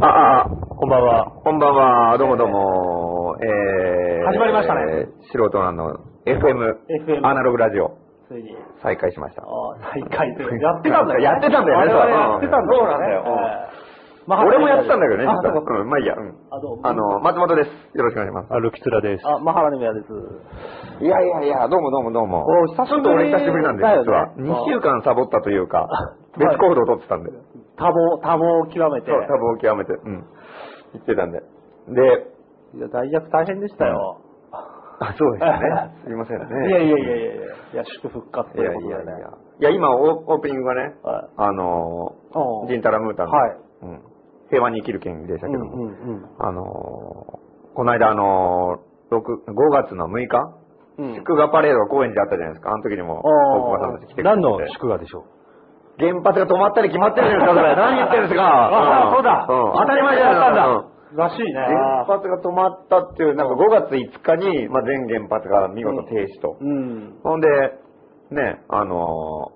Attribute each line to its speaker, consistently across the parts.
Speaker 1: あ、あ、あ、
Speaker 2: こんばんは。
Speaker 1: こんばんは、どうもどうも、えー、
Speaker 2: 始まりましたね
Speaker 1: えー。素人なの FM、
Speaker 2: FM
Speaker 1: アナログラジオ、
Speaker 2: ついに、
Speaker 1: 再開しました。
Speaker 2: ああ、再開という。やってたんだよね。
Speaker 1: やってたんだよね
Speaker 2: 我々やってたんだよね。
Speaker 1: そうなんだよ
Speaker 2: マハ
Speaker 1: 俺もやってたんだけどね、
Speaker 2: あ
Speaker 1: 実
Speaker 2: そうか
Speaker 1: は。うん、まあいいや。うん
Speaker 2: あどうも
Speaker 1: あの、松本です。よろしくお願いします。
Speaker 3: あ、ルキツラです。
Speaker 2: あ、マハラネムヤです。
Speaker 1: いやいやいや、どうもどうもどうも。
Speaker 2: お
Speaker 1: ち
Speaker 2: 久しぶ
Speaker 1: ょっと俺
Speaker 2: り
Speaker 1: 久しぶりなんで、
Speaker 2: だよね
Speaker 1: 実は。
Speaker 2: あ
Speaker 1: 2週間サボったというか
Speaker 2: あ、
Speaker 1: 別行動を取ってたんで。そう、
Speaker 2: 多忙、多忙を極めて。
Speaker 1: サボを極めて、うん。言ってたんで。で、
Speaker 2: いや、大役大変でしたよ。
Speaker 1: あ、そうですね。すい ません
Speaker 2: いや
Speaker 1: ね。
Speaker 2: いやいやいやいや、いや祝復
Speaker 1: い
Speaker 2: 活と
Speaker 1: や
Speaker 2: いう
Speaker 1: い
Speaker 2: ことで
Speaker 1: やい
Speaker 2: ね。
Speaker 1: や。いや、今オーオープニングはね、
Speaker 2: は
Speaker 1: あの
Speaker 2: おう
Speaker 1: ー、ジンタラムータンの
Speaker 2: はい
Speaker 1: うん平和に生きる権利でした
Speaker 2: い。う
Speaker 1: け
Speaker 2: ん
Speaker 1: ど
Speaker 2: う
Speaker 1: も、
Speaker 2: んうん。
Speaker 1: あのー、この間あのー、6 5月の6日
Speaker 2: うん
Speaker 1: 祝賀パレードが高円寺であったじゃないですか。あの時にも、大久保さんたち来てくれて。
Speaker 3: 何の祝賀でしょ
Speaker 1: 原発が止まったり決まってるじゃないですか、そ れ。何言ってるんですか。
Speaker 2: あ
Speaker 1: ん
Speaker 2: そうだ
Speaker 1: ん当たり前じゃないですか。うん
Speaker 2: らしいね。
Speaker 1: 原発が止まったっていう、なんか5月5日に、まあ、全原発が見事停止と。
Speaker 2: うん。
Speaker 1: ほんで、ね、あの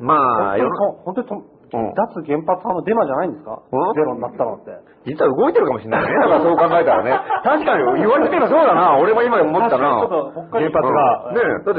Speaker 1: ーまあ、世の
Speaker 2: 本当にと、本当
Speaker 1: うん
Speaker 2: にと、脱原発派のデマじゃないんですか
Speaker 1: うん
Speaker 2: ゼロになったのって。
Speaker 1: 実は動いてるかもしれないね。だからそう考えたらね。確かに言われてみればそうだな。俺も今思ったな。
Speaker 2: 確かにちょ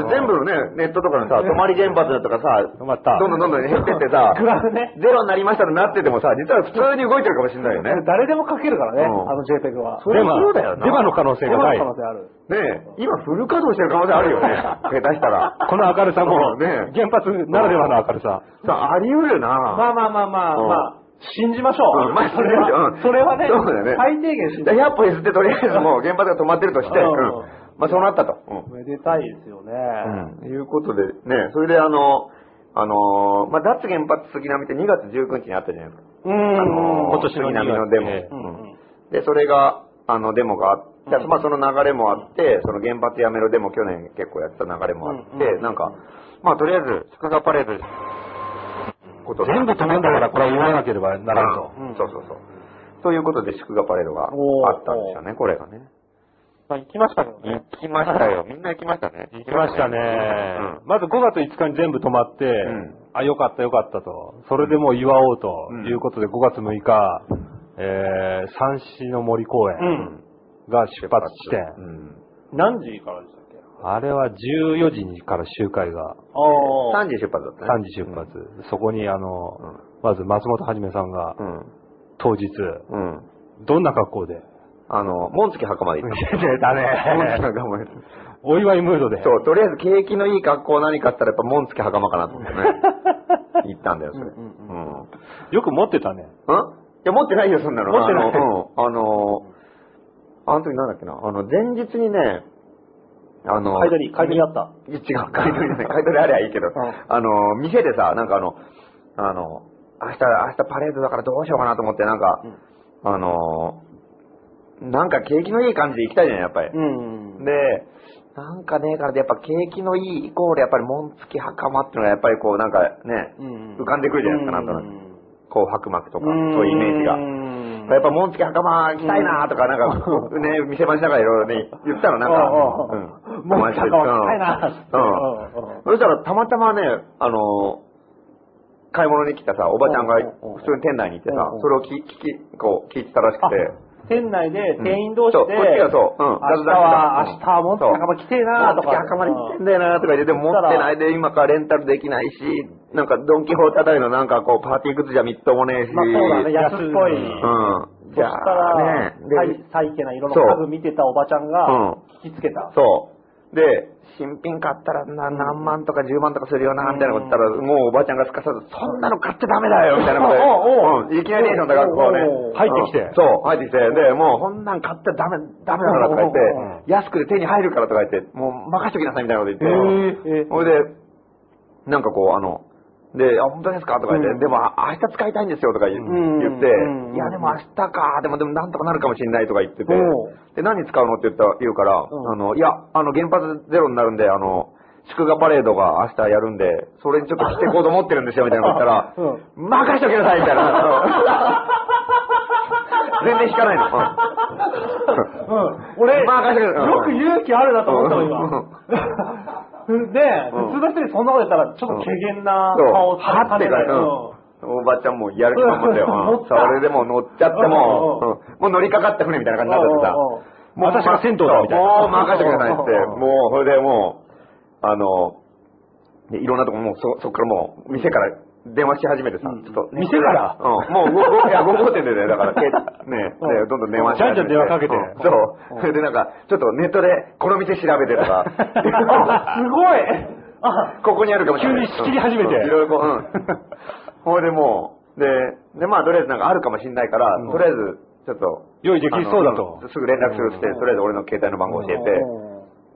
Speaker 2: っと北海
Speaker 1: うん
Speaker 3: 道
Speaker 1: ねだって全部ね、ネットとかのさ、泊まり原発だとかさ、
Speaker 3: 止まった
Speaker 1: どんどんどんどん減ってって さ、
Speaker 2: グラフね。
Speaker 1: ゼロになりましたとなっててもさ、実は普通に動いてるかもしれないよね。
Speaker 2: 誰でも書けるからね、
Speaker 1: うん
Speaker 2: あの JPEG は。
Speaker 1: それ
Speaker 3: デ
Speaker 1: は
Speaker 3: マ
Speaker 1: そうだよな
Speaker 3: デマの可能性がない
Speaker 2: デマの可能性ある。
Speaker 1: ねえ、今フル稼働してる可能性あるよ ね。下手したら。
Speaker 3: う。この明るさも、
Speaker 1: ね
Speaker 3: 原発ならではの明るさ。
Speaker 1: さ、あり得る
Speaker 2: ま
Speaker 1: な
Speaker 2: あまあまあまあ、
Speaker 1: うん
Speaker 2: まあ、信じましょう。
Speaker 1: うんまあ
Speaker 2: それは、
Speaker 1: うん
Speaker 2: それはね、
Speaker 1: そうだよね
Speaker 2: 最低限信じ
Speaker 1: 100歩譲ってとりあえずもう原発が止まってるとして、
Speaker 2: うん
Speaker 1: うんまあそうなったと。うん
Speaker 2: めでたいですよね。
Speaker 1: うんいうことで、ね、それであの、あのーまあ、脱原発杉並って2月19日にあったじゃないですか。
Speaker 2: うん。
Speaker 1: あのー
Speaker 3: 今年の
Speaker 1: 杉並のデモ、
Speaker 3: ええ
Speaker 2: うん
Speaker 1: うんで、それが、あの、デモがあって、
Speaker 2: うん
Speaker 1: まあ、その流れもあって、その原発やめろデモ去年結構やってた流れもあって、
Speaker 2: うんうん
Speaker 1: なんか、まあ、とりあえず、祝賀パレード、ことで
Speaker 3: 全部止めんだからこれは言わなければならんと。
Speaker 1: うんそうそうそう。ということで、祝賀パレードがあったんですよね、これがね。
Speaker 2: まあ行きましたけどね。
Speaker 1: 行きましたよ。みんな行きましたね。行
Speaker 3: 来ましたね。まず5月5日に全部止まって、
Speaker 1: ん
Speaker 3: あ、よかったよかったと。それでもう祝おうと
Speaker 1: うん
Speaker 3: いうことで5月6日、えー、三市の森公
Speaker 2: う
Speaker 3: 園
Speaker 2: ん。
Speaker 3: が出発地点。
Speaker 1: うん。
Speaker 2: 何時からでしたっけ
Speaker 3: あれは14時にから集会が、
Speaker 2: ああ。
Speaker 1: 3時出発だったね。
Speaker 3: 3時出発。そこにあの、まず松本はじめさんが
Speaker 1: うん。
Speaker 3: 当日、
Speaker 1: うん。うん。
Speaker 3: どんな格好で、
Speaker 1: あの、紋付き墓まで行った。
Speaker 3: 出た
Speaker 1: 紋付き
Speaker 3: ね。
Speaker 1: 袴です
Speaker 3: お祝いムード で。
Speaker 1: そう、とりあえず景気のいい格好何かあったらやっぱ紋付き袴かなと思って ね。行ったんだよ、それ。
Speaker 2: うんうん
Speaker 1: うん。
Speaker 3: よく持ってたね。
Speaker 1: んいや、持ってないよ、そんなの。
Speaker 3: 持ってない
Speaker 1: あの、うんあの、あの時なんだっけな、あの、前日にね、あの、
Speaker 2: 買い取り、買い取りあった。
Speaker 1: いや違う、 買い取りじゃない、買い取りありゃいいけど、
Speaker 2: ん
Speaker 1: あの、店でさ、なんかあの、あの、明日、明日パレードだからどうしようかなと思って、なんか、あの、なんか景気のいい感じで行きたいじゃない、やっぱり。
Speaker 2: うん。
Speaker 1: で、なんかねえからで、やっぱ景気のいいイコール、やっぱり紋付き袴っていうのが、やっぱりこう、なんかね、
Speaker 2: うん
Speaker 1: 浮かんでくるじゃないですか、なんとなく。こう、白幕とか、そういうイメージが。
Speaker 2: が
Speaker 1: やっぱ紋付き袴着たいなとか、なん か、ね、店番しながらいろいろね、言ったらなんか、
Speaker 2: うんうんうん紋付き袴着たいな
Speaker 1: う
Speaker 2: うんうん
Speaker 1: ん。うん。そしたら、たまたまね、あの、買い物に来たさ、おばちゃんが
Speaker 2: うんうんうん
Speaker 1: 普通に店内にいてさ
Speaker 2: うんうん、
Speaker 1: それを聞き、聞き、こう、聞いてたらしくて、
Speaker 2: 店内で店員同士
Speaker 1: う
Speaker 2: で、
Speaker 1: んそうこっちがそううん
Speaker 2: 明日は、明日はもっと
Speaker 1: そう
Speaker 2: 袴着てえな
Speaker 1: あ
Speaker 2: と
Speaker 1: と
Speaker 2: か。
Speaker 1: 袴に行ってんだよなとか言って、でも持ってないで、今からレンタルできないし、なんかドンキホータたりのなんかこう、パーティーグッズじゃみっともねえし。
Speaker 2: まあそうだね、安っぽい。
Speaker 1: うん。
Speaker 2: そ
Speaker 1: じ
Speaker 2: した
Speaker 1: ゃあ
Speaker 2: ら、
Speaker 1: ね、で
Speaker 2: サイサイケな色の家具見てたおばちゃんが
Speaker 1: うん、
Speaker 2: 聞きつけた。
Speaker 1: そう。で、新品買ったらな何万とか10万とかするよな、みたいなこと言ったら、もうおばあちゃんがすかさず、そんなの買っちゃダメだよ、みたいなことで
Speaker 2: おう
Speaker 1: う
Speaker 2: おう
Speaker 1: んいきなりテンション高くこうね
Speaker 2: おうおう、
Speaker 3: 入ってきて
Speaker 1: うんそう、入ってきて、で、もうこんなん買っちゃダメ、ダメだからとか言って
Speaker 2: おうおうお、
Speaker 1: 安くて手に入るからとか言って、もう任しときなさいみたいなこと言って
Speaker 2: へえへえ、
Speaker 1: ほいで、なんかこう、あの、で、あ、本当ですかとか言って、
Speaker 2: うん
Speaker 1: でも、あ明日使いたいんですよとか言,、
Speaker 2: ん
Speaker 1: 言って、
Speaker 2: う
Speaker 1: い
Speaker 2: ん
Speaker 1: や、でも明日か、でも、でも、なんとかなるかもしれないとか言ってて
Speaker 2: おう、
Speaker 1: で、何使うのって言ったら、言うから、
Speaker 2: うん
Speaker 1: あの、いや、あの、原発ゼロになるんで、あの、祝賀パレードが明日やるんで、それにちょっと着ていこうと思ってるんですよ、みたいなこと言った ら、任しときなさい、みたいな。全然引かないの。うん
Speaker 2: うん。俺、
Speaker 1: まあ確かに
Speaker 2: よく勇気あるなと思ったの、今。 で、
Speaker 1: うん
Speaker 2: 普通の人にそんなこと言ったら、ちょっと怪げな
Speaker 1: そう
Speaker 2: 顔を
Speaker 1: はって
Speaker 2: た
Speaker 1: か、
Speaker 2: よ。
Speaker 1: うん。おばちゃんもやる気満々だよ。
Speaker 2: 乗っ
Speaker 1: そ
Speaker 2: た
Speaker 1: れでもう乗っちゃってもう、うんもう乗りかかった船みたいな感じになっちゃってさ。
Speaker 2: おうおうおう
Speaker 1: もう
Speaker 3: 私が銭湯だみたいな
Speaker 1: もう任せてくださいって。
Speaker 2: おうおうお う
Speaker 1: もう、それでもう、あの、でいろんなとこもうそ、そこからもう、店から電話し始めてさ、ちょっと、
Speaker 3: 店から
Speaker 1: うん、もうごご、いや、5号店でね、だから、けね、
Speaker 2: う
Speaker 1: ね、どんどん電話し始めて。
Speaker 3: ちゃんと電話かけて
Speaker 1: うんそう。それでなんか、ちょっとネットで、この店調べてと か、
Speaker 2: あ、すごい あ、
Speaker 1: ここにあるかもしれない。
Speaker 3: 急に仕切り始めて
Speaker 1: うんいろいろこう、うん。 ほいでもう、で、で、まあ、とりあえずなんかあるかもしれないから、とりあえず、ちょっと、
Speaker 3: 用意できそうだと
Speaker 1: あのんすぐ連絡するっつって、とりあえず俺の携帯の番号 教えて、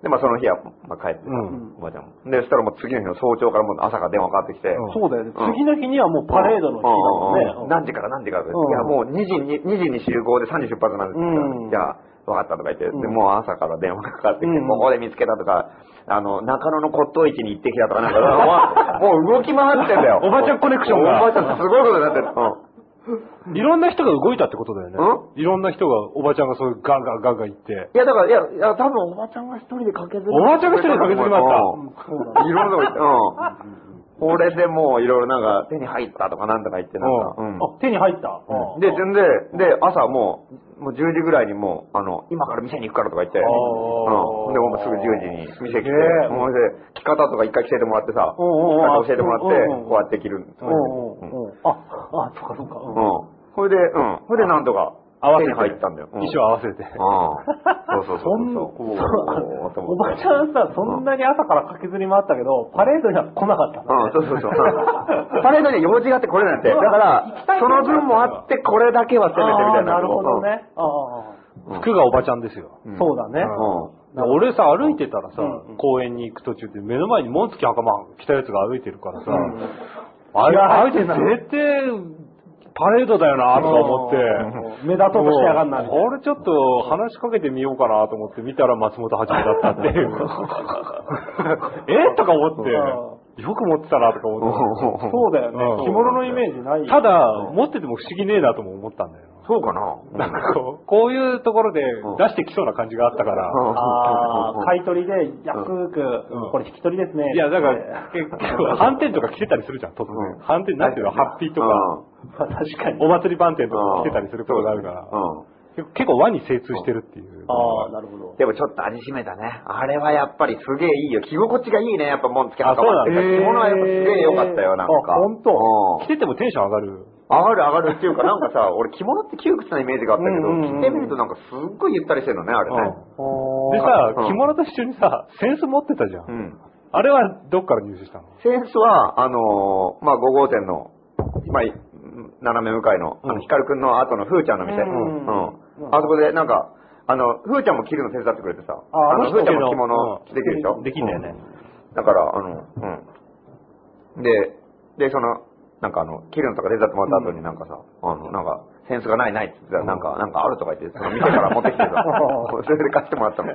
Speaker 1: で、まあ、その日は、まあ、帰ってさ、
Speaker 3: うん
Speaker 1: おばあちゃんも。で、そしたらもう次の日の早朝からもう朝から電話かかってきて、
Speaker 3: うん。
Speaker 2: そうだよね。次の日にはもうパレードの日だもんね。
Speaker 1: 何時から何時からです、
Speaker 2: うん
Speaker 1: いや、もう2時に、2時に集合で3時出発なんです
Speaker 2: うん
Speaker 1: じゃあ、分かったとか言って、で、
Speaker 2: うん
Speaker 1: もう朝から電話かかってきて、
Speaker 2: うん
Speaker 1: ここで見つけたとか、あの、中野の骨董市に行ってきたとか、なんか、もうもう動き回ってんだよ
Speaker 3: おばちゃんコネクションが
Speaker 1: おばちゃんすごいことになってる。
Speaker 3: いろんな人が動いたってことだよね
Speaker 1: う。
Speaker 3: いろんな人が、おばちゃんがそういうガンガンガンガン行って。
Speaker 1: いや、だから、いや、いや、多分おばちゃんが一人で駆けずり
Speaker 3: おばちゃんが一人で駆けずり回った
Speaker 2: そうだね
Speaker 1: いろんなとこ行って、うん。俺でもういろいろなんか手に入ったとかなんとか言ってなんか、うん。
Speaker 2: あ、手に入った。うん
Speaker 1: で、んで、で、朝もう、もう10時ぐらいにもう、あの、今から店に行くからとか言って、うん。で、もうすぐ10時に店来て、
Speaker 2: すげえ
Speaker 1: もうで、着方とか一回着せてもらってさ、着
Speaker 2: うんうんうん
Speaker 1: 方教えてもらって
Speaker 2: うんうんうん、
Speaker 1: こうやって着る。
Speaker 2: う
Speaker 1: そ
Speaker 2: ん
Speaker 1: うやっ
Speaker 2: う
Speaker 1: て
Speaker 2: んうん。あ、あ、そっかそっか。う
Speaker 1: うんん。うん。それで、うん。それでなんとか、
Speaker 3: 合わせ
Speaker 1: 手
Speaker 3: て。
Speaker 1: に入ったんだよ。うん
Speaker 3: 衣装合わせ
Speaker 1: うん。
Speaker 3: て。
Speaker 1: そうそう
Speaker 2: そん
Speaker 1: そうそう。おーと思
Speaker 2: おば
Speaker 1: って
Speaker 2: ちゃんさ、そんなに朝から駆けずり回ったけど、パレードには来なかっ
Speaker 1: う
Speaker 2: たの。
Speaker 1: ん、そうそうそう。パレードには用事があってこれなんて。だから、その分もあってこれだけはせめてみたいな。
Speaker 2: あーなるほど。ね。ああ
Speaker 1: うん
Speaker 3: 服がおばちゃんですよ。
Speaker 1: うん
Speaker 2: そうだね
Speaker 1: う
Speaker 3: で俺さ、歩いてたらさ
Speaker 2: うん、
Speaker 3: 公園に行く途中で目の前に紋付き袴着たやつが歩いてるからさ、あ
Speaker 2: い
Speaker 3: れ、
Speaker 2: や
Speaker 3: あれ絶対、パレードだよな、とか思って。
Speaker 2: うん目立とうとしてやがんなみたいな
Speaker 3: これちょっと話しかけてみようかなと思って見たら松本はじめだったって いう。えとか思って、よく持ってたなとか思っ
Speaker 1: ん。
Speaker 2: そうだよね
Speaker 3: うん。
Speaker 2: 着物のイメージない。
Speaker 3: て。た、だ、持ってても不思議ねえなとも思ったんだよ。
Speaker 1: そうかな
Speaker 3: なんかこう、こういうところで出してきそうな感じがあったから、
Speaker 2: ああ、買い取りで安く
Speaker 3: ん、
Speaker 2: これ引き取りですね。
Speaker 3: いや、だから、結構、反転とか着てたりするじゃん、突
Speaker 1: うん
Speaker 3: 然。反転、なんていうの、ハッピーとか、
Speaker 2: まあ 確かに。
Speaker 3: お祭り番店とか着てたりすることがあるから、結構和に精通してるっていう。
Speaker 2: ああ、なるほど。
Speaker 1: でもちょっと味しめたね。あれはやっぱりすげえいいよ。着心地がいいね、やっぱもんつけ
Speaker 3: あそうなんだ
Speaker 1: 着物はやっぱすげえ良かったよ、なんか。
Speaker 2: あ本当
Speaker 1: うん
Speaker 3: 着ててもテンション上がる。
Speaker 1: 上がる上がるっていうか、なんかさ、俺着物って窮屈なイメージがあったけ
Speaker 2: うんうんうん
Speaker 1: ど、着てみるとなんかすっごいゆったりしてるのね、あれね。
Speaker 3: で
Speaker 2: で
Speaker 3: さ、
Speaker 1: うん
Speaker 3: 着物と一緒にさ、センス持ってたじゃ。
Speaker 1: うんん。
Speaker 3: あれはどっから入手したの
Speaker 1: センスは、あのーまあ、5号店の、まあ、い斜め向かいの、あ
Speaker 3: うん
Speaker 1: の、ヒカルくんの後のふーちゃんの店。
Speaker 2: う
Speaker 1: うんん。
Speaker 2: うん
Speaker 1: あそこで、なんか、あの、ふーちゃんも着るの手伝ってくれてさ。
Speaker 2: ああの
Speaker 1: ふーちゃんも着
Speaker 3: の
Speaker 1: 物着てきるでしょ、
Speaker 3: できんだよね。
Speaker 1: うんだから、あの、うん。で、で、その、なんかあの、着るのとか手伝ってもらった後になんかさ、あの、なんか、センスがないないって言ってたら、なんか、なんかあるとか言って、その店から持ってき てさ、それで貸してもらったの。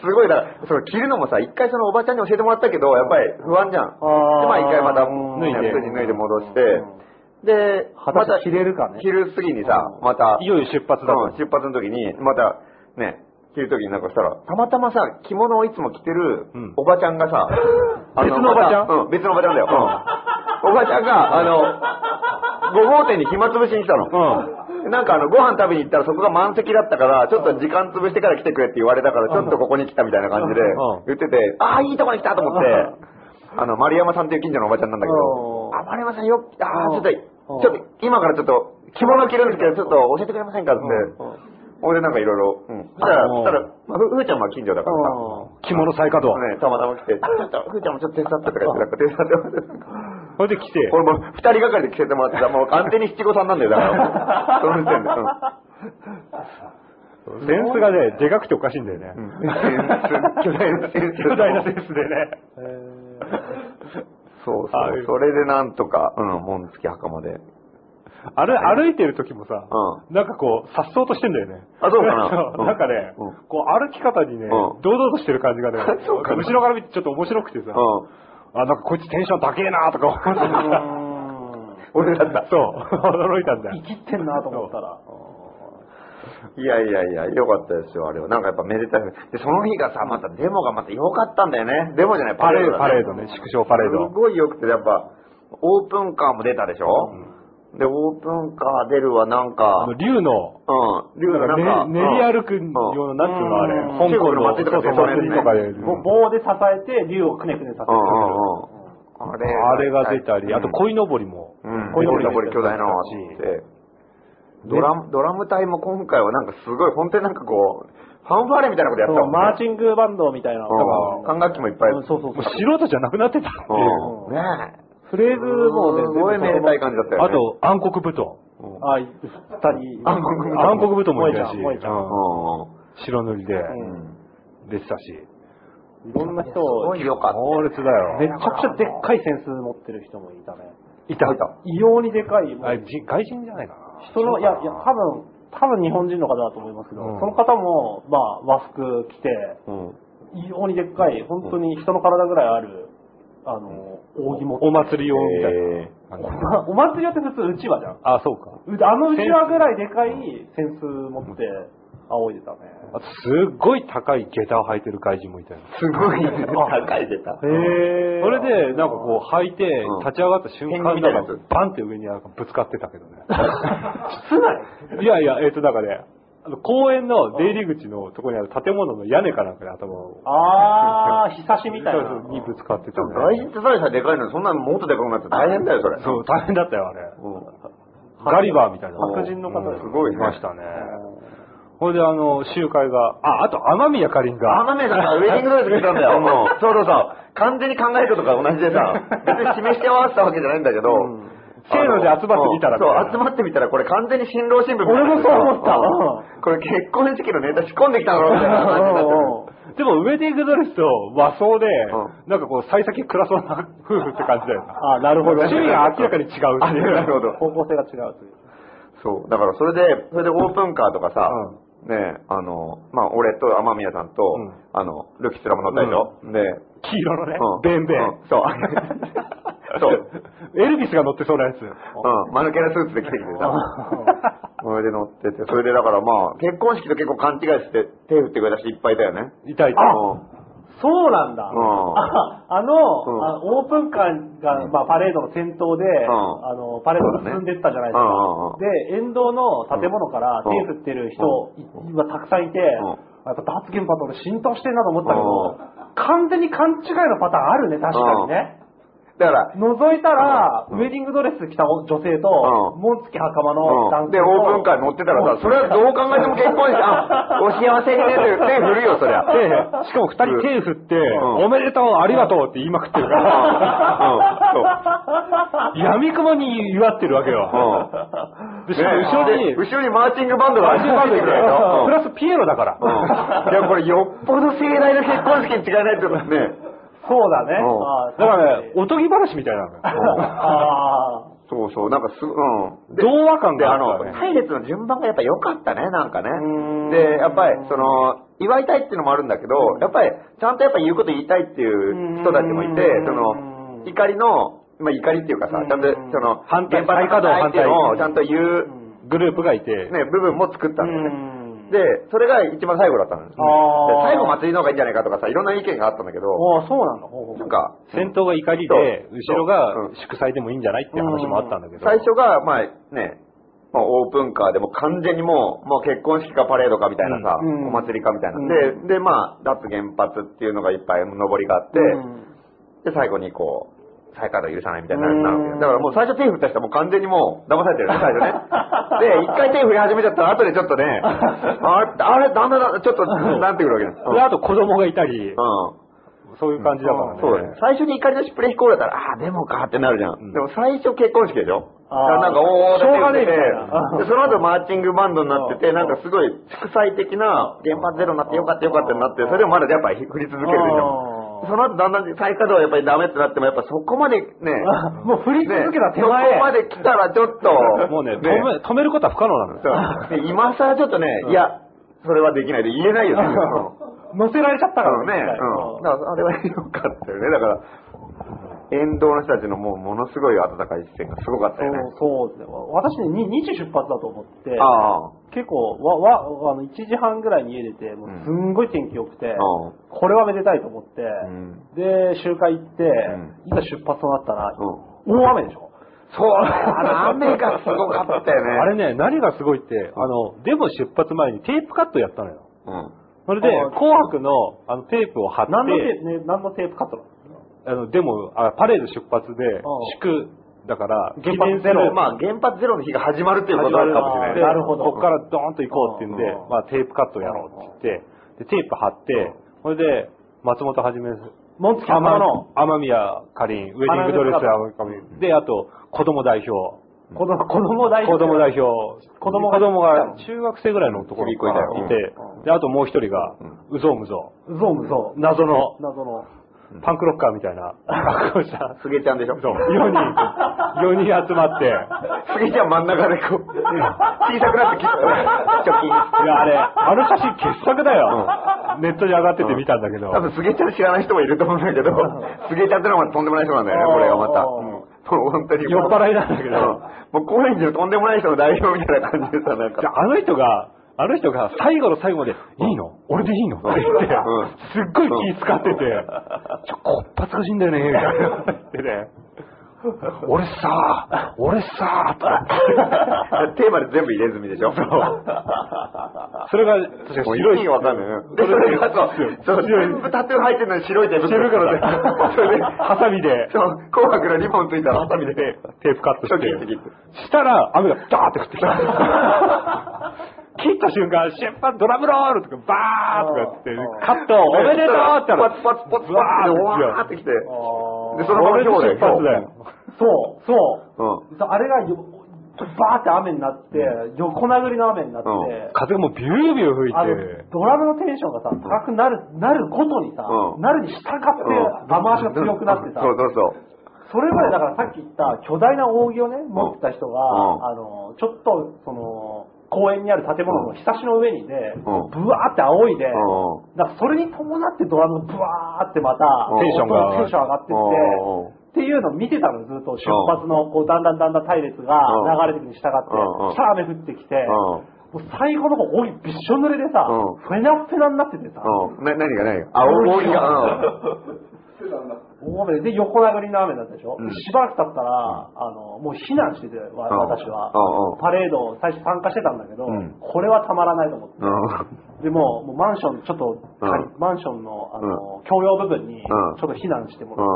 Speaker 1: すごいだから、その着るのもさ、一回そのおばちゃんに教えてもらったけど、やっぱり不安じゃん。で、
Speaker 2: ー
Speaker 1: まあ一回また、
Speaker 2: うん
Speaker 1: ね
Speaker 3: 脱いで
Speaker 1: 普通に脱いで戻して
Speaker 2: うん、
Speaker 1: で、
Speaker 2: 果
Speaker 1: ま
Speaker 2: た
Speaker 1: た
Speaker 2: して着れるかね
Speaker 1: 昼過ぎにさ、また、
Speaker 3: いよいよ出発だ
Speaker 1: うん
Speaker 3: と。
Speaker 1: 出発の時に、また、ね、着る時になんかしたら、たまたまさ、着物をいつも着てる
Speaker 3: うん
Speaker 1: おばちゃんが さ、
Speaker 3: 別のおばちゃ
Speaker 1: ま
Speaker 3: ん
Speaker 1: たうん、別のおばちゃんだよ。うん。おばちゃんが、あの、5号店に暇つぶしに来たの。なんかあの、ご飯食べに行ったらそこが満席だったから、ちょっと時間潰してから来てくれって言われたから、ちょっとここに来たみたいな感じで
Speaker 3: うん、
Speaker 1: 言ってて、ああ、いいとこに来たと思って、あの、丸山さんっていう近所のおばちゃんなんだけど、
Speaker 2: うん
Speaker 1: あ、丸山さんよ、ああ、ちょっと、ち
Speaker 2: うん
Speaker 1: ょっと、今からちょっと、着物着るんですけど、ちょっと教えてくれませんかって
Speaker 2: うんうん、
Speaker 1: 俺なんかいろいろ、うん。そしたら、
Speaker 3: う
Speaker 1: そ
Speaker 3: ん
Speaker 1: したら、まあふふーちゃんは近所だからさ、
Speaker 3: 着物再稼働。
Speaker 1: ね、たまたま来て、ちょっと、ふーちゃんもちょっと手伝ってとか言って、なんか手伝ってもらって、
Speaker 3: それで着て、
Speaker 1: 俺もう二人がかりで着せてもらってた、もう完全に七五三なんだよ、だから。その時点で。うん
Speaker 3: センスがね、でかくておかしいんだよね。
Speaker 1: 巨大なセンス。
Speaker 3: 巨大なセンスでね。
Speaker 1: そうそう
Speaker 3: ああいう。
Speaker 1: それでなんとか、うん、紋付き袴で。
Speaker 3: あれ、歩いてる時もさ、
Speaker 1: う
Speaker 3: なんかこう、颯爽としてんだよね。
Speaker 1: あそうかな
Speaker 3: そう
Speaker 1: うん
Speaker 3: なんかね、
Speaker 1: うん
Speaker 3: こう歩き方にね、
Speaker 1: うん
Speaker 3: 堂々としてる感じがね、
Speaker 1: そうかな
Speaker 3: 後ろから見てちょっと面白くてさ、
Speaker 1: うん。
Speaker 3: あ、なんかこいつテンション高えなとか思ってさ、
Speaker 1: 俺だった。
Speaker 3: そう、驚いたんだよ
Speaker 2: 生。きってんなと思ったら。
Speaker 1: いやいやいや、よかったですよ、あれは。なんかやっぱめでたい。で、その日がさ、またデモがまた良かったんだよね。デモじゃない、パ
Speaker 3: パレ
Speaker 1: レー
Speaker 3: ー
Speaker 1: ド
Speaker 3: ド、
Speaker 1: だ
Speaker 3: パ
Speaker 1: ね。
Speaker 3: レードね、縮小パレー
Speaker 1: す
Speaker 3: ド。
Speaker 1: ごい良くて、やっぱ、オープンカーも出たでしょで、オープンカー出るはなん
Speaker 3: あ
Speaker 1: か
Speaker 3: の、、竜の、
Speaker 1: うん、竜がなんか、
Speaker 3: ね練り
Speaker 1: うん
Speaker 3: 歩くような、なんていうのあれ
Speaker 2: うん、
Speaker 3: 香
Speaker 1: 中国
Speaker 3: 港
Speaker 1: の
Speaker 3: の、
Speaker 1: 祭りとか
Speaker 3: そうそう
Speaker 1: そういうやつ
Speaker 3: 祭りとかで、
Speaker 2: ぼ棒で支えて、竜をくねくねさせてる。
Speaker 1: うんうんうんああれ
Speaker 3: あれが出たり、
Speaker 1: うん
Speaker 3: あと鯉のぼりも。
Speaker 1: うん。
Speaker 3: 鯉
Speaker 1: ボリ
Speaker 3: の
Speaker 1: の
Speaker 3: ぼ
Speaker 1: ぼ
Speaker 3: り
Speaker 1: り
Speaker 3: 巨
Speaker 1: 巨
Speaker 3: 大
Speaker 1: 大
Speaker 3: な
Speaker 1: な
Speaker 3: の
Speaker 1: の
Speaker 3: あ
Speaker 1: あって。ドラム、ドラム隊も今回はなんかすごい、本当になんかこう、ファンファーレみたいなことやった
Speaker 2: そ
Speaker 1: も
Speaker 2: う、
Speaker 1: んね。
Speaker 2: マーチングバンドみたいな。
Speaker 1: うん管楽器もいっぱい。
Speaker 2: うんそうそう
Speaker 3: も
Speaker 2: そうう。
Speaker 3: 素人じゃなくなってたっていう。
Speaker 1: うん。ねえ。
Speaker 2: フレーズもね、
Speaker 1: すごいめでたい感じだったよね。
Speaker 3: あと、暗黒布団。
Speaker 1: うん、
Speaker 2: あ、いったり。
Speaker 1: 暗黒布団
Speaker 3: 暗黒布団もいたし、
Speaker 2: もういたも
Speaker 1: う
Speaker 3: うん白塗りで、
Speaker 1: ん
Speaker 2: うん
Speaker 3: でしたし。
Speaker 2: いたいろんな人
Speaker 1: す
Speaker 2: を
Speaker 1: ご、いよかった。
Speaker 3: 猛烈だよ。
Speaker 2: めちゃくちゃでっかいセンス持ってる人もいたね。
Speaker 3: いた。
Speaker 2: 異様にでかい。もう
Speaker 3: あじ外人じゃないかな。
Speaker 2: 人の、いや、いや、多分、多分日本人の方だと思いますけど、
Speaker 3: うん
Speaker 2: その方も、まあ、和服着て、
Speaker 1: うん。
Speaker 2: 異様にでっかい、本当に人の体ぐらいある、あの、扇持って
Speaker 3: お祭り用みたい
Speaker 1: え
Speaker 3: な
Speaker 2: お
Speaker 3: 感じ。
Speaker 2: まお 祭りやって普通うちわじゃん。
Speaker 3: あ、そうか。
Speaker 2: うあのうちわぐらいでかいセンス持って、仰いでたね。
Speaker 3: あと、すっごい高い下駄を履いてる外人もいたよ。
Speaker 1: ー、すごい、 高い出た。
Speaker 2: へ
Speaker 3: それで、なんかこう、履いて、
Speaker 1: うん
Speaker 3: 立ち上がった瞬
Speaker 1: ペ
Speaker 3: 間、
Speaker 1: ンギンみたいな
Speaker 3: なん
Speaker 1: やつ
Speaker 3: かバンって上になんかぶつかってたけどね。
Speaker 2: 室内
Speaker 3: いやいや、えっ、と、なんかね、あの公園の出入り口のとこにある建物の屋根かなんかで頭を、
Speaker 2: あ ー、ひさしみたいな。
Speaker 3: そうそうにぶつかって
Speaker 1: で
Speaker 3: たん
Speaker 1: も
Speaker 3: だよ
Speaker 1: 外人ってさえさでかいのに、そんなのもっとでかくなって大変だよ、それ。
Speaker 3: そう、大変だったよ、あれ。
Speaker 1: うん。
Speaker 3: ガリバーみたいな。
Speaker 2: 白人の方
Speaker 3: うん
Speaker 1: すごいね
Speaker 3: いましたね。これで、あの、集会が、あ、あと、雨宮かりん
Speaker 1: あ
Speaker 3: が、
Speaker 1: のね、だからウェディングドレス着てたんだ よ。もうちょうどさ、完全に考えることが同じでさ、別に示して合わせたわけじゃないんだけど、
Speaker 3: んせーので集まってみたらみたいな
Speaker 1: そう、集まってみたら、これ完全に新郎新婦みたいな
Speaker 2: 俺もそう思った
Speaker 1: うんこれ結婚式のネタ仕込んできたのみたいな感じになってる。
Speaker 3: でも、ウェディングドレスと和装で、
Speaker 1: う
Speaker 3: なんかこう、幸先暗そうな 夫婦って感じだよな。
Speaker 2: あ、なるほど。
Speaker 3: 趣味が明らかに違うっていう
Speaker 1: あなるほど。
Speaker 2: 方向性が違うという。
Speaker 1: そう、だからそれで、それでオープンカーとかさ、ねえあの、まあ、俺と天宮さんと、
Speaker 3: うん
Speaker 1: あの、ルキスラも乗ったでしょ、で、
Speaker 3: 黄色のね
Speaker 1: うん、
Speaker 3: ベンベン。
Speaker 1: うん そうそう。
Speaker 3: エルビスが乗ってそうなやつ。
Speaker 1: うん、マヌケなスーツで来てきてさ、それで乗ってて、それでだからまあ、結婚式と結構勘違いして、手振ってくれた人いっぱいいたよね。
Speaker 3: いたいた。
Speaker 2: そうなんだ。
Speaker 1: ん
Speaker 2: ああの、
Speaker 1: うん
Speaker 2: あオープンカーが、まあ、パレードの先頭で、
Speaker 1: ん
Speaker 2: あの、パレードが進んでったじゃないですか。
Speaker 1: そう
Speaker 2: で、沿道の建物から
Speaker 1: うん
Speaker 2: 手振ってる人がたくさんいて、
Speaker 1: ん
Speaker 2: やっぱ脱原発俺浸透してるなと思ったけど、完全に勘違いのパターンあるね、確かにね。
Speaker 1: だから、
Speaker 2: 覗いたら、
Speaker 1: う
Speaker 2: ウ
Speaker 1: ん
Speaker 2: ェディングドレス着た女性と、
Speaker 1: うん
Speaker 2: 紋付き袴の
Speaker 1: う
Speaker 2: 男
Speaker 1: ん、
Speaker 2: 性と、
Speaker 1: で、オープンカー乗ってたらさ、それはどう考えても結婚式、 あ、お幸せにねって手振るよ、そりゃ。
Speaker 3: で、しかも二人手振って、
Speaker 1: ん
Speaker 3: おめでとう、ありがとうって言いまくってるから、闇雲に祝ってるわけよ。で、しかも後ろに、
Speaker 1: 後ろにマーチングバンドが
Speaker 3: バ
Speaker 1: 走っ
Speaker 3: ジ
Speaker 1: て
Speaker 3: ル
Speaker 1: きて
Speaker 3: バン
Speaker 1: く
Speaker 3: ド
Speaker 1: れ
Speaker 3: い
Speaker 1: るで
Speaker 3: るか
Speaker 1: しょう
Speaker 3: ら、プ
Speaker 1: ん
Speaker 3: ラスピエロだから。
Speaker 1: うんいや、これよっぽど盛大な結婚式に違いないってことね。
Speaker 2: そうだね。
Speaker 1: うん
Speaker 2: あ
Speaker 3: だからね、おとぎ話みたいなのよ。
Speaker 2: あ
Speaker 1: そうそう、なんかす、うん。で
Speaker 3: 童話感
Speaker 1: で、
Speaker 3: が
Speaker 1: あ
Speaker 3: あ
Speaker 1: の
Speaker 3: るから、ね。
Speaker 1: 隊列の順番がやっぱ良かったね、なんかね
Speaker 2: ーん。
Speaker 1: で、やっぱり、その、祝いたいっていうのもあるんだけど、やっぱり、ちゃんとやっぱ言うこと言いたいっていう人たちもいて
Speaker 2: うー、ん
Speaker 1: その、怒りの、まあ怒りっていうかさ、ちゃんと、
Speaker 2: うん
Speaker 1: その、
Speaker 3: 反対
Speaker 1: 原発の反対っていうのをちゃんと言
Speaker 2: ーう
Speaker 1: う、
Speaker 2: ん
Speaker 3: グループがいて、
Speaker 1: ね、部分も作ったんだよね。
Speaker 2: うん
Speaker 1: で、それが一番最後だったのよ。で
Speaker 2: あー
Speaker 1: 最後祭りの方がいいんじゃないかとかさ、いろんな意見があったんだけど、
Speaker 2: ああ、そうなんだ。ほうほう
Speaker 1: なんか、
Speaker 3: 先頭が怒りで
Speaker 1: そう、
Speaker 3: 後ろが
Speaker 1: そううん
Speaker 3: 祝祭でもいいんじゃないって話もあったんだけど。
Speaker 1: 最初が、まあね、まあ、オープンカーでもう完全にもう、もう結婚式かパレードかみたいなさ、
Speaker 2: うん
Speaker 1: お祭りかみたいな。
Speaker 2: う
Speaker 1: で、で、まあ、脱原発っていうのがいっぱい上りがあって、
Speaker 2: うん
Speaker 1: で、最後にこう、再稼働許さないみたいになるなるわけよ
Speaker 2: うん
Speaker 1: だからもう最初手振った人はもう完全にもう騙されてるね、最初ね。で、一 回手振り始めちゃったら後でちょっとね、あれ、あれ、だんだんだん、ちょっと、なんてくるわけです。
Speaker 3: で、あと子供がいた
Speaker 1: う
Speaker 3: り、
Speaker 1: ん。
Speaker 3: そういう感じだからね。
Speaker 1: そうだね。最初に怒りのしプレ飛行だったら、ああー、でもかってなるじゃん。
Speaker 3: ん
Speaker 1: でも最初結婚式でしょだ
Speaker 2: あー
Speaker 1: からなんか、おー、
Speaker 2: しょうがねえみ
Speaker 1: だ
Speaker 2: たいな
Speaker 1: ってで、その後マーチングバンドになってて、なんかすごい祝祭的な原発ゼロになってよかったよかったになって、それでもまだやっぱり振り続けるでしょ
Speaker 2: あー。
Speaker 1: その後だんだん再稼働はやっぱりダメってなっても、やっぱそこまでね、
Speaker 2: あもう 振り続けた手
Speaker 1: ねそ
Speaker 2: 前。
Speaker 1: こまで来たらちょっと、
Speaker 3: もうね、止め止めることは不可能なのよ。
Speaker 1: そうで今更ちょっとね、いや、それはできないで言えないよね。
Speaker 2: 乗せられちゃっ
Speaker 1: だ
Speaker 2: たか
Speaker 1: から
Speaker 2: ら
Speaker 1: ね、うん。だからあれは良かったよね。だから、沿道の人たちのもうものすごい温かい視線がすごかったよね。
Speaker 2: そう、そうですね。私ね、に2時出発だと思って、
Speaker 1: ああ。
Speaker 2: 結構、わ、わ、あの、1時半ぐらいに家出て、もうすんごい天気良くて、
Speaker 1: うん
Speaker 2: これはめでたいと思って、
Speaker 1: ん
Speaker 2: で、集会行って、
Speaker 1: う
Speaker 2: いざ出発となったら、
Speaker 1: うん
Speaker 2: 大雨でしょ。
Speaker 1: そうだ、雨がすごかったよね。
Speaker 3: あれね、何がすごいって、あの、デモ出発前にテープカットやったのよ。
Speaker 1: うん。
Speaker 3: それで
Speaker 2: あ、ー
Speaker 3: 紅白のあのテープを貼って、
Speaker 2: 何のテープ、ね、何のテープカットなの
Speaker 3: あの、でも、あパレード出発で
Speaker 2: うん、
Speaker 3: 祝、だから、
Speaker 2: 原発ゼロ
Speaker 1: まあ、原発ゼロの日が始まるっていうこと
Speaker 3: 始
Speaker 1: か
Speaker 3: ま
Speaker 1: もしれない
Speaker 3: るで
Speaker 1: ね。
Speaker 2: なるほど
Speaker 3: こっからドーンと行こうって言うんで
Speaker 2: うん、
Speaker 3: まあ、テープカットやろうって言って、で、テープ貼って、それで、松本はじめ、
Speaker 2: モンツキ
Speaker 3: 天
Speaker 2: 浜の
Speaker 3: 天宮かりん、ウェディングドレス、天宮かりんで、あと、子供代表。
Speaker 2: 子供子供代
Speaker 3: 子
Speaker 2: 表。
Speaker 3: 供代表。
Speaker 2: 子供が
Speaker 3: 子供が中学生ぐらいの男の子が
Speaker 1: うん
Speaker 3: いて、で、あともう一人が、うぞうむぞ
Speaker 2: うぞうむぞ
Speaker 3: う。謎の
Speaker 2: う。、謎の。
Speaker 3: パンクロッカーみたいな格好した。
Speaker 1: すげちゃんでしょ
Speaker 3: そう。4人、4人集まって、
Speaker 1: すげちゃん真ん中でこう、小さくなってきた 貯金。
Speaker 3: いや、あれ、あの写真傑作だよ。ネットに上がってて見たんだけど。
Speaker 1: 多分すげちゃん知らない人もいると思うんだけど、すげちゃんってのはとんでもない人なんだよね、これがまた。
Speaker 2: うん
Speaker 1: その本当に。
Speaker 3: 酔っ払いなんだけど
Speaker 1: うん。もう高円寺のとんでもない人の代表みたいな感じでさ、なん
Speaker 3: じゃ
Speaker 1: か。
Speaker 3: あ、あの人が、あの人が最後の最後まで、いいの俺でいいのって言って
Speaker 1: うん、
Speaker 3: すっごい気使ってて、ちょ、こっぱつかしいんだよね、みたいな言ってね。俺さ、俺さ、とか
Speaker 1: テーマで全部入れ墨でしょ。
Speaker 3: それが、確
Speaker 1: もう
Speaker 3: か白
Speaker 1: 意
Speaker 3: い。
Speaker 1: 味わかんないね。で、それがそう、そう、全部タトゥー入ってるのに白いテープ。
Speaker 3: 白いからね。
Speaker 1: そ
Speaker 3: そ
Speaker 1: れで
Speaker 3: れで、、ハサ ミで、
Speaker 1: そう、紅白のリボンついたらハサミで。
Speaker 3: で、テープカットし
Speaker 1: そう切って切
Speaker 3: て。したら、雨がダーって降ってきた。 切った瞬間、審判ドラムロールとか、バーとか言って、カット、おめでとうっ
Speaker 1: パ
Speaker 3: て言ったら
Speaker 1: ツパツパツパツって、わーってきて。
Speaker 2: あ
Speaker 1: で、
Speaker 2: ー
Speaker 1: そのまま今日
Speaker 3: 俺の出発だよ。
Speaker 2: そう、そうう。あれがよ、バーって雨になって、横殴りの雨になって、
Speaker 1: うん
Speaker 3: 風がもうビュービュー吹い
Speaker 2: あの
Speaker 3: て、、
Speaker 2: ドラムのテンションがさ、高くなる、なるごとにさ、
Speaker 1: うん
Speaker 2: なるに従って雨足が強くなってさ、
Speaker 1: そうそうそう。
Speaker 2: それまでだからさっき言った巨大な扇をね、持ってた人が、
Speaker 1: うん
Speaker 2: あの、ちょっと、その、公園にある建物のひさしの上にね、
Speaker 1: うん
Speaker 2: ブワーって仰いで、
Speaker 1: うん
Speaker 2: だからそれに伴ってドラムがブワーってまた、
Speaker 1: うん
Speaker 3: テンションが
Speaker 2: 音テンション上がって
Speaker 1: うん
Speaker 2: って、っていうのを見てたの、ずっと出発の、こう、だんだんだんだん隊列が流れてくに従って、
Speaker 1: うんうん
Speaker 2: さあ雨降ってきて、もう最後の方、扇びっしょ濡れでさ、
Speaker 1: うん
Speaker 2: フェナフェナになっててさ、
Speaker 1: うん。な、何が何があ、おいが。
Speaker 2: 大雨でで横殴りの雨だったでしょ、
Speaker 1: うん
Speaker 2: しばらく経ったら、あの、もう避難してて、わ
Speaker 1: うん
Speaker 2: 私は
Speaker 1: うんうん。
Speaker 2: パレードを最初参加してたんだけど、
Speaker 1: うん
Speaker 2: これはたまらないと思って。
Speaker 1: うん。
Speaker 2: でもう、もうマンション、ちょっと借り、
Speaker 1: う
Speaker 2: マンションの、あの、共用部分に、ちょ
Speaker 1: ん
Speaker 2: っと避難してもらっ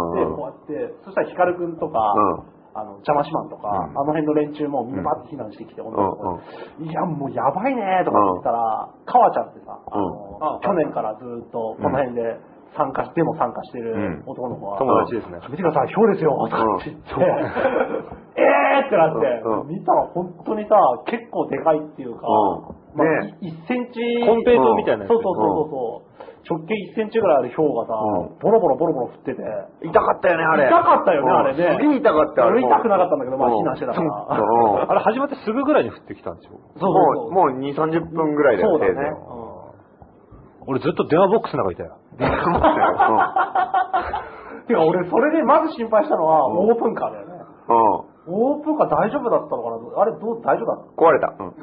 Speaker 2: て、
Speaker 1: うんうん
Speaker 2: こうやって、そしたらヒカルくんとか、
Speaker 1: うん
Speaker 2: あの、邪魔しマンとか、
Speaker 1: うん
Speaker 2: あの辺の連中もみんなバッて避難してきて、女の子がいや、もうやばいねーとか言ってたら、かわちゃんってさ、あの、去年からずーっとこの辺で参加し、でも参加してる
Speaker 1: うん
Speaker 2: 男の子が、
Speaker 3: 友達ですね。
Speaker 2: 見てください、ひょうですよとかって言って、えーってなって、
Speaker 1: うんうん
Speaker 2: 見たら本当にさ、結構でかいっていうか、
Speaker 1: うん
Speaker 2: まあ、
Speaker 1: ね
Speaker 2: 1センチ、
Speaker 3: コンペイトーみたいなやつ
Speaker 2: そうそうそうそう、直径1センチぐらいあるひょうがさ、
Speaker 1: うん
Speaker 2: ボロボロボロボロ降ってて、
Speaker 1: 痛かったよね、あれ。
Speaker 2: 痛かったよね、あれね。
Speaker 1: すげえ痛かったよ。
Speaker 2: 俺痛くなかったんだけど、まあ
Speaker 1: うん
Speaker 2: 避難してたから。
Speaker 1: そう
Speaker 3: あれ始まってすぐぐらいに降ってきたんですよ。
Speaker 2: そうそうそう。
Speaker 1: もう、もう2、30分ぐらいだ
Speaker 2: そ
Speaker 1: よ
Speaker 2: うだ
Speaker 1: せい
Speaker 2: ね。
Speaker 1: ぜい
Speaker 3: 俺ずっと電話ボックスの中いたよ。
Speaker 2: うんてか俺、それでまず心配したのは、オープンカーだよね。
Speaker 1: うん。うん
Speaker 2: オープンカー大丈夫だったのかなあれ、どう、大丈夫だった
Speaker 1: 壊れた。うん。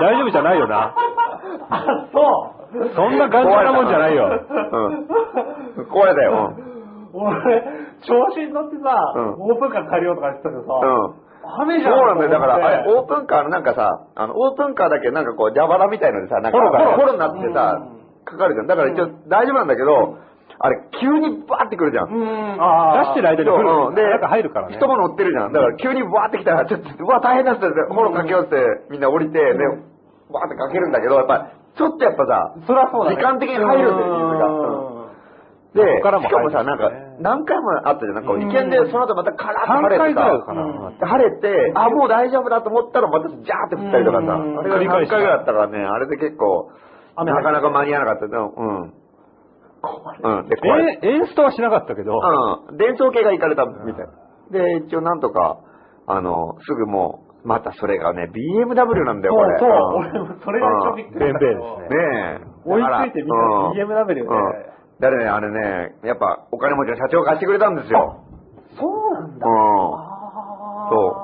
Speaker 3: 大丈夫じゃないよな。
Speaker 2: あ、そう
Speaker 3: そんな頑丈なもんじゃないよ。
Speaker 1: うん。壊れたよ。うん
Speaker 2: 俺、調子に乗ってさ、
Speaker 1: うん
Speaker 2: オープンカー借りようとか言ってたけどさ、
Speaker 1: うん。
Speaker 2: 雨じ
Speaker 1: そ
Speaker 2: ゃ
Speaker 1: うんなんだよ。だから、あれ、
Speaker 2: と思って
Speaker 1: オープンカーのなんかさ、あの、オープンカーだけなんかこう、蛇腹みたいのでさ、なんか、
Speaker 3: ホロがね
Speaker 1: ホロになってさ
Speaker 2: う、
Speaker 1: かかるじゃん。だから一応、大丈夫なんだけど、あれ、急にバーってくるじゃん。
Speaker 2: うーん、あ
Speaker 3: 出してる間に
Speaker 1: そう
Speaker 3: 来る。
Speaker 1: うん
Speaker 3: で、
Speaker 1: で、
Speaker 3: 中入るからね。
Speaker 1: 人も乗ってるじゃん。だから急にバーって来たら、ちょっと、うわ、大変だっつって、フォローかけようって、みんな降りて、で、バーってかけるんだけど、やっぱ、ちょっとやっぱさ、
Speaker 2: そりゃそうだ
Speaker 1: 時
Speaker 2: ね。
Speaker 1: 間的に入るんだよ、ニーズが。うんで、
Speaker 3: ここからも
Speaker 1: しかもさ、
Speaker 3: 入
Speaker 1: なん
Speaker 3: るしね
Speaker 1: か、何回もあったじゃん。なんか、意見で、その後またカラッと晴
Speaker 3: 3
Speaker 1: れて
Speaker 3: 回ぐらい
Speaker 1: さ
Speaker 3: か、な。
Speaker 2: う
Speaker 1: 晴れて、あ、もう大丈夫だと思ったら、またジャーって降ったりとかさ、
Speaker 2: うん
Speaker 1: あれが3回ぐらいだったからね、あれで結構、
Speaker 2: 雨
Speaker 1: なかなか間に合わなかった。でもうん。うん。で、壊れて
Speaker 3: え、エンストはしなかったけど、
Speaker 1: うん。伝送系が行かれたみたい。で、一応なんとか、あの、すぐもう、またそれがね、BMW なんだよ、
Speaker 2: そ
Speaker 1: こ
Speaker 2: う
Speaker 1: れ。
Speaker 2: そう、
Speaker 1: ん
Speaker 2: 俺もそれが一番びっくりしたけど。
Speaker 3: うんベン
Speaker 1: ねえ。
Speaker 3: ベンですね
Speaker 2: 追いついてみたら BMW で
Speaker 1: 誰ね、あれね、やっぱお金持ちの社長が貸してくれたんですよ。
Speaker 2: そうなん
Speaker 1: うん。
Speaker 2: だ。
Speaker 1: そ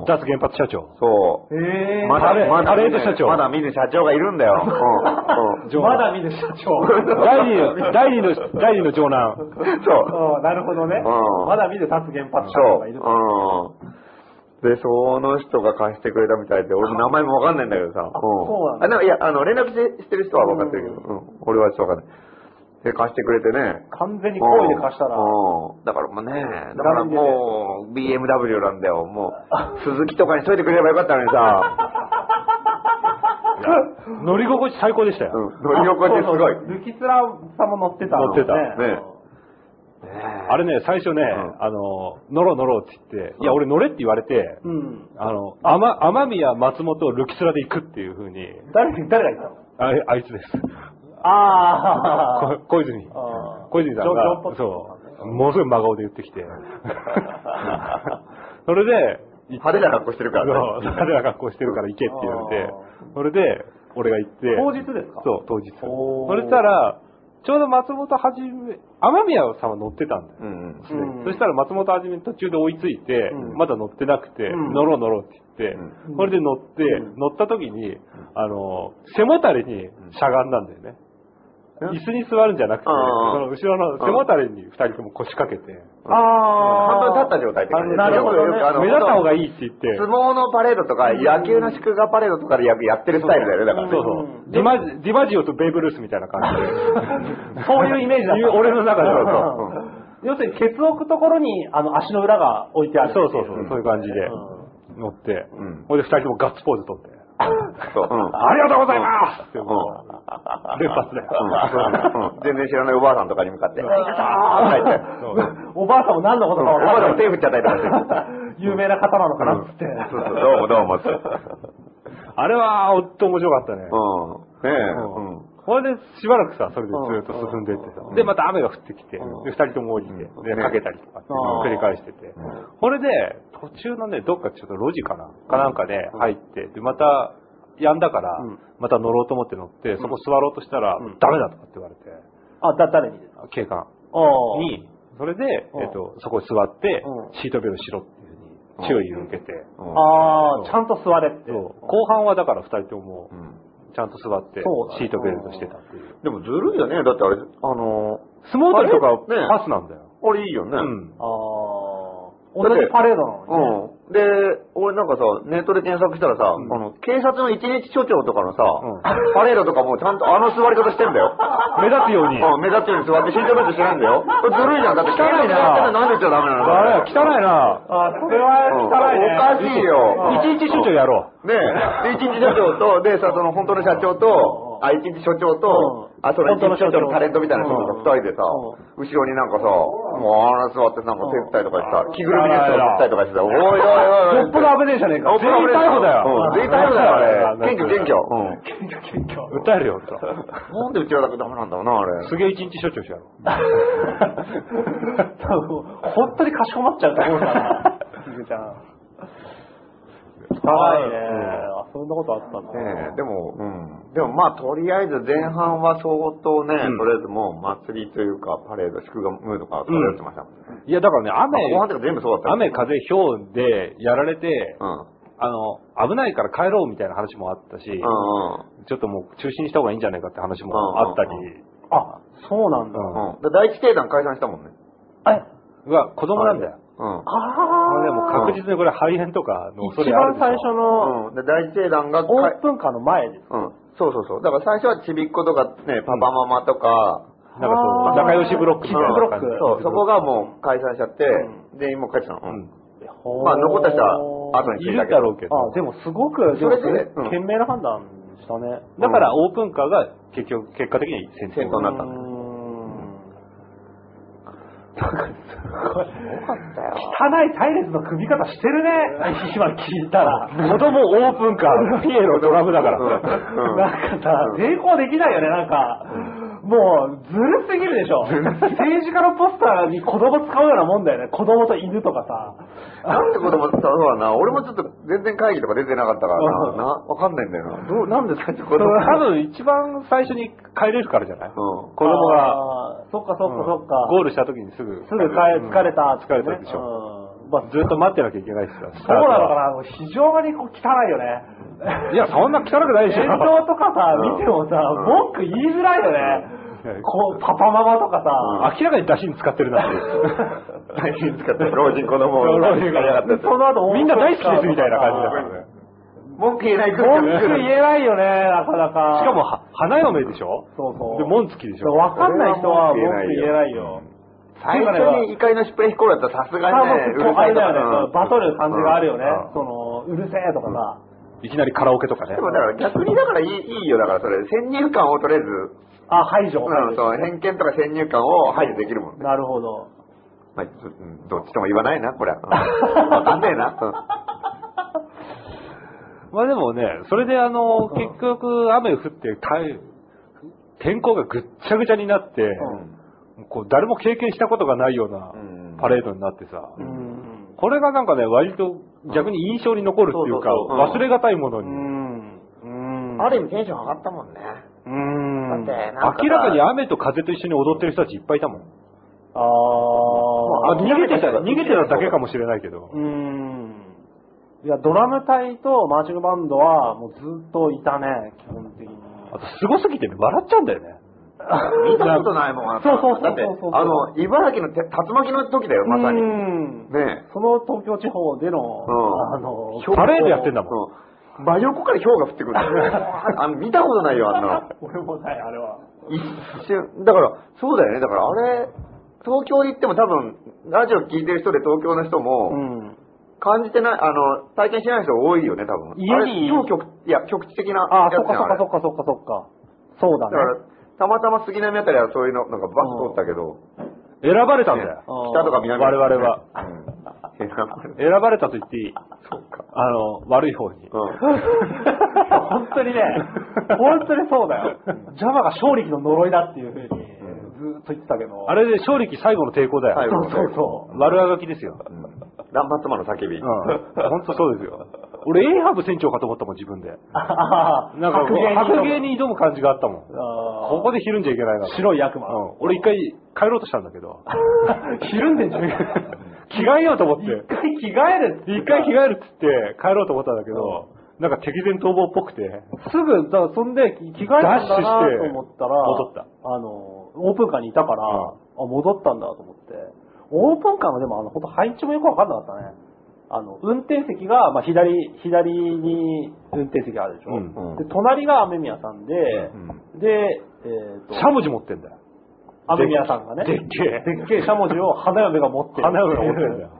Speaker 1: う。
Speaker 2: あー
Speaker 1: うん
Speaker 3: 脱原発社長。
Speaker 1: そう。
Speaker 2: へー
Speaker 1: ま
Speaker 3: タ
Speaker 1: だ、
Speaker 3: レ
Speaker 1: まだ
Speaker 3: タ
Speaker 1: 見
Speaker 3: レート
Speaker 1: ぬ
Speaker 3: 社長
Speaker 1: まだ見ぬ社長がいるんだよ。うんうん
Speaker 3: 上
Speaker 2: まだ見ぬ社長。
Speaker 3: 第二の、第二の、第二の長男。
Speaker 1: そう。
Speaker 2: うんなるほどね
Speaker 1: う。ん
Speaker 2: まだ見ぬ脱原発社長がいると。
Speaker 1: そう。うん。で、その人が貸してくれたみたいで、俺も名前もわかんないんだけどさ。あ、
Speaker 2: そうな
Speaker 1: あ
Speaker 2: んだ
Speaker 1: でもいや、あの、連絡ししてる人はわかってるけど、うん俺はちょっとわかんない。で、貸してくれてね。
Speaker 2: 完全に声で貸したら、
Speaker 1: うんうんだからもうね、だからもう、BMW なんだよ。もう、鈴木とかにしといてくれればよかったのにさ。
Speaker 3: 乗り心地最高でした
Speaker 1: う
Speaker 3: よ。
Speaker 1: ん、乗り心地すごい
Speaker 2: あ。そうそうルキスラさんも乗ってた
Speaker 3: 乗ってた
Speaker 1: ね
Speaker 3: あれね、最初ね、
Speaker 1: ん
Speaker 3: あの、乗ろう乗ろうって言って、いや、俺乗れって言われて、
Speaker 2: うん。
Speaker 3: あの、天天宮、松本、ルキスラで行くっていう風に、
Speaker 2: 誰が、誰が言っ
Speaker 3: ああいつです。
Speaker 2: たのああ。
Speaker 3: こ小泉。
Speaker 2: あー
Speaker 3: 小泉さん
Speaker 2: ジョ
Speaker 3: が
Speaker 2: ンポッ、ト
Speaker 3: そう、ものすごい真顔で言っ てきて。それで、
Speaker 1: 派手な格好してるか
Speaker 3: あ
Speaker 1: らね。
Speaker 3: の、派手な格好してるから行けって言われて
Speaker 2: あ、
Speaker 3: それで、俺が行って、
Speaker 2: 当日ですか
Speaker 3: そう、当日。
Speaker 2: おー
Speaker 3: そしたら、ちょうど松本はじめ、天宮さんは乗ってたんだよ。
Speaker 1: うんうん。
Speaker 3: すでに
Speaker 2: うん
Speaker 3: そしたら松本はじめ途中で追いついて、
Speaker 2: うん
Speaker 3: まだ乗ってなくて、
Speaker 2: うん
Speaker 3: 乗ろう乗ろうって言って、
Speaker 2: うん
Speaker 3: それで乗って、
Speaker 2: うん
Speaker 3: 乗った時に、あの、背もたれにしゃがんだんだよね。
Speaker 1: うん
Speaker 3: 椅子に座るんじゃなくて、そ
Speaker 1: ああ
Speaker 3: の後ろの背もたれに二人とも腰掛けて、
Speaker 1: 半
Speaker 2: ああ。
Speaker 1: 分立った状態って感じで
Speaker 2: なるほどね
Speaker 1: よくあの
Speaker 3: 目立った方がいいって言って、
Speaker 1: 相撲のパレードとか、野球の祝賀パレードとかでややってるスタイルだよね、だからね。
Speaker 3: そうそうう。ディマジディマジオとベーブ・ルースみたいな感じ で。
Speaker 2: そういうイメージだった。
Speaker 3: いう俺の中では
Speaker 1: そう
Speaker 2: うん要するに、ケツを置くところに、あの、足の裏が置いてある。
Speaker 3: そうそうそうう、
Speaker 1: ん
Speaker 3: そういう感じで
Speaker 2: う
Speaker 3: 乗って
Speaker 1: うん、
Speaker 3: ほいで二人ともガッツポーズ取って、
Speaker 1: そう。うん
Speaker 3: ありがとうございますって、もう、連発で。
Speaker 1: うん全然知らないおばあさんとかに向かって、
Speaker 2: ん
Speaker 1: あーとか言って、
Speaker 3: そう
Speaker 2: おばあさんも何のこと
Speaker 1: お
Speaker 2: か
Speaker 1: ば
Speaker 2: 分か
Speaker 1: あさ
Speaker 2: ん
Speaker 1: ん
Speaker 2: な
Speaker 1: も
Speaker 2: い
Speaker 1: 手振っちゃったりとかして、
Speaker 2: 有名な方なのかなっつって。
Speaker 1: そうそうどうもどうもって。
Speaker 3: あれは、おっと面白かったね。
Speaker 1: うん。ねえ、うん。
Speaker 3: これでしばらくさ、それでずっと進んでいってさ、で、また雨が降ってきて、で、
Speaker 2: うん
Speaker 3: 二人とも降りて、で、
Speaker 1: ね
Speaker 3: かけたりとかっていうのを
Speaker 2: あー
Speaker 3: 繰り返してて、これで、途中のね、どっかちょっと路地かなかなんかで入って、で、また、やんだから
Speaker 2: うん、
Speaker 3: また乗ろうと思って乗って、そこ座ろうとしたら、ダメだとかって言われて、
Speaker 2: あ、だ、誰にですか
Speaker 3: 警官
Speaker 2: おー
Speaker 3: に、それで、
Speaker 2: うん
Speaker 3: えっと、そこに座って
Speaker 2: う、
Speaker 3: シートベルトしろっていうふうに注意を受けて、
Speaker 2: ああ、ちゃんと座れって。
Speaker 3: そう後半はだから二人とも
Speaker 1: う、ん
Speaker 3: ちゃんと座って
Speaker 2: そうだ、ね
Speaker 3: シートベルトしてたっていう。
Speaker 1: でもずるいよね。だってあれ、あの、
Speaker 3: 相撲取りとか
Speaker 1: あれね
Speaker 3: パスなんだよ。
Speaker 1: あれいいよね。
Speaker 3: うん。
Speaker 2: ああ。同じパレードなのに
Speaker 1: う
Speaker 2: ね。
Speaker 1: ん。で、俺なんかさ、ネットで検索したらさ、あの、警察の一日署長とかのさ、
Speaker 3: うん
Speaker 1: パレードとかもちゃんとあの座り方してんだよ。
Speaker 3: 目立つように。
Speaker 1: うん、目立つように座ってシートベルトしてないんだよ。これずるいじゃん。だって警察やってんのなんで言っちゃダメなの
Speaker 3: あ
Speaker 2: あ
Speaker 3: れ汚いな。
Speaker 2: ーそれは
Speaker 1: うんおかし
Speaker 2: 汚いね。
Speaker 1: いよ。
Speaker 3: 一日出張やろ
Speaker 1: ねえ、で、一日所長と、で、さ、その本当の社長と、あ、一日所長と、
Speaker 2: うん
Speaker 1: あ、その一
Speaker 2: 本
Speaker 1: 日
Speaker 2: 当の社
Speaker 1: 所
Speaker 2: 長
Speaker 1: 長のタレントみたいな人と
Speaker 2: うん
Speaker 1: か二人でさ、
Speaker 2: う
Speaker 1: 後ろになんかさ、もうあら座ってなんか手振ったりとかしてさ、着ぐるみのやつとか振ったりとかしてさ、おいおい
Speaker 2: よ
Speaker 1: おいおい。
Speaker 2: っぽど危ねえじゃねえ
Speaker 1: お
Speaker 2: か。
Speaker 3: 全員逮
Speaker 1: う
Speaker 3: 捕だよ
Speaker 1: ん全員逮捕だよ、あれ。
Speaker 3: うん
Speaker 1: 謙虚、謙虚。うんなんで
Speaker 2: 謙虚謙虚。
Speaker 3: う。訴えるよ、と。
Speaker 1: うちらだけダメなんだろうな、あれ。
Speaker 3: すげえ一日所長しやろう。
Speaker 2: 多分本当にかしこまっちゃうと思うから、キグちゃん。
Speaker 1: はい
Speaker 2: いね。あ、そんなことあったんだ。
Speaker 1: ねえ、でも、うん。でもまあ、とりあえず前半は相当ね、
Speaker 3: うん
Speaker 1: とりあえずもう祭りというか、パレード、祝賀ムードから漂ってましたもんね。
Speaker 3: いや、だからね、
Speaker 1: まあ後半
Speaker 3: 雨、
Speaker 1: とか全部そうだったよ
Speaker 3: 雨、風、氷でやられて、
Speaker 1: うん。
Speaker 3: あの、危ないから帰ろうみたいな話もあったし、
Speaker 1: う
Speaker 3: ちょっともう中止にした方がいいんじゃないかって話もあったり、
Speaker 1: うんうん
Speaker 2: あ、そうなんだ。
Speaker 1: んうん。うん。だから第一定団解散したもんね。
Speaker 2: え、
Speaker 3: うんが子供なんだよ。
Speaker 1: うん。
Speaker 2: ああ。
Speaker 3: これでも確実にこれ肺炎とかの恐
Speaker 2: 一
Speaker 3: れある
Speaker 2: 番
Speaker 3: でしょ
Speaker 2: 最初の
Speaker 1: うん。で、第一定団が、
Speaker 2: オ
Speaker 1: か
Speaker 2: ープンカーの前です。
Speaker 1: うん。そうそうそう。だから最初はちびっことかね、パパママとか、
Speaker 3: なんかそう、仲良しブロックみたいな
Speaker 1: ブロ
Speaker 2: ックうん
Speaker 1: そう、そこがもう解散しちゃって、で、今帰ってたの。うん。
Speaker 2: ほー
Speaker 1: まあ残った人は後に
Speaker 3: いるだろうけど。
Speaker 2: あ、でもすごく、で
Speaker 1: そ
Speaker 2: も
Speaker 1: れ
Speaker 2: そ
Speaker 1: で
Speaker 2: れ
Speaker 1: うん
Speaker 2: 賢明な判断したね。
Speaker 3: だからオープンカーが結局、結果的に戦
Speaker 1: 戦闘になったんだよ
Speaker 2: うーん汚い隊列の組み方してるね。今聞いたら。
Speaker 3: 子供オープンカー、ピエロドラムだか
Speaker 1: うん
Speaker 2: なんかさ、抵抗できないよね、なんか。もう、ずるすぎるでしょ。政治家のポスターに子供使うようなもんだよね。子供と犬とかさ。
Speaker 1: なんてこともそうだな。俺もちょっと全然会議とか出てなかったからな。な、わかんないんだよな。どう、なんですかってこ
Speaker 3: 多
Speaker 1: と
Speaker 3: 分一番最初に帰れるからじゃない、
Speaker 1: うん。
Speaker 3: 子供が、
Speaker 2: あー。そっかそっ
Speaker 3: う
Speaker 2: か
Speaker 3: ん
Speaker 2: そっか。
Speaker 3: ゴールした時にすぐ、
Speaker 2: すぐ帰疲れた、
Speaker 3: 疲れたでし
Speaker 2: ょ。まあ、
Speaker 3: ずっと待ってなきゃいけないしさ。
Speaker 2: そうなのかな。もう非常にこう汚いよね。
Speaker 3: いや、そんな汚くないでし
Speaker 2: 映
Speaker 3: ょ。
Speaker 2: 像とかさ、見てもさ、文句言いづらいよね。こう、パパママとかさ。
Speaker 3: 明らかに出汁に使ってるなっていう。
Speaker 1: 大金使って老人子供を
Speaker 3: 老
Speaker 1: 使
Speaker 3: 人
Speaker 1: いやがったって。
Speaker 2: その後、
Speaker 3: みんな大好きですみたいな感じだったね。
Speaker 1: 文句言えない空
Speaker 2: 文
Speaker 1: 気だ
Speaker 2: 句言えないよね、なかなか。
Speaker 3: しかも、は花嫁でしょ
Speaker 2: そうそう。
Speaker 3: で、
Speaker 2: も
Speaker 3: モ
Speaker 2: ん
Speaker 3: ン付きでしょ
Speaker 2: わかんない人は文句言えないよ。
Speaker 1: 最初に怒りの失敗飛行やったらさすが
Speaker 2: 多
Speaker 1: にね、
Speaker 2: 分、こうあれだよね、
Speaker 1: か
Speaker 2: バトル感じがあるよね
Speaker 1: うん。
Speaker 2: その、うるせえとかさ。
Speaker 3: いきなりカラオケとかね
Speaker 1: で。もだから逆にだからいいいいよ、だからそれ。先入観をとりあえず、
Speaker 2: あ、排除。
Speaker 1: うん、そう、偏見とか先入観を排除できるもんね。
Speaker 2: なるほど。
Speaker 1: まあ、ちょうんどっちとも言わないな、これは。うんわかんねえな。うん
Speaker 3: まあでもね、それであの、結局雨降って、かい天候がぐっちゃぐちゃになって、こう誰も経験したことがないよう
Speaker 1: うん
Speaker 3: なパレードになってさ、
Speaker 2: うん。
Speaker 3: これがなんかね、割と逆に印象に残るっていうか、
Speaker 2: うん
Speaker 1: そうそうそう
Speaker 3: 忘れがたいもの
Speaker 2: う
Speaker 3: に。
Speaker 2: ん。うん。
Speaker 1: ある意味テンション上がったもんね。
Speaker 2: うん。
Speaker 1: だってなんかさ
Speaker 3: 明らかに雨と風と一緒に踊ってる人たちいっぱいいたもん。
Speaker 2: ああ
Speaker 3: あ
Speaker 1: う
Speaker 3: 逃げてた、逃げてただけかもしれないけど。
Speaker 2: うーん。いや、ドラム隊とマーチングバンドは、もうずっといたね、基本的に。
Speaker 3: あと、凄すぎてね、笑っちゃうんだよね。
Speaker 1: 見たことないもん、
Speaker 2: そうそうそうそう
Speaker 1: だって、あの、茨城のて竜巻の時だよ、まさに。
Speaker 2: うー
Speaker 1: ね
Speaker 2: ん。
Speaker 1: え。
Speaker 2: その東京地方で
Speaker 1: ん
Speaker 2: の、あの、
Speaker 3: パレードやってんだもん。
Speaker 1: うん。真横から氷が降ってくるんだよ。あの見たことないよ、あんなの。
Speaker 2: 俺もない、あれは。
Speaker 1: 一瞬、だから、そうだよね。だから、あれ、東京行っても多分、ラジオ聞いてる人で東京の人も、
Speaker 2: うん。
Speaker 1: 感じてない、あの、体験してない人多いよね、多分。
Speaker 2: 家に
Speaker 1: あれ超局、いや、局地的な
Speaker 2: ああ、
Speaker 1: や
Speaker 2: そっ
Speaker 1: つじ
Speaker 2: か
Speaker 1: ゃん
Speaker 2: そっか
Speaker 1: あれ
Speaker 2: そっかそっかそっか。そうだ
Speaker 1: だ
Speaker 2: ね
Speaker 1: か。ら、たまたま杉並あたりはそういうの、なんかバス通ったけど、
Speaker 3: 選ばれたんだよ。
Speaker 2: うん
Speaker 1: 北とか南
Speaker 3: 我々は。
Speaker 1: うん選ば れる
Speaker 3: 選ばれたと言っていい。あの、悪い方 に。
Speaker 2: 本当 にね、本当にそうだよ。ジャマが勝力の呪いだっていうふうに、ずっと言ってたけど。
Speaker 3: あれで、正力最後の抵抗だ
Speaker 1: 最
Speaker 3: よ。
Speaker 1: 後
Speaker 2: そ
Speaker 1: のね
Speaker 2: うそうそう。
Speaker 3: 悪あがきですよ。
Speaker 1: うん。断末魔の叫び。
Speaker 3: うん。ほんとそうですよ。俺、エイハブ船長かと思ったもん、自分で。
Speaker 2: ああ
Speaker 3: なんかこう、
Speaker 2: 白
Speaker 3: 白
Speaker 2: 芸
Speaker 3: 芸
Speaker 2: に。
Speaker 3: に挑む感じがあったもん。
Speaker 2: あ
Speaker 3: ここでひるんじゃいけないな。
Speaker 2: あ白い悪魔。
Speaker 3: うん。俺一回帰ろうとしたんだ けど。ひるんでんじゃねえ着替えようと思って。
Speaker 2: 一回着替えるって
Speaker 3: 一回着替えるっつって帰ろうと思ったんだけど、なんか敵前逃亡っぽくて。
Speaker 2: すぐ、だそんで着替えたんだなと思ったら、
Speaker 3: ダッシュして戻った
Speaker 2: あの、オープンカーにいたから、
Speaker 3: うん
Speaker 2: あ、戻ったんだと思って。オープンカーのでも、あの、ほんと配置もよくわかんなかったね。あの、運転席が、まあ、左、左に運転席あるでしょ。
Speaker 3: うん
Speaker 1: うん
Speaker 2: で、隣が雨宮さんで、で、えっ、と
Speaker 3: し、ゃもじ持ってんだよ。
Speaker 2: 雨宮さんがね、
Speaker 3: でっけえ。
Speaker 2: でっけえしゃもじを花嫁が持ってる。
Speaker 3: 花嫁が持ってるんだよ。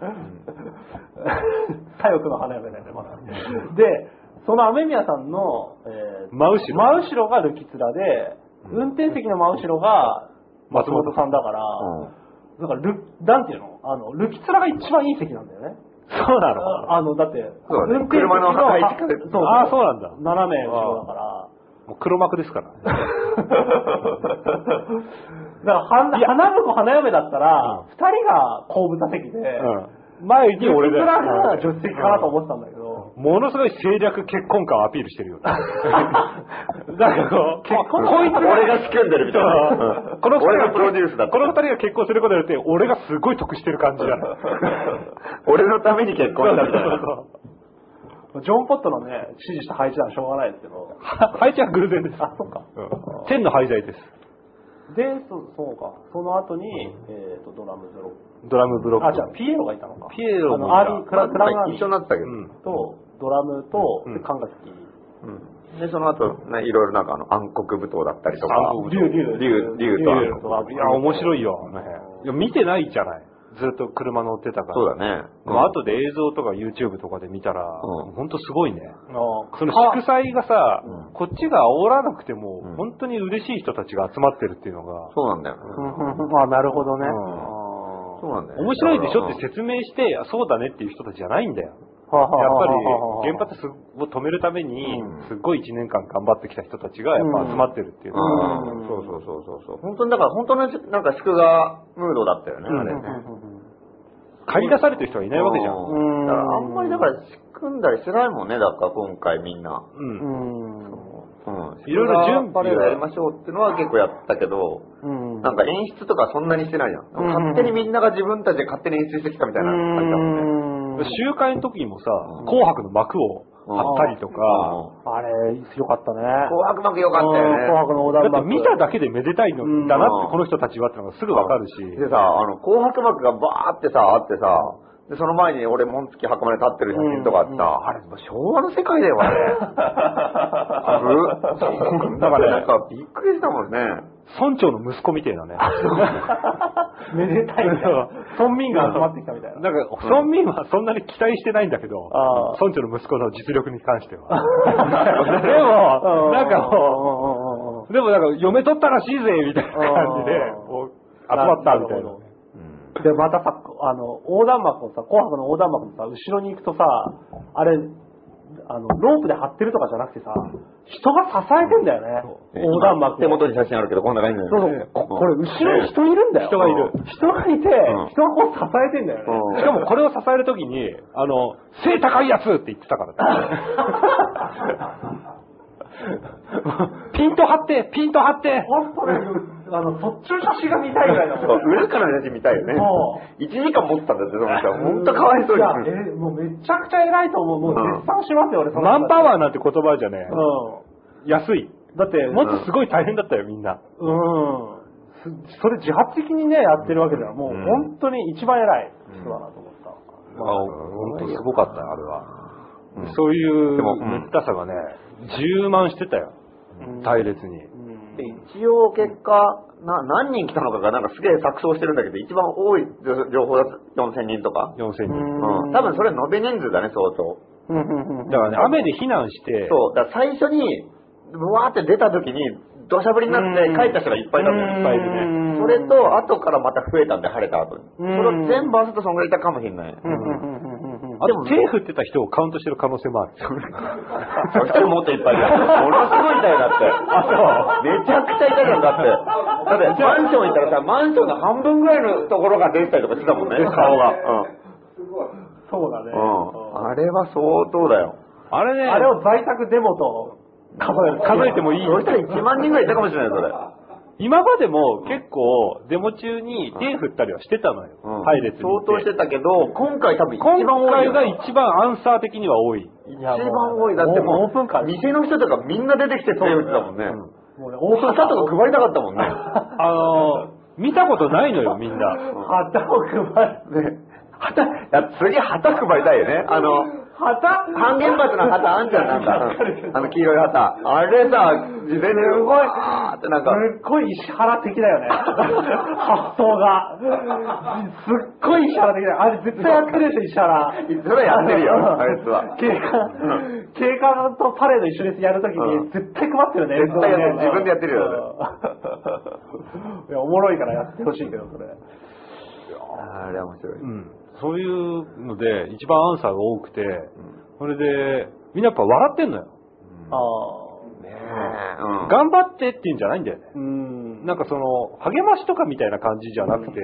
Speaker 2: 左翼の花嫁だよね、まだ。 で、その雨宮さんの、えー
Speaker 3: 真後ろ
Speaker 2: 真後ろがルキツラで、運転席の真後ろが松
Speaker 3: 松本
Speaker 2: 本さんだから、だからル、なんていうのあの、ルキツラが一番いい席なんだよね。
Speaker 3: そうなの。
Speaker 2: ああの、だって、
Speaker 1: そうだね
Speaker 2: 運転席
Speaker 1: 車の配置から
Speaker 2: そう
Speaker 3: ああ、そうなんだ。
Speaker 2: 斜め後ろだから、
Speaker 3: もう黒幕ですから。
Speaker 2: だから、はん花婿花嫁だったら
Speaker 3: うん、
Speaker 2: 二人が後部座席で、
Speaker 3: うん。前に俺だ
Speaker 2: ルキツラが
Speaker 3: よ。
Speaker 2: 助手席かなと思ってたんだけど、
Speaker 3: ものすごい政略結婚感をアピールしてるよね。なんかこう、結婚、こいつ
Speaker 1: 俺が仕組んでるみたいな。
Speaker 3: この二人
Speaker 1: 俺
Speaker 3: が
Speaker 1: のプロデュースだった
Speaker 3: この二人が結婚することによって、俺がすごい得してる感じ だね。
Speaker 1: 俺のために結婚した みたいな。
Speaker 2: ジョン・ポットのね、指示した配置ならしょうがないですけど、
Speaker 3: 配置は偶然です。
Speaker 2: あ、そっか。
Speaker 3: うん天の廃材です。
Speaker 2: で、そそうか。その後に、えっ、と、ドラムゼロ。
Speaker 3: ドラムブロック。
Speaker 2: あ、じゃあ、ピエロがいたのか。
Speaker 3: ピエロ
Speaker 2: あ
Speaker 3: も
Speaker 2: の、
Speaker 3: いた
Speaker 2: アーリー・クラ、クラ
Speaker 1: まあ
Speaker 2: ガー
Speaker 1: 一緒にな
Speaker 2: ミ
Speaker 1: ってたけど。
Speaker 3: うん
Speaker 2: と、ドラムと、
Speaker 3: うん
Speaker 2: で管楽器。
Speaker 1: うんで、その後、ね、いろいろなんかあの、暗黒舞踏だったりとか。
Speaker 3: 暗黒
Speaker 2: 竜、
Speaker 3: 舞
Speaker 2: 竜、
Speaker 1: 竜竜と
Speaker 3: いや、面白い
Speaker 2: よ。
Speaker 3: よ、あの辺いや、見てないじゃない。ずっと車乗ってたから。
Speaker 1: そうだね。
Speaker 3: でも後で映像とか YouTube とかで見たら、
Speaker 1: うん
Speaker 3: ほんとすごいね。
Speaker 2: あー
Speaker 3: その祝祭がさ、
Speaker 1: うん
Speaker 3: こっちが煽らなくても、
Speaker 1: うん
Speaker 3: 本当に嬉しい人たちが集まってるっていうのが、
Speaker 1: そうなんだよね。
Speaker 2: うんうんうんあ、なるほどね。
Speaker 3: う
Speaker 2: あ
Speaker 3: ん
Speaker 2: ー
Speaker 1: そうなんだよね。
Speaker 3: 面白いでしょっ
Speaker 1: だ
Speaker 3: て
Speaker 1: から
Speaker 3: 説明して、あそうだねっていう人たちじゃないんだよ。
Speaker 2: はあ
Speaker 3: やっ
Speaker 2: はあはあはあ
Speaker 3: ぱり、原発を止めるために
Speaker 1: うん、
Speaker 3: すっごい1年間頑張ってきた人たちが、やっぱ集まってるっていうのが、
Speaker 1: う
Speaker 2: うんん
Speaker 1: そうそうそうそうそう。本当にだから、本当のなんか祝賀ムードだったよね、
Speaker 3: うん
Speaker 1: あれね。
Speaker 3: 借り出されてる人はいないわけじゃん。
Speaker 1: う
Speaker 2: うん
Speaker 1: だからあんまりだから仕組んだりしてないもんね、だから今回みんな。
Speaker 3: うん
Speaker 2: うん。
Speaker 1: うん。
Speaker 3: いろいろ準備を
Speaker 1: パレードやりましょうってのは結構やったけど、
Speaker 2: うん。うん。
Speaker 1: なんか演出とかそんなにしてないじゃん。
Speaker 2: うん
Speaker 1: 勝手にみんなが自分たちで勝手に演出してきたみたいな感じだもんね。
Speaker 2: うん
Speaker 3: 集会の時にもさ
Speaker 1: うん、
Speaker 3: 紅白の幕を、あったりとか、
Speaker 2: あれ、よかったね。
Speaker 1: 紅白幕良かったよね。
Speaker 2: 紅白の横
Speaker 3: だ
Speaker 2: 断
Speaker 3: っ
Speaker 2: 幕。
Speaker 3: て見 ただけでめでたいのだなって
Speaker 1: う、ん
Speaker 3: この人たちはってのがすぐわかるし、
Speaker 1: でさ、あの、紅白幕がバーってさ、あってさ、で、その前に俺、紋付き袴で立ってる写真とかあってさ、あれ、昭和の世界だよ、あ れ。あぶだ から、なんか、びっくりしたもんね。
Speaker 3: 村長の息子みたいなね。
Speaker 2: めでたいみたいな。村民が集まってきたみたいな。
Speaker 3: なんか、村民はそんなに期待してないんだけど
Speaker 2: ああ、
Speaker 3: 村長の息子の実力に関しては。 でも、なんかも
Speaker 2: も
Speaker 3: う、でもなんか、嫁取ったらしいぜ、みたいな感じで
Speaker 2: ああ、
Speaker 3: こう集まったみた
Speaker 2: な
Speaker 3: いな
Speaker 2: る
Speaker 3: ね。
Speaker 1: うん。
Speaker 2: で、またさ、あの、横断幕をさ、紅白の横断幕のさ、後ろに行くとさ、あれ、あの、ロープで張ってるとかじゃなくてさ、人が支えてんだよね。横断幕を
Speaker 1: 手元に写真あるけど、こんな感じ
Speaker 2: そうそう、ここれ後ろに人いるんだよ。
Speaker 3: 人がいる
Speaker 2: 人がいて、
Speaker 1: うん
Speaker 2: 人がこう支えてんだよね。
Speaker 3: しかもこれを支えるときに、あの、背高いやつって言ってたからね。 ピンと張って、ピンと張って、
Speaker 2: 本当ね、あの、そっちの写真が見たいぐらいだもん。
Speaker 1: 上からの写真見たいよね。1時間持ってたんだって、その人は。ほんとかわいそう
Speaker 2: い
Speaker 1: に
Speaker 2: や、。え、もうめちゃくちゃ偉いと思う。もう絶賛しますよ、俺、その人
Speaker 3: マンパワーなんて言葉じゃね、
Speaker 2: う
Speaker 3: 安い。
Speaker 2: ん。だって、
Speaker 3: もっとすごい大変だったよ、みんな。
Speaker 2: うん。すそれ自発的にね、やってるわけだよ。も
Speaker 1: う
Speaker 2: う
Speaker 1: ん
Speaker 2: 本当に一番偉い人だなと思った。
Speaker 1: まあ、ほんとすごかったよ、あれは。うん
Speaker 3: そういう、
Speaker 1: でもうん
Speaker 3: めったさがね、充満してたよ。
Speaker 2: うん
Speaker 3: 隊列に。
Speaker 2: うん
Speaker 1: で一応結果な、何人来たのかがなんかすげえ錯綜してるんだけど、一番多い情報だと4000人とか。
Speaker 3: 4000
Speaker 2: う
Speaker 3: 人。
Speaker 1: うんん。多分それ延べ人数だね、相当。
Speaker 2: うんうんうん
Speaker 3: だからね、雨で避難して、
Speaker 1: そう。だから最初に、うわーって出た時に、土砂降りになって
Speaker 2: うん
Speaker 1: 帰った人がいっぱいいたんだよ、
Speaker 2: うん
Speaker 1: いっぱいいるね。それと、後からまた増えたんで、晴れた後に。そ
Speaker 2: うん
Speaker 1: れを全部合わせるとそんぐらいいたかもしれない。
Speaker 2: うんうんうんうんうんうん
Speaker 3: あ
Speaker 1: でも
Speaker 3: と手振ってた人をカウントしてる可能性も ある。
Speaker 1: そしたらもっといっぱいいた。ものすごいいたよ、だって。めちゃくちゃいたじゃん、だって。だって、マンション行ったらさ、マンションの半分ぐらいのところが出てたりとかしてたもんね、顔が。うん。
Speaker 2: そうだね。
Speaker 1: うん。あれは相当だよ。
Speaker 3: あれね、
Speaker 2: あれを在宅デモと数える。
Speaker 3: 数えてもいい
Speaker 1: そしたら1万人ぐらいいたかもしれない、それ。
Speaker 3: 今までも結構、デモ中に手振ったりはしてたのよ。隊列にいて。
Speaker 1: 相当してたけど、今回多分一番
Speaker 3: 今
Speaker 1: 多い
Speaker 3: 回
Speaker 1: よ。
Speaker 3: が一番アンサー的には多い。
Speaker 1: 一
Speaker 2: いやもう
Speaker 1: 番多い。だって
Speaker 2: もう
Speaker 1: も
Speaker 2: オープンカー
Speaker 1: う、店の人とかみんな出てきて手打ちだもんね。
Speaker 2: もうね、
Speaker 1: 大
Speaker 2: 大
Speaker 1: 阪
Speaker 2: 阪
Speaker 1: と
Speaker 2: と
Speaker 1: か配りたかったもんね。
Speaker 3: あの、見たことないのよ、みんな。
Speaker 2: 旗を配る。
Speaker 1: ね。旗、いや、次旗配りたいよね。あの、
Speaker 2: 旗
Speaker 1: 半原発の旗あんじゃん、なん
Speaker 2: わかるけど
Speaker 1: か。あの黄色い旗。あれさ、事前にすごい、あーってなんか、
Speaker 2: すっごい石原的だよね。発想が。すっごい石原的だよ。あれ絶対やってるでしょ、石原。
Speaker 1: それやってるよ、あいつは。
Speaker 2: 警官、警官とパレード一緒にやるとき
Speaker 1: う
Speaker 2: に
Speaker 1: ん
Speaker 2: 絶対配ってるね。
Speaker 1: 絶対やってる
Speaker 2: うん
Speaker 1: 自分でやってるよ。
Speaker 2: うんい や、おもろいからやってほしいけど、それ。
Speaker 1: あれ面白い。
Speaker 3: うん。そういうので、一番アンサーが多くて、それで、みんなやっぱ笑ってんのよ。
Speaker 2: ああ。
Speaker 1: ねえ。うん
Speaker 3: 頑張ってっていうんじゃないんだよね。
Speaker 2: うん。
Speaker 3: なんかその、励ましとかみたいな感じじゃなくて、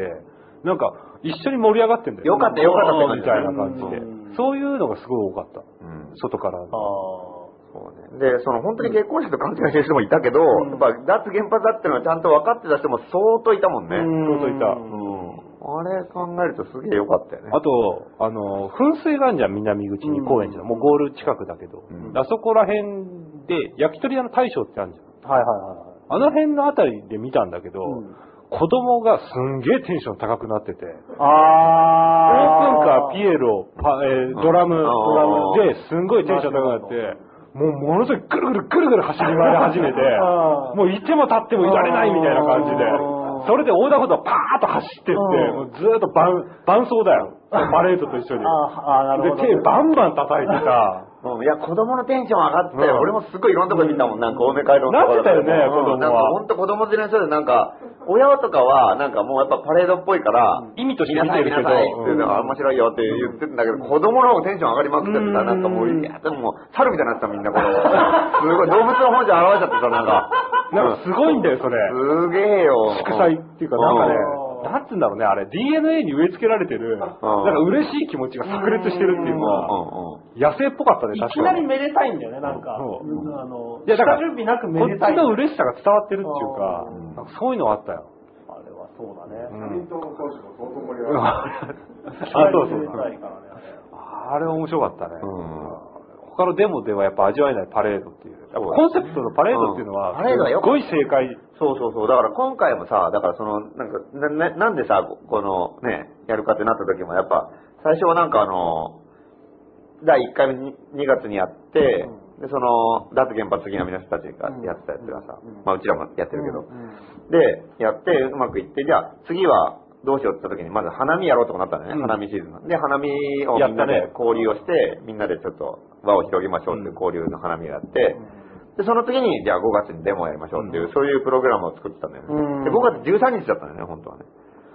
Speaker 3: なんか一緒に盛り上がってんだよ。
Speaker 1: よかったよかったって
Speaker 3: みたいな感じ
Speaker 2: う
Speaker 3: で。
Speaker 2: ん
Speaker 3: そういうのがすごい多かった。
Speaker 1: うん
Speaker 3: 外から。
Speaker 2: ああ。
Speaker 1: そうね。で、その本当に結婚式と勘違いしてる人もいたけど、
Speaker 2: ん
Speaker 1: やっぱ脱原発だってのはちゃんと分かってた人も相当いたもんね。
Speaker 3: 相当いた
Speaker 1: うん。あれ考えるとすげえ良かったよね。
Speaker 3: あと、あの、噴水があるじゃん、南口に公園地の。もうゴール近くだけど
Speaker 1: うん。
Speaker 3: あそこら辺で、焼き鳥屋の大将ってあるじゃん。
Speaker 2: はいはいはいはい。
Speaker 3: あの辺のあたりで見たんだけど、
Speaker 2: うん
Speaker 3: 子供がすんげえテンション高くなってて、オ
Speaker 2: あ
Speaker 3: ープンカー、ピ
Speaker 2: エ。
Speaker 3: エロ、パえードラム、
Speaker 1: うん
Speaker 3: ドラムですんごいテンション高くなって、もうものすごいぐるぐるぐるぐる走り回り始めて
Speaker 2: う、ん
Speaker 3: もういても立ってもいられないみたいな感じで
Speaker 2: うん、
Speaker 3: それで横断歩道をパーッと走ってって、
Speaker 2: うん
Speaker 3: もうずーっと伴伴奏だよ。バレートと一緒に。
Speaker 2: ああ、なるほど。
Speaker 3: で、手バンバン叩いてさ、
Speaker 1: うんいや、子供のテンション上がってたよ。
Speaker 3: うん
Speaker 1: 俺もすごいいろんなとこ見たもん。なんか、青梅街道のところとか
Speaker 3: なってたよね子
Speaker 1: う
Speaker 3: 供は
Speaker 1: んなんか、ほんと子供連れの人で、なんか、親とかは、なんかもうやっぱパレードっぽいから、
Speaker 3: 意味として見てるけ
Speaker 1: 皆さん皆さんっていうのは
Speaker 3: ど、
Speaker 1: 面白いよって言ってんだけど、子供の方がテンション上がりまくってて
Speaker 2: う
Speaker 1: さ、
Speaker 2: ん
Speaker 1: なんかもう、いや、でももう、猿みたいになってたみんな、こ れ。すごい、動物の本性表しちゃってさ、なんか。
Speaker 3: なんかすごいんだよ、それ。
Speaker 1: すげえよ。
Speaker 3: 祝祭っていうか、なんかね
Speaker 2: う、ん
Speaker 3: なんつうんだろうね、あれ、DNA に植え付けられてる、なんか嬉しい気持ちが炸裂してるっていう
Speaker 1: う
Speaker 3: か
Speaker 1: ん、うんうん
Speaker 3: 野生っぽかったね、
Speaker 2: い
Speaker 3: 確
Speaker 2: きな
Speaker 3: かに。
Speaker 2: りめでたいんだよね、なんか。
Speaker 3: そう
Speaker 2: うんあの、
Speaker 3: いやだから
Speaker 2: 下準備なくめ
Speaker 3: こっ
Speaker 2: で
Speaker 3: ち
Speaker 2: たい。
Speaker 3: の嬉しさが伝わってるっていうか
Speaker 2: う、
Speaker 1: ん
Speaker 3: なんかそういうのあったよ。
Speaker 2: あれはそうだね。
Speaker 4: 自
Speaker 3: うん
Speaker 4: 民党の党首も相当盛り上がっ
Speaker 3: あ、そうそう
Speaker 2: めでたいからね。
Speaker 3: あれ面白かったね。
Speaker 1: うん
Speaker 3: 他のデモではやっぱ味わえないパレードっていう。やっぱコンセプトのパレードっていうのは、
Speaker 1: うんパレードはよ
Speaker 3: す
Speaker 1: かっ
Speaker 3: ご
Speaker 1: た
Speaker 3: い正解。
Speaker 1: そうそうそう。だから今回もさ、だからその、なんか、な、ななんでさ、このね、やるかってなった時もやっぱ、最初はなんかあの、第1回目に2月にやって、で、その、脱原発的な皆さんたちがやってたやつがさ、まあうちらもやってるけど、で、やってうまくいって、じゃあ次はどうしようって言った時に、まず花見やろうとかなったんだよね、
Speaker 3: うん
Speaker 1: 花見シーズン。で、花見をみんな
Speaker 3: や
Speaker 1: で
Speaker 3: ったね
Speaker 1: 交流をして、みんなでちょっと輪を広げましょうっていう交流の花見をやって、で、その次に、じゃあ5月にデモをやりましょうっていう、そういうプログラムを作ってたんだよ
Speaker 2: う
Speaker 1: ね。
Speaker 2: ん
Speaker 1: で、5月13日だったんだよね、本当はね。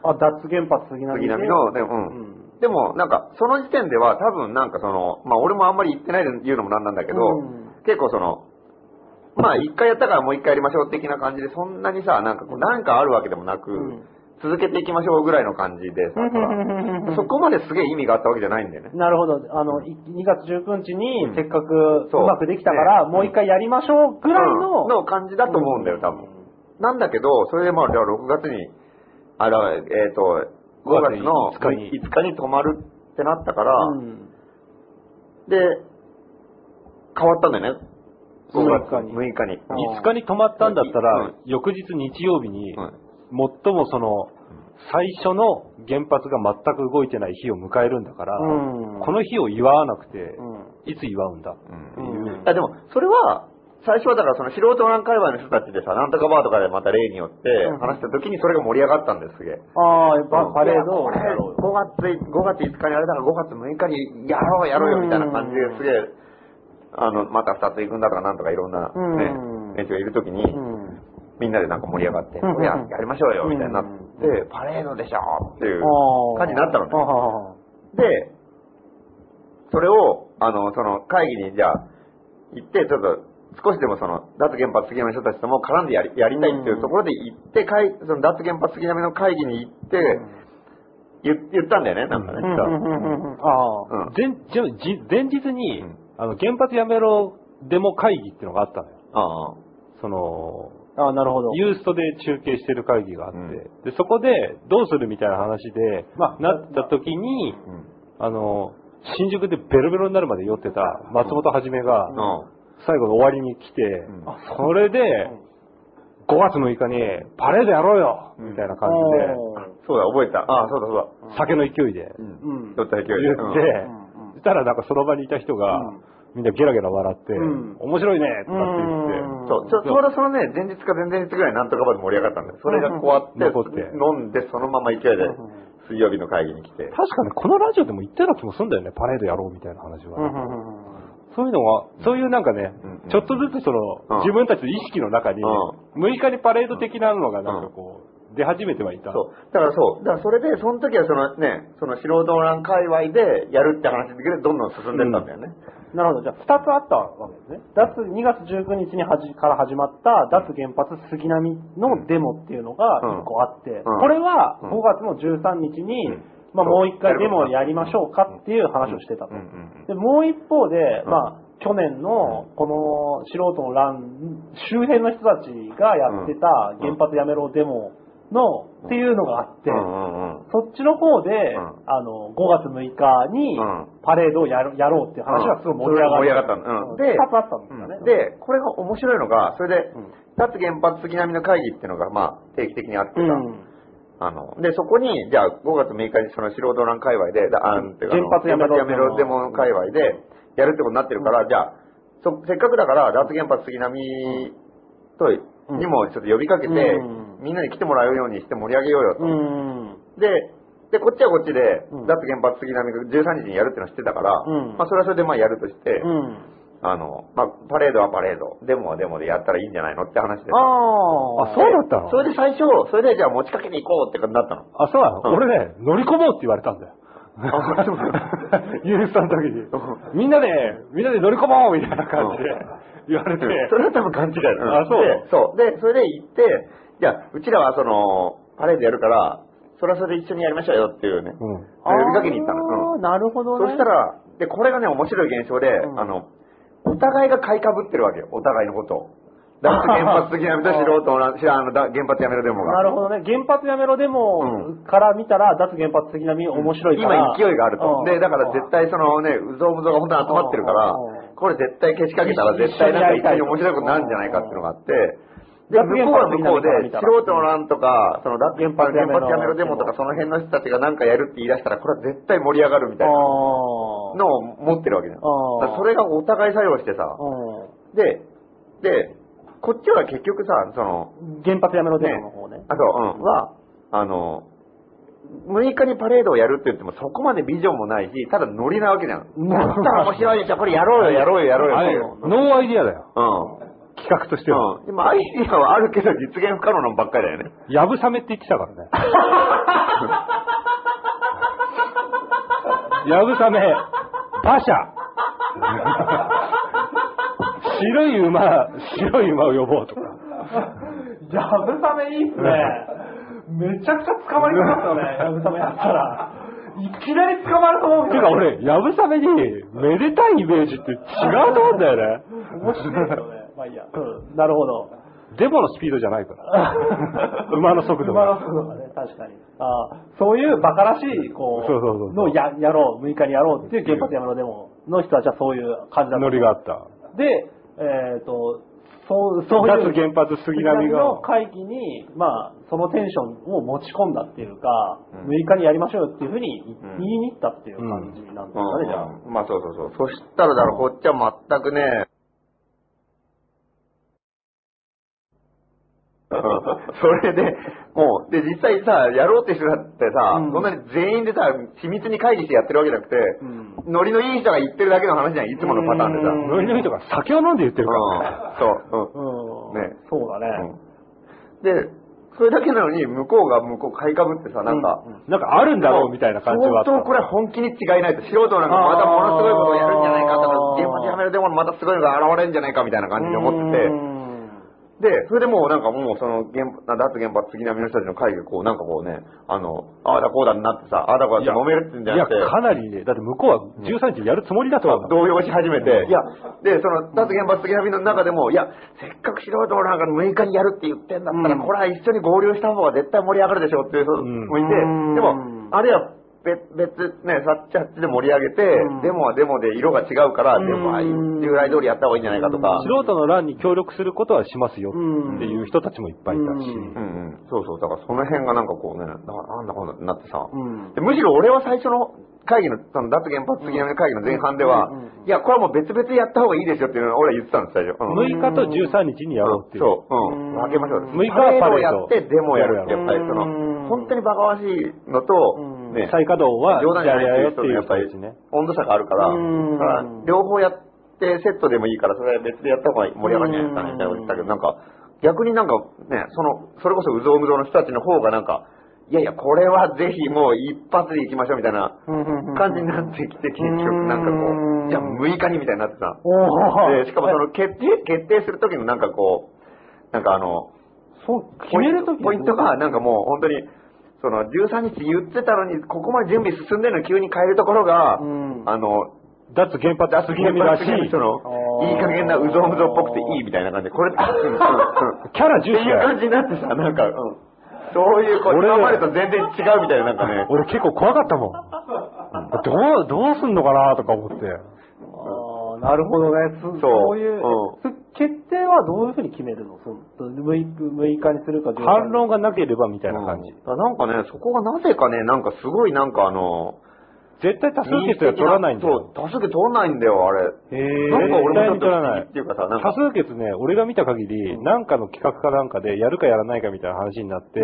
Speaker 2: あ、脱原発杉並
Speaker 1: 杉
Speaker 2: で
Speaker 1: 並の、でも、うん。でも、なんか、その時点では多分なんかその、まあ俺もあんまり言ってないで言うのもなんなんだけど、
Speaker 2: うん
Speaker 1: 結構その、まあ一回やったからもう一回やりましょう的な感じで、そんなにさ、なんかこう、なんかあるわけでもなく、
Speaker 2: うん
Speaker 1: 続けていきましょうぐらいの感じでさ、
Speaker 2: うん
Speaker 1: ほらそこまですげえ意味があったわけじゃないんだよね。
Speaker 2: なるほど。あの、い2月19日
Speaker 1: う
Speaker 2: に
Speaker 1: ん
Speaker 2: せっかくう
Speaker 1: そう
Speaker 2: まくできたから、もう一回やりましょうぐらいの、
Speaker 1: うんの感じだと思うんだよ、多分。なんだけど、それでまあ、じゃあ6月に、あら、えっ、と、5月の
Speaker 3: 5月に5日に
Speaker 1: 5日に止まるってなったから、
Speaker 2: うん
Speaker 1: で、変わったんだよね。5月
Speaker 2: 6日に
Speaker 1: 6日に。
Speaker 3: 5日に泊まったんだったら、
Speaker 1: うん
Speaker 3: 翌日日曜日に、
Speaker 1: うん
Speaker 3: 最もその、最初の原発が全く動いてない日を迎えるんだから、
Speaker 2: うん
Speaker 3: この日を祝わなくて、
Speaker 2: うん
Speaker 3: いつ祝うんだっていう。
Speaker 2: うん
Speaker 1: あでも、それは、最初はだからその素人欄界隈の人たちでさ、なんとかバーとかでまた例によって
Speaker 2: うん
Speaker 1: 話した時にそれが盛り上がったんです、すげえ。
Speaker 2: ああ、やっぱパレー
Speaker 1: い
Speaker 2: ド
Speaker 1: やこれ5月、5月5日にあれだから5月6日にやろうやろうよみたいな感じ
Speaker 2: う
Speaker 1: で
Speaker 2: ん
Speaker 1: すげえ、あの、また2つ行くんだとかなんとかいろんな
Speaker 2: うん
Speaker 1: ね、連中がいる時に、
Speaker 2: うん
Speaker 1: みんなでなんか盛り上がって、
Speaker 2: うん
Speaker 1: これややりましょうよみたいになっ
Speaker 2: う
Speaker 1: て、パレードでしょっていう
Speaker 2: あー
Speaker 1: 感じになったのね。
Speaker 2: あ
Speaker 1: で、それを、あの、その会議にじゃあ、行って、ちょっと、少しでもその、脱原発杉並の人たちとも絡んでやりやりたいっていうところで行って、会その脱原発杉並の会議に行って、言言ったんだよね、なんかね。
Speaker 3: う
Speaker 2: ーうんうんうんうん
Speaker 1: う
Speaker 2: あー
Speaker 1: ん。
Speaker 3: 前じゃじ前日に、
Speaker 1: うん
Speaker 3: あの原発やめろデモ会議っていうのがあったのよ。
Speaker 1: ああ。
Speaker 3: その、
Speaker 2: あー、なるほど。
Speaker 3: ユーストで中継してる会議があって、
Speaker 1: うん
Speaker 3: でそこでどうするみたいな話で、
Speaker 2: まあ
Speaker 3: なった時に、
Speaker 1: うん。
Speaker 3: あの、新宿でベロベロになるまで酔ってた松本はじめが、最後の終わりに来て、
Speaker 1: ん
Speaker 3: それで、5月6日にパレードやろうよ
Speaker 1: うん
Speaker 3: みたいな感じ
Speaker 2: あー
Speaker 1: そうだ、覚えた。ああ、そうだ、そうだ。
Speaker 3: で、酒の勢いで
Speaker 1: う。
Speaker 2: うんん
Speaker 1: ちょっと勢いで。
Speaker 3: 言
Speaker 1: うん
Speaker 3: って、
Speaker 2: うん
Speaker 3: そしたらなんかその場にいた人が、
Speaker 2: うん
Speaker 3: みんなゲラゲラ笑って、
Speaker 2: うん
Speaker 3: 面白いねとかっ
Speaker 2: う
Speaker 3: て
Speaker 2: ん
Speaker 3: 言って、
Speaker 1: そう、ちょちょうどそのね、前日か前々日ぐらいなんとかまで盛り上がったんだよ。それがこうあって、
Speaker 3: 残って
Speaker 1: 飲んで、そのまま勢いで、水曜日の会議に来て。
Speaker 3: 確かね、このラジオでも言ったような気もするんだよね、パレードやろうみたいな話
Speaker 2: う
Speaker 3: は。
Speaker 2: んうんうん
Speaker 3: そういうのは、そういうなんかね、
Speaker 1: うん
Speaker 3: ちょっとずつその、
Speaker 1: うん
Speaker 3: 自分たちの意識の中に、
Speaker 1: う
Speaker 3: 6日にパレード的なのがなんかこう、出始めてはいた。
Speaker 1: そう。だからそう。だからそれで、その時はそのね、その素人欄界隈でやるって話だけでどんどん進んでったんだよね。
Speaker 2: なるほど。じゃあ、二つあったわけですね。脱、2月19日にはじから始まった、脱原発杉並のデモっていうのが
Speaker 1: うん
Speaker 2: 一個あって、
Speaker 1: ん
Speaker 2: これは
Speaker 1: うん
Speaker 2: 5月の13日に、
Speaker 1: うん
Speaker 2: まあ、
Speaker 1: そう
Speaker 2: もう一回デモをやりましょうかっていう話をしてたと。
Speaker 1: うんうんうん
Speaker 2: で、もう一方で、
Speaker 1: ん
Speaker 2: まあ、去年のこの素人の乱、周辺の人たちがやってた
Speaker 1: うん
Speaker 2: 原発やめろデモの、っていうのがあって、
Speaker 1: うんうんうん。
Speaker 2: そっちの方で、
Speaker 1: ん
Speaker 2: あの、5月6日に
Speaker 1: うん
Speaker 2: パレードをやるやろうっていう話がすごい盛り上が
Speaker 1: それが
Speaker 2: っ
Speaker 1: 盛
Speaker 2: た。
Speaker 1: り上がったのうんで
Speaker 2: で、2つあったんですよ
Speaker 1: う
Speaker 2: ね。
Speaker 1: ん、で、これが面白いのが、それで
Speaker 2: うん、
Speaker 1: 脱原発杉並の会議っていうのが、まあ、定期的にあって
Speaker 2: う
Speaker 1: さ、
Speaker 2: ん、
Speaker 1: あの、で、そこに、じゃあ、5月6日にその素人欄界隈で、だあ
Speaker 2: うん
Speaker 1: んていうかあの
Speaker 2: 原発やめろ
Speaker 1: 原発やめろデモ界隈で、やるってことになってるから、じゃあ、そせっかくだから、脱原発杉並と、にもちょっと呼びかけて、
Speaker 2: うん
Speaker 1: みんなに来てもらうようにして盛り上げようよと。
Speaker 2: うん。
Speaker 1: で、で、こっちはこっちで、
Speaker 2: うん
Speaker 1: 脱原発杉並が13日にやるってのは知ってたから、
Speaker 2: うん
Speaker 1: まあ、それはそれでまあやるとして、
Speaker 2: うん。
Speaker 1: あの、まあ、パレードはパレード、デモはデモでやったらいいんじゃないのって話で
Speaker 2: ああ。
Speaker 3: あ、そうだったの
Speaker 1: それで最初、それでじゃあ持ちかけに行こうってことになったの。
Speaker 3: あ、そうなの、
Speaker 1: うん
Speaker 3: 俺ね、乗り込もうって言われたんだよ。 ユーストの時に、みんなで、みんなで乗り込もうみたいな感じで言われて、
Speaker 1: それは多分勘違いだな
Speaker 3: あそう
Speaker 1: で、そう。で、それで行って、じゃあ、うちらはその、パレードやるから、それはそれで一緒にやりましょうよっていうね、
Speaker 3: うん
Speaker 1: それ呼びかけに行ったの。
Speaker 2: あ
Speaker 1: う
Speaker 2: あ、なるほど
Speaker 1: ん、そ
Speaker 2: ね。
Speaker 1: した、ら、で、これがね、面白い現象で、
Speaker 2: うん
Speaker 1: あの、お互いが買いかぶってるわけよ、お互いのことを。だって原発的な見た素人の、知らんあの、だ原発やめるデモが。
Speaker 2: なるほどね。原発やめろデ
Speaker 1: う
Speaker 2: モから見たら、脱原発的な面白いか
Speaker 1: 今
Speaker 2: ら。
Speaker 1: 勢いがあると
Speaker 2: う。ん
Speaker 1: で、だから絶対そのね、うぞうむぞうが本当に集まってるから
Speaker 2: うん、
Speaker 1: これ絶対けしかけたら絶対なんか一緒に面白いことになるんじゃないかっていうのがあって、で、向こうは向こうで、素人の乱とか、その原発原発やめろデモとか、その辺の人たちがなんかやるって言い出したら、これは絶対盛り上がるみたいなのを持ってるわけじゃん。だからそれがお互い作用してさ、で、で、こっちは結局さ、その、
Speaker 2: 原発やめろデモの方ね。
Speaker 1: あと、うん、は、あの、6日にパレードをやるって言ってもそこまでビジョンもないし、ただノリなわけじゃん。 やったら面白いでしょ、これやろうよ、やろうよ、やろうよ。
Speaker 3: ノーアイディアだよ。
Speaker 1: うん。
Speaker 3: 企画としては。
Speaker 1: うん。でもアイディアはあるけど実現不可能なのばっかりだよね。
Speaker 3: やぶさめって言ってた からね。やぶさめ、馬車。白い馬、白い馬を呼ぼうとか。
Speaker 2: やぶさめいいっすね。めちゃくちゃ捕まりますよね、 やぶさめやったら。いきなり捕まると思うけ
Speaker 3: て
Speaker 2: ど。
Speaker 3: か俺、やぶさめに、めでたいイメージって違うと思うんだよね。
Speaker 2: 面白いですよね。まあいいや。うん、なるほど。
Speaker 3: デモのスピードじゃないから。 馬の速度
Speaker 2: 馬
Speaker 3: が。
Speaker 2: の速度がね、確かに。あーそういうバカらしい、こう、
Speaker 3: そうそうそうそう
Speaker 2: のをややろう、6日にやろうっていう原発やめろデモの人はじゃあそういう感じだった
Speaker 3: ノリがあった。
Speaker 2: で、えっ、と、そう、そういう。
Speaker 3: 脱原発杉並が
Speaker 2: の会議に、まあ、そのテンションを持ち込んだっていうか、6日にやりましょうよっていうふうに
Speaker 1: うん
Speaker 2: 言いに行ったっていう感じなんです
Speaker 1: う
Speaker 2: かね、じゃあ。
Speaker 1: ん。まあそうそうそう。そしたらだからこっちは全く ね、うんそれで、もう、で、実際さ、やろうって人だってさ、
Speaker 2: うん
Speaker 1: そんなに全員でさ、緻密に会議してやってるわけじゃなくて、ノリのいい人が言ってるだけの話じゃん、いつものパターンでさ。
Speaker 3: ノリの人が酒を飲んで言ってるからね。
Speaker 1: うんそう。うん
Speaker 2: うん。
Speaker 1: ね
Speaker 2: そうだね。
Speaker 1: で、それだけなのに、向こうが向こう買いかぶってさ、なんか、
Speaker 3: なんかあるんだろうみたいな感じはあった。
Speaker 1: 相当これは本気に違いないと、素人なんかまたものすごいことをやるんじゃないかとか
Speaker 2: あー、
Speaker 1: 現場でやめるでもまたすごいのが現れるんじゃないかみたいな感じで思ってて、で、それでもうなんかもうその原発、脱原発杉並の人たちの会議がこうなんかこうね、あの、ああだこうだになってさ、ああだこうだって揉めるってんじゃ
Speaker 3: い
Speaker 1: な
Speaker 3: や、
Speaker 1: くて、
Speaker 3: かなりね、だって向こうは13日やるつもりだと思う。
Speaker 1: 動揺し始めて、いや、で、その、脱原発杉並の中でも、いや、せっかく素人なんか6日にやるって言ってんだったら、
Speaker 2: うん
Speaker 1: これは一緒に合流した方が絶対盛り上がるでしょうっていう人もいて、
Speaker 2: うん
Speaker 1: で
Speaker 2: うん
Speaker 1: も、あるいは別、別ね、さっちあっちで盛り上げて、
Speaker 2: うん
Speaker 1: デモはデモで色が違うから、
Speaker 2: ん
Speaker 1: デモは従来通りやった方がいいんじゃないかとか、
Speaker 3: 素人の欄に協力することはしますよっていう人たちもいっぱいいたし。
Speaker 2: うん
Speaker 1: うんうん、そうそう、だからその辺がなんかこうね、だからなんだこうなってさ、
Speaker 2: うん
Speaker 1: でむしろ俺は最初の会議の、その脱原発杉並の会議の前半では、
Speaker 2: うんうん
Speaker 1: いや、これはもう別々でやった方がいいですよっていうのを俺は言ってたんです、最初。うん
Speaker 3: 6日と13日にやろうっていう。
Speaker 1: そう、うん。
Speaker 2: うん
Speaker 1: 分けましょう。
Speaker 3: 六日はパレード
Speaker 1: をやって、デモをやるって、や
Speaker 3: デ
Speaker 1: っ
Speaker 3: モ
Speaker 1: ぱ
Speaker 2: や
Speaker 1: り
Speaker 2: る
Speaker 1: そ
Speaker 2: うん
Speaker 1: の、本当にバカわしいのと
Speaker 2: うん、
Speaker 1: ね、
Speaker 3: 再稼働は、
Speaker 1: 冗談じゃないっていう人
Speaker 3: や
Speaker 1: の
Speaker 3: れ
Speaker 1: や
Speaker 3: やよ
Speaker 1: っ
Speaker 3: って
Speaker 1: ぱ
Speaker 3: いう
Speaker 1: り
Speaker 3: 人たちね。
Speaker 1: 温度差があるから、
Speaker 2: うん
Speaker 1: だから両方やってセットでもいいから、それは別でやった方が盛り上がるんじゃないですかね、みたいなこと言ったけど、なんか、逆になんかね、その、それこそうぞうむぞうの人たちの方がなんか、いやいや、これはぜひもう一発で行きましょうみたいな感じになってきて、結局なんかこう、じゃあ6日にみたいになってた。
Speaker 2: おー
Speaker 1: で、しかもその決定、決定するときのなんかこう、なんかあの、
Speaker 2: そう、決
Speaker 1: ポイ
Speaker 2: め
Speaker 1: ン
Speaker 2: る
Speaker 1: ト
Speaker 2: と
Speaker 1: ポイントがなんかもう本当に、その13日言ってたのに、ここまで準備進んでるのに急に変えるところが、
Speaker 2: うん
Speaker 1: あの、
Speaker 3: 脱原発
Speaker 1: 脱
Speaker 3: 杉並らしい。
Speaker 1: その、いい加減なうぞうむぞうっぽくていいみたいな感じで、これ、うんうんっ
Speaker 3: キャラ
Speaker 1: て
Speaker 3: 重視
Speaker 1: いう
Speaker 3: だよ。
Speaker 1: 感じになってさ、なんか、うんそういう、こう、
Speaker 3: 俺
Speaker 1: 今までと全然違うみたいな、なんかね、
Speaker 3: 俺結構怖かったもん。どう、どうすんのかなとか思って。
Speaker 2: あーなるほどね。そ
Speaker 1: そう
Speaker 2: そういう、
Speaker 1: う
Speaker 2: 決定はどういうふうに決めるのその 6, 日にするかどうか
Speaker 3: 反論がなければみたいな感じ。
Speaker 1: うんなんかね、そこがなぜかね、なんかすごいなんかあの、
Speaker 3: 絶対多数決は取らないんだよ。
Speaker 1: そう、多数決取らないんだよ、あれ。
Speaker 3: へ
Speaker 1: なんか俺も
Speaker 3: 絶対に
Speaker 1: ちょ
Speaker 3: 取
Speaker 1: っ
Speaker 3: ら
Speaker 1: と
Speaker 3: ない
Speaker 1: っていうかさ、なん
Speaker 3: 多
Speaker 1: か、
Speaker 3: 数決ね、俺が見た限り、なんかの企画かなんかで、やるかやらないかみたいな話になって、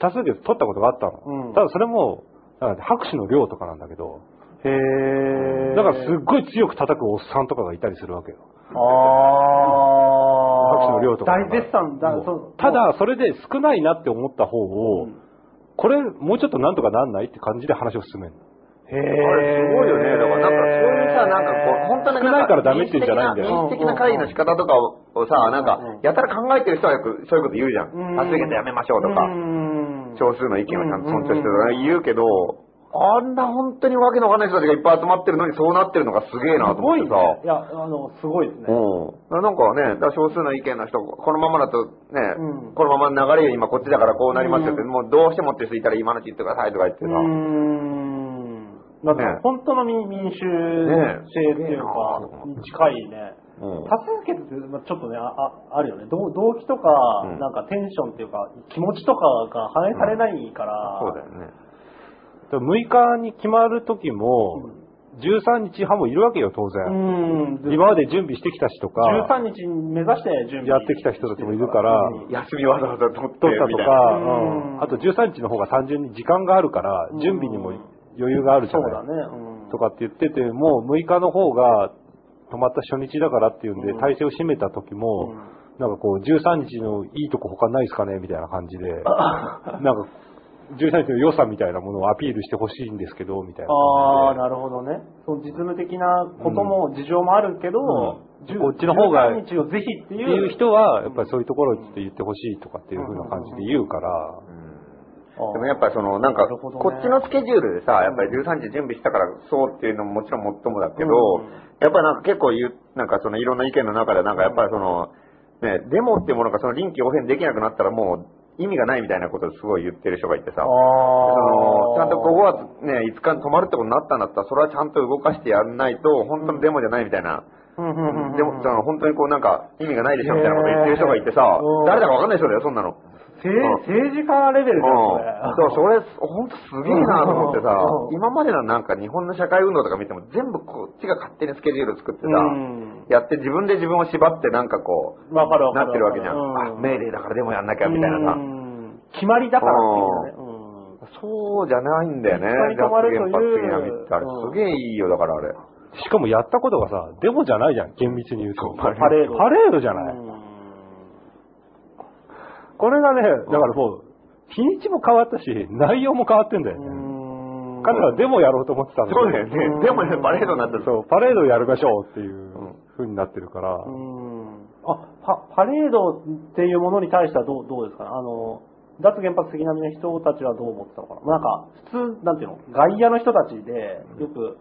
Speaker 3: 多数決取ったことがあったの。
Speaker 2: うん
Speaker 3: ただそれも、なんか拍手の量とかなんだけど、
Speaker 2: へー
Speaker 3: だからすっごい強く叩くおっさんとかがいたりするわけよ。
Speaker 2: あ
Speaker 3: 拍手
Speaker 2: ー
Speaker 3: の量とかが。
Speaker 2: 大絶賛だ
Speaker 3: もう
Speaker 2: そう
Speaker 3: ただ、それで少ないなって思った方を、これ、もうちょっとなんとかなんないって感じで話を進めるの。
Speaker 1: あ
Speaker 2: へ
Speaker 1: れすごいよね。だからなんかそういうさ、なんかこう、本当に
Speaker 3: 少ないからダメっていうんじゃないんだよ
Speaker 1: 民主的な会議の仕方とかをさ、なんか、やたら考えてる人はよくそういうこと言うじゃん。
Speaker 2: うん
Speaker 1: 多数決やめましょうと
Speaker 2: う
Speaker 1: か、
Speaker 2: ん
Speaker 1: 少数の意見をちゃんと尊重してとか言うけど、あんな本当にわけのわかんない人たちがいっぱい集まってるのにそうなってるのがすげえなと
Speaker 2: す
Speaker 1: 思
Speaker 2: ご
Speaker 1: っ
Speaker 2: い
Speaker 1: て
Speaker 2: ね
Speaker 1: さ。。
Speaker 2: いや、あの、すごいですね。
Speaker 1: うん。なんかね、だから少数の意見の人、このままだとね、
Speaker 2: うん
Speaker 1: このままの流れよ、今こっちだからこうなりますよって、もうどうしてもって人いたら今のうち言ってくださいとか言ってさ、
Speaker 2: うーんなんか
Speaker 1: ね
Speaker 2: 本当の民民衆性っていうか
Speaker 1: ね、
Speaker 2: に近いね。
Speaker 1: うん
Speaker 2: 多数決って、まあ、ちょっとね、あああるよね。動動機とか、
Speaker 1: うん
Speaker 2: なんかテンションっていうか、気持ちとかが反映されないから、
Speaker 1: そうだよね。
Speaker 3: 6日に決まる時も、13日派もいるわけよ、当然。
Speaker 2: うん。
Speaker 3: 今まで準備してきたしとか、
Speaker 2: 13日目指して準備
Speaker 3: やってきた人たちもいるから
Speaker 2: うん
Speaker 1: 休みわざわざ取って
Speaker 3: 取ったと
Speaker 1: みたいな
Speaker 3: か、
Speaker 2: うん
Speaker 3: うんあと13日の方が単純に時間があるから
Speaker 2: う、ん
Speaker 3: 準備にも余裕があるじ
Speaker 2: そ
Speaker 3: ゃ
Speaker 2: う
Speaker 3: ない
Speaker 2: だね。うん
Speaker 3: とかって言ってて、もう6日の方が止まった初日だからっていうんで
Speaker 2: うん、
Speaker 3: 体制を締めた時も、
Speaker 2: うん
Speaker 3: なんかこう、13日のいいとこ他ないですかねみたいな感 じで、なんか、13日の良さみたいなものをアピールしてほしいんですけど、みたいな
Speaker 2: ああ、
Speaker 3: 感
Speaker 2: なるほどね。その実務的なことも、事情もあるけど、
Speaker 3: うん
Speaker 2: 10
Speaker 3: こっちの方が
Speaker 2: 13日をぜひって
Speaker 3: じ
Speaker 2: い
Speaker 3: で。
Speaker 2: う。
Speaker 3: っていう人は、やっぱりそういうところをちょっと言ってほしいとかっていう風な感じで言うから、
Speaker 2: あー
Speaker 1: でもやっぱりその、なんか、
Speaker 2: なるほどね
Speaker 1: こっちのスケジュールでさ、やっぱり13時準備したからそうっていうのももちろんもっともだけど
Speaker 2: うん、
Speaker 1: やっぱなんか結構言う、なんかそのいろんな意見の中で、なんかやっぱりその、ね、デモっていうものがその臨機応変できなくなったらもう意味がないみたいなことをすごい言ってる人がいてさ、
Speaker 2: あ
Speaker 1: その、ちゃんとここは
Speaker 2: あ
Speaker 1: ね、5日に止まるってことになったんだったら、それはちゃんと動かしてやんないと、本当のデモじゃないみたいな。でも、その本当にこうなんか意味がないでしょみたいなこと言ってる人がいてさ
Speaker 2: へーうん、
Speaker 1: 誰だかわかんない人だよ、そんなの。
Speaker 2: 政政治家レベルだよ、そ
Speaker 1: う
Speaker 2: れ。
Speaker 1: ん、そう、それ、ほんとすげえなと思ってさ
Speaker 2: う、ん
Speaker 1: 今までのなんか日本の社会運動とか見ても全部こっちが勝手にスケジュール作ってさ、
Speaker 2: うん
Speaker 1: やって自分で自分を縛ってなんかこう、
Speaker 2: わかるわ
Speaker 1: な
Speaker 2: かる。
Speaker 1: ってるわけじゃん。あ、命令だからでもやんなきゃみたいなさ。
Speaker 2: うん決まりだからっていうね。うん
Speaker 1: そうじゃないんだよね。
Speaker 2: 一回止まるという
Speaker 1: 脱原発的な道ってあれ
Speaker 2: うん
Speaker 1: すげえいいよ、だからあれ。
Speaker 3: しかもやったことがさ、デモじゃないじゃん、厳密に言うと。パ
Speaker 2: パレード。
Speaker 3: レードじゃない。
Speaker 2: うん
Speaker 3: これがね、だからもう、日にちも変わったし、内容も変わってんだよね。
Speaker 2: うん
Speaker 3: 彼らはデモやろうと思ってたんだけど
Speaker 1: そうだよ
Speaker 2: うん
Speaker 1: ね。でもね、パレードになったら
Speaker 3: そう、パレードをやりましょうっていう風になってるから、
Speaker 2: うんあパパレードっていうものに対してはどうどうですかねあの脱原発的なみの人たちはどう思ってたのかななんか普通なんていうの外野の人たちでよく、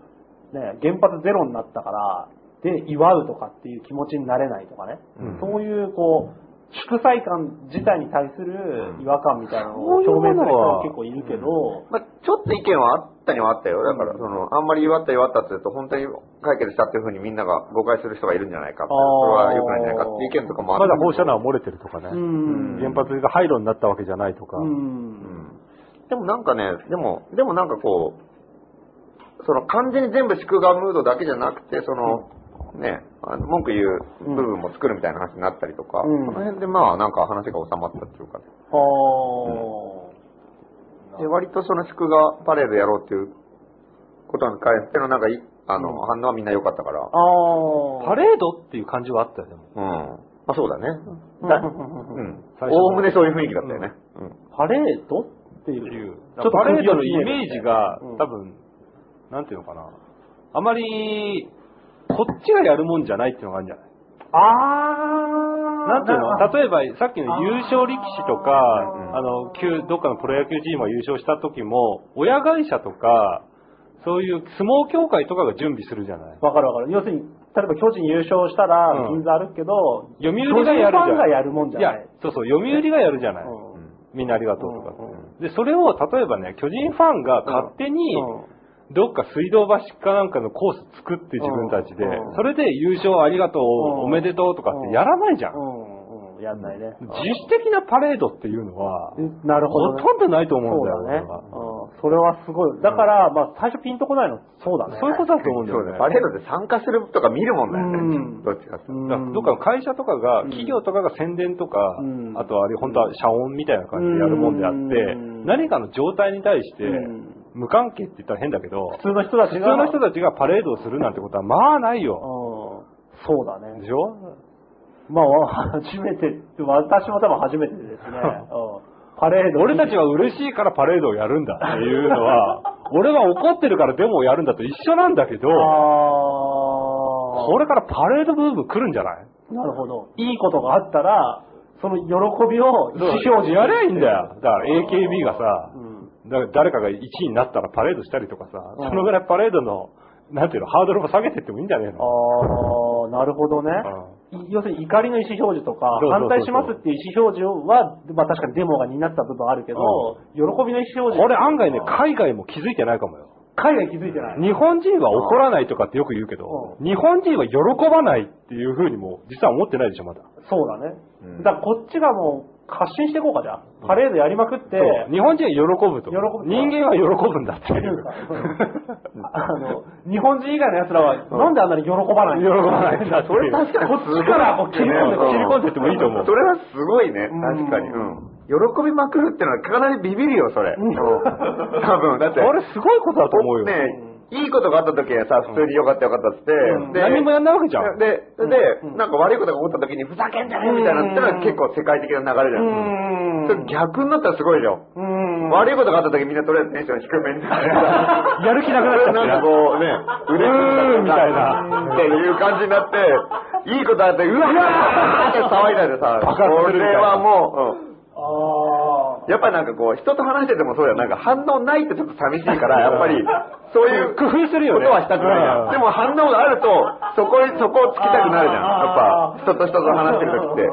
Speaker 2: ね、原発ゼロになったからで祝うとかっていう気持ちになれないとかね、
Speaker 1: うん
Speaker 2: そういうこう祝祭感自体に対する違和感みたいなのを表明する人も結構いるけど、
Speaker 1: まあ、ちょっと意見はあったにはあったよ。だから、その、あんまり祝った祝ったって言うと、本当に解決したっていうふうにみんなが誤解する人がいるんじゃないか。
Speaker 2: ー
Speaker 1: それは良くないんじゃないかっていう意見とかもあっ
Speaker 3: ま
Speaker 1: た。
Speaker 3: だ放射能は漏れてるとかね、
Speaker 2: うん
Speaker 3: 原発が廃炉になったわけじゃないとか、
Speaker 2: うん
Speaker 1: うんでもなんかね、でも、でもなんかこう、その完全に全部祝賀ムードだけじゃなくて、その、ね、あの文句言う部分も作るみたいな話になったりとか、
Speaker 2: うん
Speaker 1: その辺でまあなんか話が収まったっていうか、ね、
Speaker 2: あー
Speaker 1: で割とその祝賀パレードやろうっていうことに関してのなんかいあの、反応はみんな良かったから、
Speaker 2: あー
Speaker 3: パレードっていう感じはあったよ、でも。
Speaker 1: うん。まあそうだね。
Speaker 2: だ
Speaker 1: うん。
Speaker 3: 最初の
Speaker 1: おおむねそういう雰囲気だったよね。うん。
Speaker 2: パレードってい
Speaker 3: っていうう。ちょっとパレードのイメージが
Speaker 2: うん、
Speaker 3: 多分、なんていうのかな、あまり、こっちがやるもんじゃないっていうのがあるんじゃない
Speaker 2: あー
Speaker 3: なんていうの
Speaker 2: なんか
Speaker 3: 例えば、さっきの優勝力士とか、
Speaker 2: あー
Speaker 3: あの、旧どっかのプロ野球チームが優勝した時も、親会社とか、そういう相撲協会とかが準備するじゃない。
Speaker 2: わかるわかる。要するに、例えば巨人優勝したら
Speaker 3: う
Speaker 2: 銀
Speaker 3: ん
Speaker 2: 座歩くけど、
Speaker 3: 読売がやるじゃ
Speaker 2: 巨人
Speaker 3: ん。
Speaker 2: ファンがやるもんじゃない
Speaker 3: や、そうそう、読売がやるじゃない。
Speaker 2: うん
Speaker 3: みんなありがとうとかって
Speaker 2: うんう
Speaker 3: で、それを例えばね、巨人ファンが勝手に、どっか水道橋かなんかのコース作って自分たちで、
Speaker 2: うんうん
Speaker 3: それで優勝ありがとう、
Speaker 2: ん
Speaker 3: おめでとうとかってやらないじゃん
Speaker 2: う。ん、うん、やんないね。
Speaker 3: 自主的なパレードっていうのは、
Speaker 2: うんなるほど
Speaker 3: ほ
Speaker 2: ね。
Speaker 3: とんどないと思うんだよ
Speaker 2: そうだね
Speaker 3: 俺は。
Speaker 2: うんそれはすごい。だから、まあ、最初ピンとこないの、そうだね。
Speaker 3: そういうことだと思うんだ
Speaker 1: そ
Speaker 3: よ
Speaker 1: うだね。。
Speaker 3: ね
Speaker 1: パレードで参加するとか見るもんだよね。
Speaker 2: うん
Speaker 1: どっちかっていうと。
Speaker 3: だからどっかの会社とかが、企業とかが宣伝とか
Speaker 2: うん、
Speaker 3: あとあれ本当は社音みたいな感じでやるもんであって
Speaker 2: うん、
Speaker 3: 何かの状態に対して
Speaker 2: うん、
Speaker 3: 無関係って言ったら変だけど
Speaker 2: 普、通の人たち
Speaker 3: 普通
Speaker 2: が。
Speaker 3: の人たちがパレードをするなんてことはまあない
Speaker 2: う
Speaker 3: よ。
Speaker 2: んそうだね
Speaker 3: で。しょ
Speaker 2: まあ、わ初めて、私も多分初めてですね。 うんパレードに。
Speaker 3: 俺たちは嬉しいからパレードをやるんだっていうの は、俺は怒ってるからデモをやるんだと一緒なんだけど、
Speaker 2: あ
Speaker 3: これからパレードブーム来るんじゃない
Speaker 2: あ、なるほど。いいことがあったら、その喜びを意思表示
Speaker 3: やりゃいいんだよ。だから AKB がさ
Speaker 2: うん、
Speaker 3: だ誰かが1位になったらパレードしたりとかさ、そのぐらいパレードの、なんていうの、ハードルも下げてってもいいんじゃねえの
Speaker 2: ああ、なるほどね。い要するに怒りの意思表示とか、
Speaker 3: そうそう
Speaker 2: 反
Speaker 3: そうそう
Speaker 2: 対しますっていう意思表示は、まあ確かにデモが担った部分はあるけど、喜びの意思表示。
Speaker 3: これ案外ね、海外も気づいてないかもよ。
Speaker 2: 海外気づいてない。
Speaker 3: 日本人は怒らないとかってよく言うけど、日本人は喜ばないっていうふうにも、実は思ってないでしょ、まだ。
Speaker 2: そうだね。
Speaker 1: うん
Speaker 2: だからこっちがもう発信していこうかじゃあ。パレードやりまくって、
Speaker 3: そう日本人は喜ぶと。
Speaker 2: 喜ぶ
Speaker 3: 人間は喜ぶんだってい
Speaker 2: なん
Speaker 3: う
Speaker 2: か。 あの、日本人以外の奴らは、なんであんなに喜ばない
Speaker 3: 喜ばないんだっていう。
Speaker 2: 確かにこっちからこう切り込んでこう
Speaker 1: 切り込んで
Speaker 3: ってもいいと思う
Speaker 1: それはすごいね、
Speaker 2: うん
Speaker 1: 確かに。うん。喜びまくるってのはかなりビビるよ、それ。うん多分、だって。
Speaker 3: これすごいことだと思うよ。
Speaker 1: ね、いいことがあった時はさ、普通に良かった良かったっつって、
Speaker 2: ん
Speaker 1: で
Speaker 3: 何もやんないわけじゃん
Speaker 1: で、で、
Speaker 2: うん
Speaker 1: なんか悪いことが起こった時にふざけんじゃねえみたいなってのは結構世界的な流れじゃ。
Speaker 2: うんん。
Speaker 1: それ逆になったらすごいじゃん。
Speaker 2: うん。
Speaker 1: 悪いことがあった時みんなとりあえずテンション低めになる。
Speaker 3: やる気なくなっちゃって
Speaker 1: なんかこうね、腕組んだりさっていう感じになって、いいことあって、うわーって騒いだでさ、
Speaker 3: 爆発
Speaker 1: こ
Speaker 3: するみた
Speaker 1: れ
Speaker 3: いな
Speaker 1: はもう、うん
Speaker 2: ああ。
Speaker 1: やっぱなんかこう、人と話しててもそうだよ。なんか反応ないってちょっと寂しいから、やっぱり、そう いう
Speaker 3: 工夫するよ
Speaker 1: こ
Speaker 3: ね。
Speaker 1: とはしたくないじゃん。でも反応があると、そこに、そこをつきたくなるじゃん。やっぱ、人と人と話してる時って。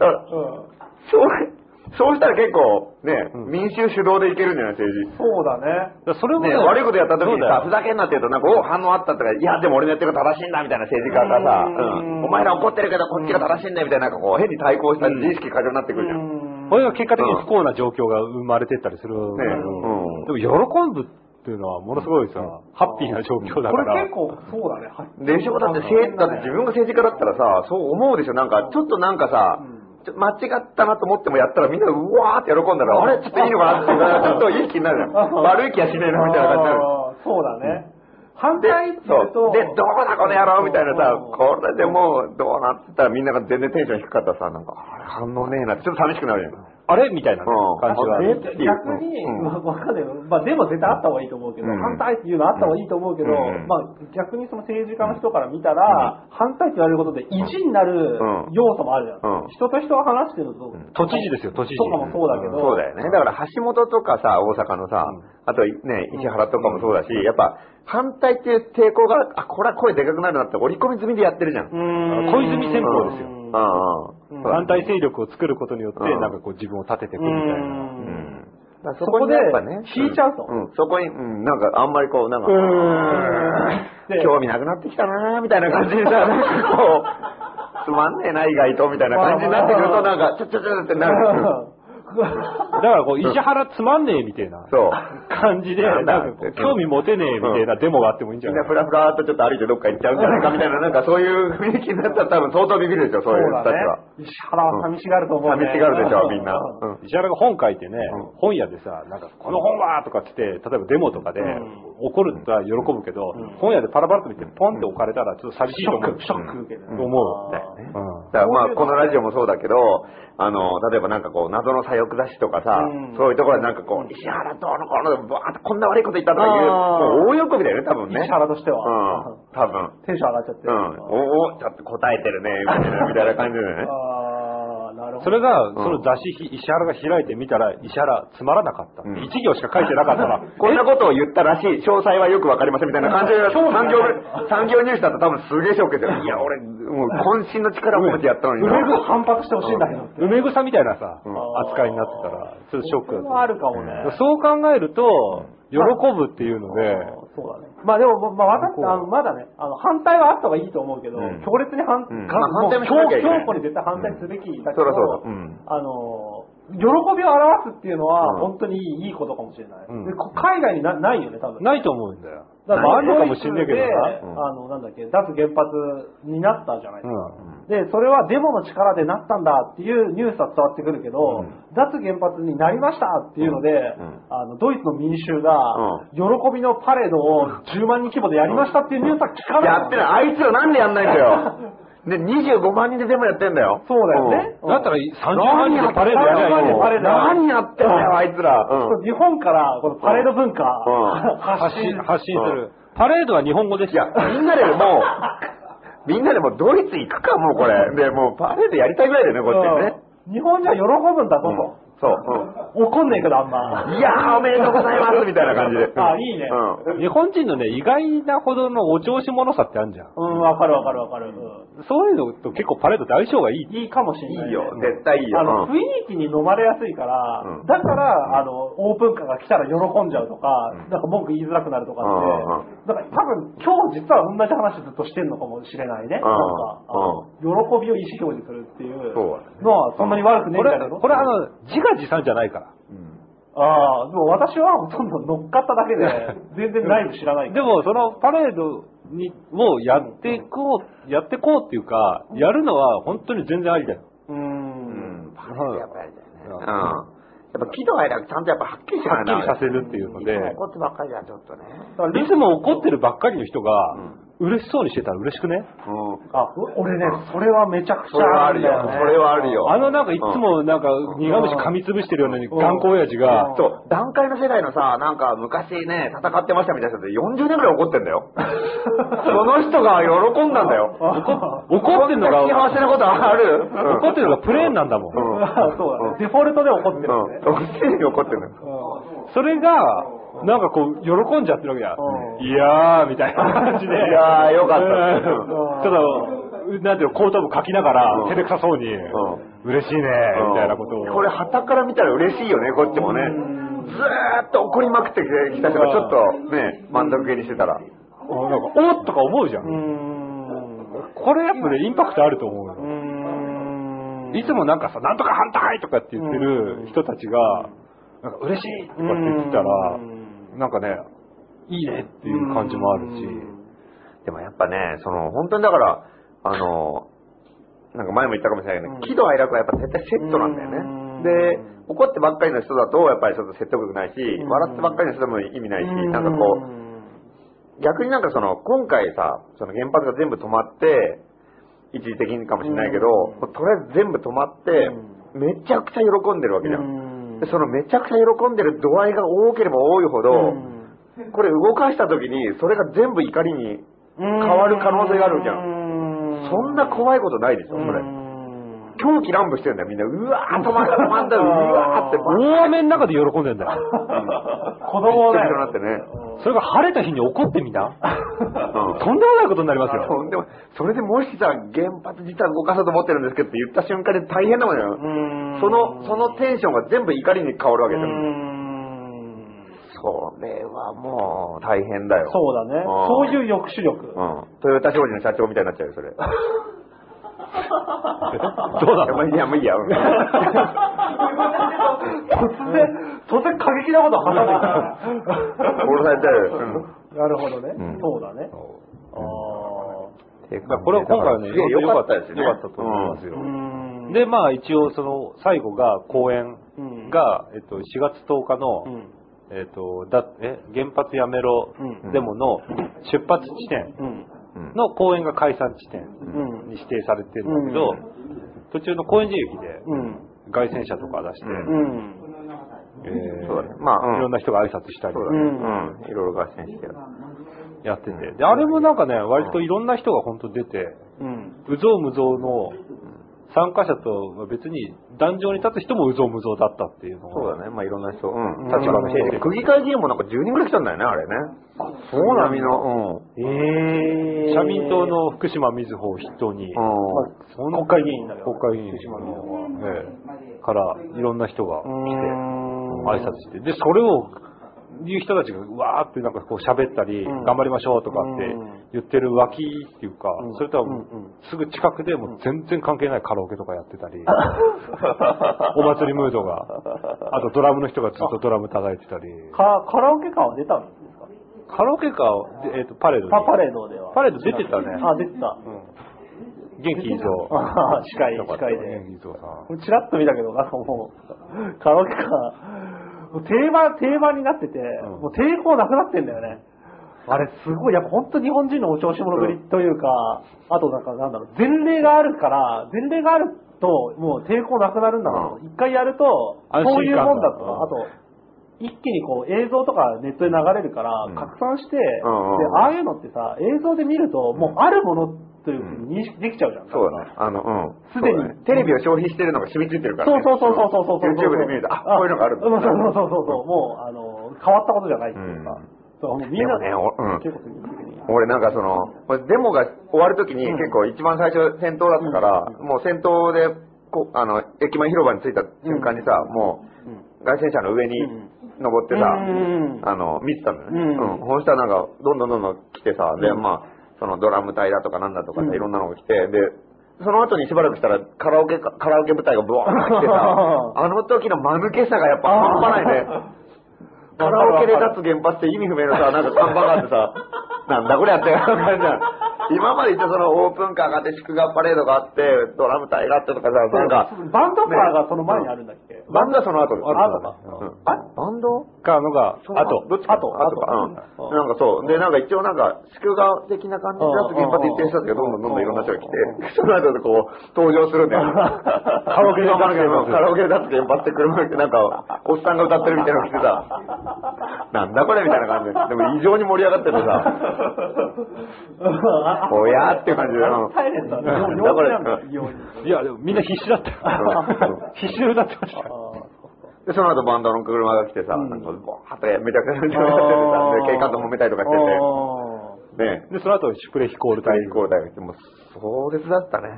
Speaker 1: だから
Speaker 2: うん
Speaker 1: そう、 そうしたら結構、ね、民衆主導でいけるんじゃない政治。
Speaker 2: そうだね。
Speaker 3: だからそれも
Speaker 1: ね、悪いことやった時
Speaker 3: そう
Speaker 1: に
Speaker 3: だ
Speaker 1: さ、
Speaker 3: よ
Speaker 1: ふざけんなって言うと、なんか、お反応あったとか、いや、でも俺のやってること正しいんだ、みたいな政治家がさ、
Speaker 2: う
Speaker 1: うんんお前ら怒ってるけど、こっちが正しいんだ、みたいな、なんかこう、変に対抗した自意識過剰になってくるじゃん。
Speaker 3: これが結果的に不幸な状況が生まれてったりするんだけど
Speaker 1: うん
Speaker 3: でも喜ぶっていうのはものすごいさ、ハッピーな状況だ
Speaker 2: こ
Speaker 3: か
Speaker 2: れ
Speaker 3: ら。
Speaker 2: 結構、そうだね。は
Speaker 1: でしょだって政だって自分が政治家だったらさ、そう思うでしょなんか、ちょっとなんかさ、ちょ間違ったなと思ってもやったらみんなうわーって喜んだら、あれちょっといいのかなって、ちょっといい気になるじゃん。悪い気はしねえなみたいな感じになる。
Speaker 2: あーそうだね。反
Speaker 1: で
Speaker 2: 対って、
Speaker 1: そ
Speaker 2: 言うと。
Speaker 1: う。で、どうだこの野郎みたいなさ、
Speaker 2: うん
Speaker 1: これでもう、どうなってたらみんなが全然テンション低かったらさ、なんか、あれ反応ねえなって、ちょっと寂しくなるじゃん。
Speaker 3: あれみたいなね
Speaker 1: うん
Speaker 3: 感じはある。
Speaker 1: っていう
Speaker 2: 逆に、
Speaker 1: うん
Speaker 2: まあわかんないよ。まあ、でも絶対あった方がいいと思うけど、
Speaker 1: うん
Speaker 2: 反対っていうのあった方がいいと思うけど、
Speaker 1: うん
Speaker 2: まあ、逆にその政治家の人から見たら、反対って言われることで意地になる
Speaker 1: うん
Speaker 2: 要素もあるじゃん。
Speaker 1: うん
Speaker 2: 人と人が話してると、
Speaker 3: 都知事ですよ、都知事。
Speaker 2: とかもそうだけど、
Speaker 1: そうだよね。だから橋本とかさ、大阪のさ、あとね、石原とかもそうだし、やっぱ、反対っていう抵抗が、あ、これは声でかくなるなって折り込み済みでやってるじゃん。
Speaker 2: うん
Speaker 3: 小泉戦法ですよ
Speaker 2: うん
Speaker 1: うんうん。
Speaker 3: 反対勢力を作ることによって、
Speaker 1: うん
Speaker 3: なんかこう自分を立てていくみたい
Speaker 1: う
Speaker 3: な。
Speaker 2: うん
Speaker 1: ん。だから
Speaker 2: そこで
Speaker 1: やっぱね
Speaker 2: 引いちゃうと
Speaker 1: んんそこに、うん、なんかあんまりこう、なんか、
Speaker 2: ーんで
Speaker 1: 興味なくなってきたなーみたいな感じでさ、なんかこう、つまんねえな、意外と、みたいな感じになってくると、なんか、ちょちょちょってなる。
Speaker 3: だ からこう、石原つまんねえみたいな
Speaker 1: そう。
Speaker 3: 感じで、
Speaker 1: うん
Speaker 3: なんかこう興味持てねえみたいなデモがあってもいいんじゃ
Speaker 1: みん
Speaker 3: な
Speaker 1: ないふらふらーっとちょっと歩いてどっか行っちゃうんじゃないかみたいな、なんかそういう雰囲気になったら多分相当ビビるでしょ、そういう人たちは。
Speaker 2: ね。石原は寂しがると思う、ね。
Speaker 1: 寂しがるでしょ、みんな。うん
Speaker 3: 石原が本書いてね、
Speaker 1: うん
Speaker 3: 本屋でさ、なんか、この本はとかってって、例えばデモとかで
Speaker 2: うん、
Speaker 3: 怒るとは喜ぶけど、
Speaker 2: ん
Speaker 3: 本屋でパラパラっと見て、ポンって置かれたら、ちょっと寂し
Speaker 2: シ
Speaker 3: いと
Speaker 2: ョ
Speaker 3: 思
Speaker 2: ッ
Speaker 3: う。
Speaker 2: ク、ショック受ける。
Speaker 3: と思う。
Speaker 2: だよね
Speaker 3: うん
Speaker 1: だからまあ、このラジオもそうだけど、あの、例えばなんかこう、謎の左翼雑誌とかさ、
Speaker 2: うん
Speaker 1: そういうところでなんかこう、石原どうのこうの、バーッとこんな悪いこと言ったとかいう、
Speaker 2: あー
Speaker 1: もう大喜びだよね、多分ね。
Speaker 2: 石原としては
Speaker 1: うん、多分。
Speaker 2: テンション上がっちゃって
Speaker 1: う
Speaker 2: る。
Speaker 1: ん。おお、ちょっと答えて るね、みたいなみたいな感じでね。
Speaker 2: ああ、なるほど。
Speaker 3: それが、
Speaker 1: ん
Speaker 3: その雑誌、石原が開いてみたら、石原つまらなかった。
Speaker 1: うん
Speaker 3: 一行しか書いてなかった ら、
Speaker 1: こんなことを言ったらしい、詳細はよくわかりませんみたいな感じで、
Speaker 2: 興味な
Speaker 1: 産
Speaker 2: い
Speaker 1: 業、産業ニュースだと多分すげえショックですよ。いや、俺、もう渾身の力を込めてやったのに
Speaker 2: 上
Speaker 1: な。
Speaker 2: が反発してほしいんだけどって。
Speaker 3: 梅草みたいなさ、
Speaker 2: ん
Speaker 3: 扱いになってたら、ちょっとショックだ
Speaker 2: それ
Speaker 3: と思
Speaker 2: は
Speaker 3: う
Speaker 2: あるかもね。
Speaker 3: そう考えると、喜ぶっていうので、
Speaker 2: そうだね。まあでも、まあ私、あの、まだね、あの、反対はあった方がいいと思うけど、
Speaker 1: うん
Speaker 2: 強烈に反、
Speaker 1: うん
Speaker 2: か
Speaker 1: まあ反対もし
Speaker 2: 強
Speaker 1: なきゃいけない
Speaker 2: 強固に絶対反対すべきだけ
Speaker 1: そり
Speaker 2: ど、
Speaker 1: ゃそうだ。うん。
Speaker 2: あの、喜びを表すっていうのは、
Speaker 1: うん
Speaker 2: 本当にいいいいことかもしれない。
Speaker 3: うん
Speaker 2: でこ海外になないよね、多分。
Speaker 3: ないと思うんだよ。
Speaker 2: だ
Speaker 3: まああ
Speaker 2: から
Speaker 3: るのかもしんないけど
Speaker 2: ドイツ
Speaker 3: な。
Speaker 2: で
Speaker 1: うん
Speaker 2: あの、なんだっけ、脱原発になったじゃないですか。
Speaker 3: うん
Speaker 2: で、それはデモの力でなったんだっていうニュースは伝わってくるけど、
Speaker 1: うん
Speaker 2: 脱原発になりましたっていうので、
Speaker 1: ん
Speaker 2: あのドイツの民衆が、喜びのパレードを10万人規模でやりましたっていうニュースは聞かな
Speaker 1: やっ
Speaker 2: い。
Speaker 1: てない。あいつらなんでやんないんだ よ。で、25万人で全部やってんだよ。
Speaker 2: そうだよね。
Speaker 3: だったら30万人でパレードやりゃい
Speaker 2: 30万人
Speaker 3: い
Speaker 2: でパレードやりゃいい
Speaker 1: 何やってんだよ、あいつら。うん
Speaker 2: 日本からこのパレード文化、
Speaker 1: うん
Speaker 2: 発
Speaker 3: 発
Speaker 2: 信
Speaker 3: 信、発信する。パレードは日本語でし
Speaker 1: いや
Speaker 3: た。、
Speaker 1: みんなでもう、みんなでもうドイツ行くか、もうこれ。で、もうパレードやりたいぐらいだよね、こっちね。
Speaker 2: うん日本人は喜ぶんだぞと、
Speaker 1: そう。
Speaker 2: 怒んねえけど、あんま。
Speaker 1: いやー、おめでとうございますみたいな感じで。
Speaker 2: あいいね
Speaker 1: うん。
Speaker 3: 日本人のね、意外なほどのお調子者さってあるじゃん。
Speaker 2: うん、わかるわかるわかる。う
Speaker 3: そういうのと結構パレードって相性がいい。
Speaker 2: んいいかもしれないね。
Speaker 1: いいよ、絶対いいよ。
Speaker 2: あの、
Speaker 1: うん
Speaker 2: 雰囲気に飲まれやすいから、
Speaker 1: うん
Speaker 2: だから、あの、オープンカーが来たら喜んじゃうとか、なんか文句言いづらくなるとかって、だから多分今日実は同じ話ずっとしてんのかもしれないね。なん
Speaker 1: ん
Speaker 2: か、あの喜びを意思表示するっていう
Speaker 1: そう
Speaker 2: のはそんなに悪くねえ
Speaker 3: こ
Speaker 2: んじ
Speaker 3: れ
Speaker 2: ゃない、の
Speaker 3: これあの、自画自賛じゃないから。
Speaker 2: ああ、でも私はほとんど乗っかっただけで、全然ライブ知らないから
Speaker 3: でも、そのパレードにをやっていこう、やってこうっていうか、やるのは本当に全然ありだよ。
Speaker 2: うーん。
Speaker 1: うん。やっぱりだよね。うん。やっぱ喜怒哀楽ちゃんとやっぱはっきりし
Speaker 3: は
Speaker 1: な
Speaker 3: っ
Speaker 1: い
Speaker 3: きりさせ
Speaker 1: る。
Speaker 3: るっていうので、
Speaker 1: 怒ってばっかりだちょっとね。
Speaker 3: いつも怒ってるばっかりの人が、嬉しそうにしてたら嬉しくね
Speaker 1: うん。
Speaker 2: あ、俺ね、それはめちゃくち
Speaker 1: それ
Speaker 2: ゃ
Speaker 1: は
Speaker 2: あ
Speaker 1: ある
Speaker 2: るんだよ
Speaker 1: よ。
Speaker 2: ね。
Speaker 1: それはあるよ。
Speaker 3: あのなんかいつもなんか苦虫噛みつぶしてるような頑固親父
Speaker 2: うん
Speaker 3: が、
Speaker 1: そう、段階の世代のさ、なんか昔ね、戦ってましたみたいな人って40年ぐらい怒ってんだ よ。 その人が喜んだんだよ。
Speaker 3: 怒ってんのが、
Speaker 1: こんな幸せなことある
Speaker 3: 怒ってるのがプレーンなんだもん。
Speaker 1: うん。
Speaker 2: そうだね。デフォルトで怒ってるよね。
Speaker 1: うん。すでに怒ってんのよ。
Speaker 3: それが、なんかこう、喜んじゃってるわ
Speaker 2: う
Speaker 3: けだ。いやー、みたいな感じで。
Speaker 1: いやーよかった
Speaker 3: うんただ、なんていうの、後頭部書きながら、
Speaker 1: うん
Speaker 3: 照れくさそうに、
Speaker 1: ん
Speaker 3: 嬉しいね、みたいなことを。
Speaker 1: これ、旗から見たら嬉しいよね、こっちもね。ずーっと怒りまくってきた人がちょっとね、満足げにしてたら。
Speaker 3: あなんか、おっとか思うじゃ
Speaker 2: うー
Speaker 3: ん。
Speaker 2: ん。う
Speaker 3: これやっぱね、インパクトあると思うよ。
Speaker 2: ーん。
Speaker 3: いつもなんかさ、なんとか反対とかって言ってる人たちが、なんか嬉しいとかって言ってたら
Speaker 2: う、ん
Speaker 3: なんかね、いいねっていう感じもあるし
Speaker 2: う、
Speaker 1: でもやっぱね、その、本当にだから、あの、なんか前も言ったかもしれないけど、
Speaker 2: うん
Speaker 1: 喜怒哀楽はやっぱ絶対セットなんだよ
Speaker 2: うん
Speaker 1: ね。で、怒ってばっかりの人だと、やっぱりちょっと説得力ないし、
Speaker 2: ん
Speaker 1: 笑ってばっかりの人でも意味ないし、
Speaker 2: う
Speaker 1: なんかこう、逆になんかその、今回さ、その原発が全部止まって、一時的にかもしれないけど、
Speaker 2: うん
Speaker 1: もうとりあえず全部止まって、めちゃくちゃ喜んでるわけじゃん。
Speaker 2: うん
Speaker 1: でそのめちゃくちゃ喜んでる度合いが多ければ多いほど、
Speaker 2: う ん
Speaker 1: これ動かした時に、それが全部怒りに、変わる可能性があるじゃん
Speaker 2: う
Speaker 1: そんな怖いことないでしょ、それ。
Speaker 2: うん
Speaker 1: 狂気乱舞してるんだよ、みんな。うわー、止まった、止まった、うわーっ て、バ
Speaker 3: 大雨の中で喜んでん だよ。
Speaker 2: 子供だ
Speaker 1: なって
Speaker 2: よ。
Speaker 1: ね。
Speaker 3: それが晴れた日に怒ってみな。とんでもないことになりますよ。
Speaker 1: そうでも、それでもしさ、原発自体動かそうと思ってるんですけどって言った瞬間で大変なもんよ。
Speaker 2: うん
Speaker 1: その、そのテンションが全部怒りに変わるわけ
Speaker 2: う
Speaker 1: じゃん。
Speaker 2: ん
Speaker 1: それはもう、大変だよ。
Speaker 2: そうだね。そういう抑止力。
Speaker 1: うん。トヨタ商事の社長みたいになっちゃう よ、それ。
Speaker 3: どうだ
Speaker 1: いや、まあいいや、もういいや。うん
Speaker 2: 突然、突然過激なことを話してきた。
Speaker 1: 殺されちゃうよ。うん
Speaker 2: なるほどね。
Speaker 1: うん
Speaker 2: そうだね。
Speaker 1: っ
Speaker 2: あ
Speaker 1: て感じ
Speaker 3: だからこれは今回はね
Speaker 1: だからすげえ良かったですね。
Speaker 3: 良かったと思いますよ
Speaker 2: あ。うん
Speaker 3: で、まあ一応その最後が公演が、えっと、4月10日の、
Speaker 2: うん
Speaker 3: えっと、だ、え、原発やめろ
Speaker 2: うん
Speaker 3: デモの出発地点
Speaker 2: うん。
Speaker 1: うん
Speaker 3: の公演が解散地点
Speaker 2: うん
Speaker 3: に指定されてるんだけど、途中の公演自由
Speaker 2: うん。
Speaker 3: 駅で凱旋者とか出して、
Speaker 1: うん
Speaker 2: うん。
Speaker 3: えー
Speaker 1: そうだねまあうん
Speaker 3: いろんな人が挨拶したり
Speaker 1: そうだね。うん。いろいろ合戦してる。
Speaker 3: やってて、で、あれもなんかね、割といろんな人が本当出て、
Speaker 2: うん。
Speaker 3: うぞうむぞうの参加者とは別に壇上に立つ人もうぞうむぞうだったっていうのが。
Speaker 1: そうだね。まあいろんな人。うんん。立場の人で。区議会議員もなんか10人ぐらい来たんだよね、あれね。あ、そうなのうん。
Speaker 2: え
Speaker 3: 社民党、の福島みずほを筆頭に、
Speaker 2: まあ
Speaker 1: う
Speaker 2: その国会議員だよ。
Speaker 3: 国会議員
Speaker 2: 福島みずほは
Speaker 3: ええからいろんな人が来て、
Speaker 2: うん
Speaker 3: 挨拶して、で、それを、いう人たちがわーってなんかこう喋ったり、
Speaker 2: うん
Speaker 3: 頑張りましょうとかって
Speaker 2: うん
Speaker 3: 言ってる脇っていうか、
Speaker 2: ん
Speaker 3: それとは
Speaker 2: うん
Speaker 3: もう
Speaker 2: うん
Speaker 3: すぐ近くでもう全然関係ないカラオケとかやってた り、お祭りムードが、あとドラムの人がずっとドラム叩いてたり、
Speaker 2: かカラオケ館は出たんですか
Speaker 3: カラオケか、でえっ、と、パレードに
Speaker 2: パパレードでは。
Speaker 3: パレード出てたね
Speaker 2: あ、出てた。
Speaker 3: 元気以上。
Speaker 2: あー近い
Speaker 3: よかった
Speaker 2: 近いで
Speaker 3: 元気以上さん。
Speaker 2: これチラッと見たけど、なんかもう、カラオケ館、もう定番、定番になってて、
Speaker 3: ん
Speaker 2: もう抵抗なくなってんだよね。あれすごい、やっぱ本当日本人のお調子者ぶりというか、あとなんかなんだろう、前例があるから、前例があると、もう抵抗なくなるんだろう。一回やると、
Speaker 3: 安
Speaker 2: そうい
Speaker 3: 心
Speaker 2: う
Speaker 3: 感
Speaker 2: もんだと
Speaker 3: うん
Speaker 2: か、あと、一気にこう映像とかネットで流れるから
Speaker 1: ん
Speaker 2: 拡散して、
Speaker 1: んうんうん
Speaker 2: で、ああいうのってさ、映像で見ると、もうあるものというふうに認識できちゃうじゃん。
Speaker 1: そうだね。あの、うん。
Speaker 2: すでに
Speaker 1: そうだねテレビを消費してるのが染みついてるから
Speaker 2: そう
Speaker 1: ね。
Speaker 2: そうそうそうそうそうそう。
Speaker 1: YouTube で見ると、あ、こういうのがあるんだ
Speaker 2: うんそうそうそうそう。もう、あの、変わったことじゃないっていうか。
Speaker 1: うん
Speaker 2: そう、もうみんな
Speaker 1: でもねおうん
Speaker 2: 結構積極的に
Speaker 1: 俺なんかその、これデモが終わるときに結構一番最初戦闘だったから、もう戦闘で、こうあの、駅前広場に着いた瞬間にさ、もう、外線車の上に登ってさ、
Speaker 2: うん
Speaker 1: あの、見てたのよね。
Speaker 2: うん
Speaker 1: うん。そしたらなんか、どんどんどんどん来てさ、で、まあ、そのドラム隊だとかなんだとか
Speaker 2: う
Speaker 1: さ、
Speaker 2: ん
Speaker 1: いろんなのが来て、で、その後にしばらくしたらカラオケか、カラオケ舞台がブワーって来てさ、 あの時の間抜けさがやっぱ半端ないね。カラオケで立つ原発って意味不明のさ、なんか看板があって さ、なんだこれやって感じじゃん。今まで言ったそのオープンカーがあって、祝賀パレードがあって、ドラム隊があってとかさ、なんか、
Speaker 2: バンドカーがその前にあるんだっけ
Speaker 1: バンドはその後です。
Speaker 2: あ後か
Speaker 1: うんあバンド
Speaker 3: かのが、
Speaker 1: あ
Speaker 3: あ
Speaker 1: と
Speaker 3: と、、
Speaker 1: どっちか。
Speaker 2: あと
Speaker 1: あとか。
Speaker 2: あと
Speaker 1: うん。なんかそう。で、なんか一応なんか、祝賀的な感じで、あと原発行ってる人たちがどんどんどんどんいろんな人が来て、その後でこう、登場するんだよ。カ
Speaker 3: ラオケで立つ原発
Speaker 1: カラオケで立つ原発って車が来て、なんか、おっさんが歌ってるみたいなの来てさ、なんだこれみたいな感じで。でも異常に盛り上がっててさ、おやーっていう感じで。うん
Speaker 2: サイレントだね。
Speaker 1: うん
Speaker 2: 陽気なん
Speaker 1: だ
Speaker 2: だ
Speaker 1: か、ら
Speaker 2: 陽気。
Speaker 3: いや、でもみんな必死だったよ
Speaker 1: うんうん。
Speaker 3: 必死で歌ってましたよ。
Speaker 2: あー
Speaker 1: で、その後バンドの車が来てさ、
Speaker 2: うん
Speaker 1: なんか、ボーってめちゃくちゃめちゃくちゃやっててさ、で、警官と揉めたりとかして
Speaker 2: あー
Speaker 1: て、ね、
Speaker 3: で、その後、シュプレヒコール隊。
Speaker 1: 最高だよ。もう、壮絶だったね。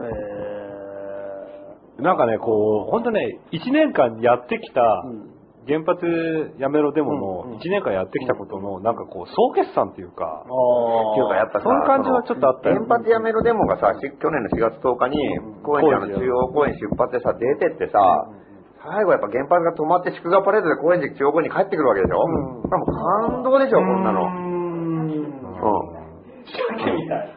Speaker 2: え
Speaker 3: なんかね、こう、ほんとね、1年間やってきた、
Speaker 2: ーうん
Speaker 3: 原発やめろデモ
Speaker 2: うんうん
Speaker 3: の1年間やってきたことの、なんかこう、総決算っていうか
Speaker 2: あ、
Speaker 1: っていうかや
Speaker 2: ー
Speaker 1: っぱさ
Speaker 3: そういう感じはちょっとあったよ
Speaker 1: 原発やめろデモがさ、し去年の4月10日に、高円寺の中央公園出発でさ、出てってさ、最後やっぱ原発が止まって祝賀パレードで高円寺中央公園に帰ってくるわけでしょ、
Speaker 2: う
Speaker 1: 多分
Speaker 2: ん
Speaker 1: 感動でしょ、こんなの。うん。
Speaker 2: 鮭みたい。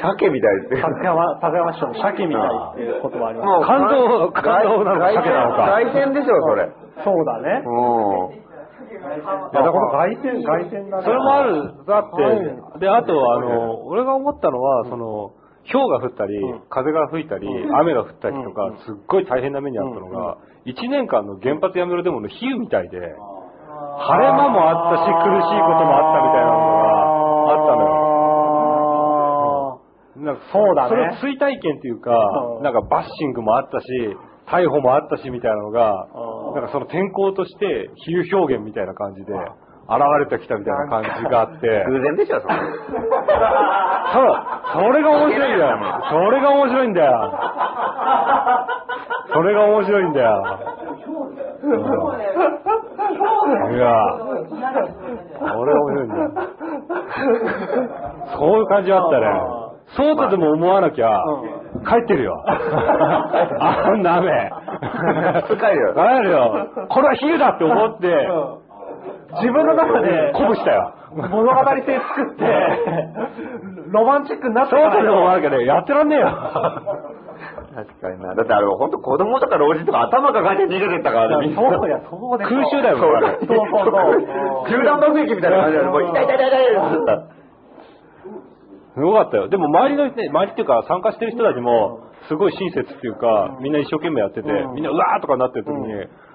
Speaker 1: 鮭みたいっていう。
Speaker 2: 高山、高山市長の鮭みたいっていう言葉ありま
Speaker 1: う
Speaker 3: 感動感動なのか
Speaker 1: 外
Speaker 3: 鮭なのか
Speaker 1: 外線でしょ、それ。
Speaker 2: す。そうだね。
Speaker 1: うん。
Speaker 2: いや、だから外線、外線だね。
Speaker 3: それもある、だ
Speaker 2: は
Speaker 3: って、で、あと、あの、俺が思ったのは、その、氷が降ったり
Speaker 2: うん、
Speaker 3: 風が吹いたり、雨が降ったりと
Speaker 2: う
Speaker 3: か
Speaker 2: ん、
Speaker 3: すっごい大変な目にあったのが、1年間の原発やめろデモの比喩みたいで、晴れ間もあったし、苦しいこともあったみたいなのがあったのよ。
Speaker 2: よ。
Speaker 3: なんか
Speaker 2: そうだね
Speaker 3: それを追体験というか
Speaker 2: う、ん
Speaker 3: なんかバッシングもあったし、逮捕もあったしみたいなのが
Speaker 2: うん、
Speaker 3: なんかその天候として比喩表現みたいな感じで、現れてきたみたいな感じがあって、
Speaker 1: 偶然でしょ、そ れ。
Speaker 3: そう、それが面白いんだよ。それが面白いんだよ。それが面白いんだよ。うんいや、それが面白いんだよ。そういう感じあったね。そうとでも思わなきゃ、帰ってるよ。あんな雨。
Speaker 1: 帰るよ
Speaker 3: 帰るよ。これは比喩だって思って、
Speaker 2: 自分の中で、
Speaker 3: 鼓舞したよ。
Speaker 2: 物語性作って、ロマンチックになって
Speaker 3: そ
Speaker 2: か
Speaker 3: う
Speaker 2: ら
Speaker 3: とでも思わなきゃね、やってらんねえよ。
Speaker 1: 確かにな。だってあれ、ほんと子供とか老人とか頭抱えて逃げてったからね、みんな
Speaker 2: そうや、そうでしょ
Speaker 3: 空襲だよ、これあれ
Speaker 2: そうそうそう。
Speaker 1: 集団爆撃みたいな感じで、もう痛い痛い痛い痛いって
Speaker 3: すごかったよ。でも周りの人、周りっていうか参加してる人たちも、すごい親切っていうか、みんな一生懸命やってて、
Speaker 2: うん
Speaker 3: みんなうわーとかなってる時に、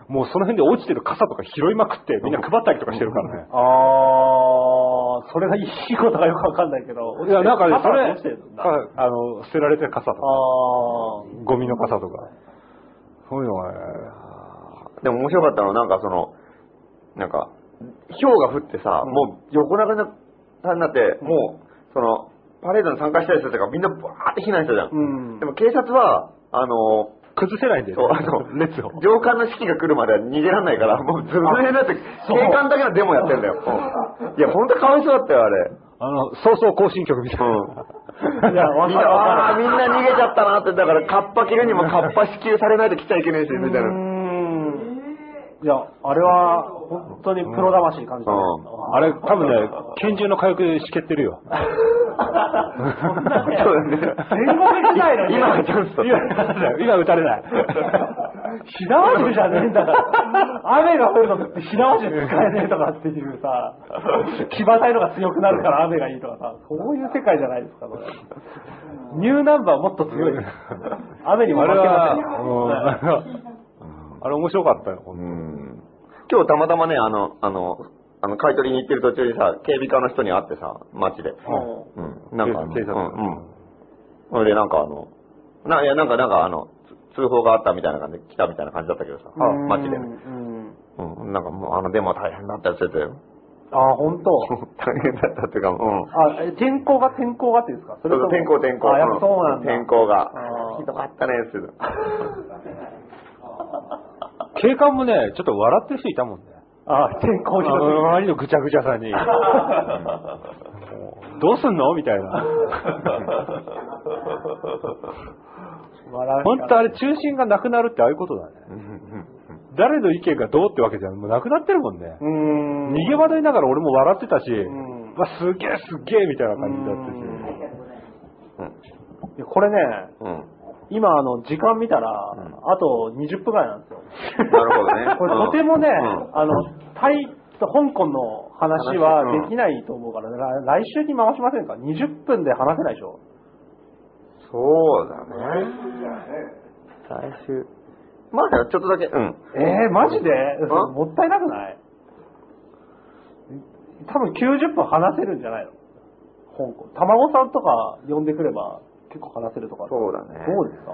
Speaker 3: もうその辺で落ちてる傘とか拾いまくって、みんな配ったりとかしてるからね。
Speaker 2: あー、それがいいことかよくわかんないけど。
Speaker 3: いや、なんかね、そ
Speaker 2: 落ちて
Speaker 3: れ
Speaker 2: るん、だあ
Speaker 3: かあの、捨てられてる傘とか、
Speaker 2: ー。
Speaker 3: ゴミの傘とか。そういうのがね、
Speaker 1: でも面白かったのは、なんかその、なんか、氷が降ってさ、もう横長になって、もう、その、パレードに参加した人たちがみんなバーって避難したじゃん。
Speaker 2: うん
Speaker 1: で。も警察は、あの、
Speaker 3: 崩せないんだ
Speaker 1: そう
Speaker 3: よ、
Speaker 1: あ
Speaker 3: ね。
Speaker 1: の
Speaker 3: 列を。
Speaker 1: 上官の指揮が来るまでは逃げらんないから、もうずぶ濡れになって、
Speaker 2: そう
Speaker 1: 警官だけのデモやってんだよ。うんいや、ほんとかわいそうだったよ、あれ。
Speaker 3: あの、そうそう行進曲みたいな。
Speaker 1: うん
Speaker 2: いやわかる
Speaker 1: みんな、ああー、みんな逃げちゃったなって、だから、カッパ着るにもカッパ支給されないと来ちゃいけないし、みたいな。
Speaker 2: いや、あれは、本当にプロ魂感じたね。
Speaker 1: うん
Speaker 3: あれ、多分ね、拳銃の火薬しけってるよ。
Speaker 2: そんなね、
Speaker 1: そうだね
Speaker 2: 戦後でないのに。
Speaker 1: 今がチャンスだっ
Speaker 3: 今、今撃たれ ない。
Speaker 2: ひなわじじゃねえんだから。雨が降るのってひなわじ使えねえとかっていうさ、騎馬隊のが強くなるから雨がいいとかさ、そういう世界じゃないですか、それ。ニューナンバーもっと強い。雨にも
Speaker 3: あ
Speaker 2: 負
Speaker 3: れ
Speaker 2: けません
Speaker 3: は、うん
Speaker 2: よ。
Speaker 3: あれ面白かったよ、ほんと
Speaker 1: うん今日たまたまね、あの、あの、あの買い取りに行ってる途中にさ、警備課の人に会ってさ、街で。
Speaker 2: う
Speaker 1: うん。なんかあの、
Speaker 3: 警察
Speaker 1: うんうんそれでなんかあの、ないやなんかなんかあの、つ通報があったみたいな感じで来たみたいな感じだったけどさ、街で
Speaker 2: う
Speaker 1: ね。
Speaker 2: ん。
Speaker 1: うん、なんかもうあの、でも大変だったりしてて、
Speaker 2: ああ、本当。
Speaker 1: 大変だったっていうか、うん。
Speaker 2: あ、え天候が天候がっていうんですかそ
Speaker 1: そ
Speaker 2: れ
Speaker 1: れ
Speaker 2: とも
Speaker 1: 天候天候。
Speaker 2: あ、やっぱそうなんだ。
Speaker 1: 天候が
Speaker 2: あ。ー
Speaker 1: ひどかったね、すぐ。
Speaker 3: 警官もね、ちょっと笑ってる人いたもんね。
Speaker 2: あ、天
Speaker 3: あ
Speaker 2: 候ひどすぎる
Speaker 3: のあまりのぐちゃぐちゃさに。どうすんのみたい な。
Speaker 2: 笑うしか
Speaker 3: 本
Speaker 2: ない
Speaker 3: 当あれ、中心がなくなるってああいうことだね。誰の意見がどうってわけじゃもうなくなってるもんね。
Speaker 2: うーん。
Speaker 3: 逃げ場でいながら俺も笑ってたし、
Speaker 2: ん
Speaker 3: まあ、すげえすげえみたいな感じだったし。
Speaker 2: いやこれね、
Speaker 1: うん。
Speaker 2: 今あの、時間見たら、あと20分ぐらいなんですよ。。
Speaker 1: なるほどね
Speaker 2: これとてもね、
Speaker 1: うん
Speaker 2: あの、タイと香港の話は
Speaker 1: 話うん
Speaker 2: できないと思うから、来来週に回しませんか ?20 分で話せないでしょ
Speaker 1: そうだね。来週。まあ、ちょっとだけ、うん。
Speaker 2: ええマジで
Speaker 1: ん
Speaker 2: もったいなくない多分90分話せるんじゃないの香港。卵さんとか呼んでくれば結構話せるとか。
Speaker 1: そうだね。
Speaker 2: どうですか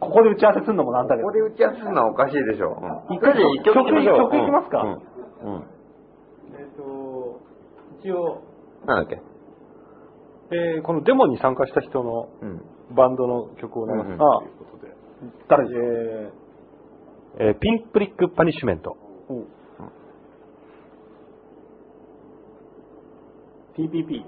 Speaker 2: ここで打ち合わせするのもなんだけ
Speaker 1: こ
Speaker 2: ど
Speaker 1: こ。で打ち合わせするのはおかしいでしょ。うん
Speaker 2: 一回
Speaker 1: 曲行きましょう
Speaker 2: 曲行きますか
Speaker 1: うん。うん
Speaker 5: えっと、一応、
Speaker 1: なんだっけ。
Speaker 3: えーこのデモに参加した人の
Speaker 1: うん。
Speaker 3: バンドの曲を流すということで。
Speaker 2: 誰で
Speaker 3: えーピンプリックパニッシュメント。
Speaker 2: PPP。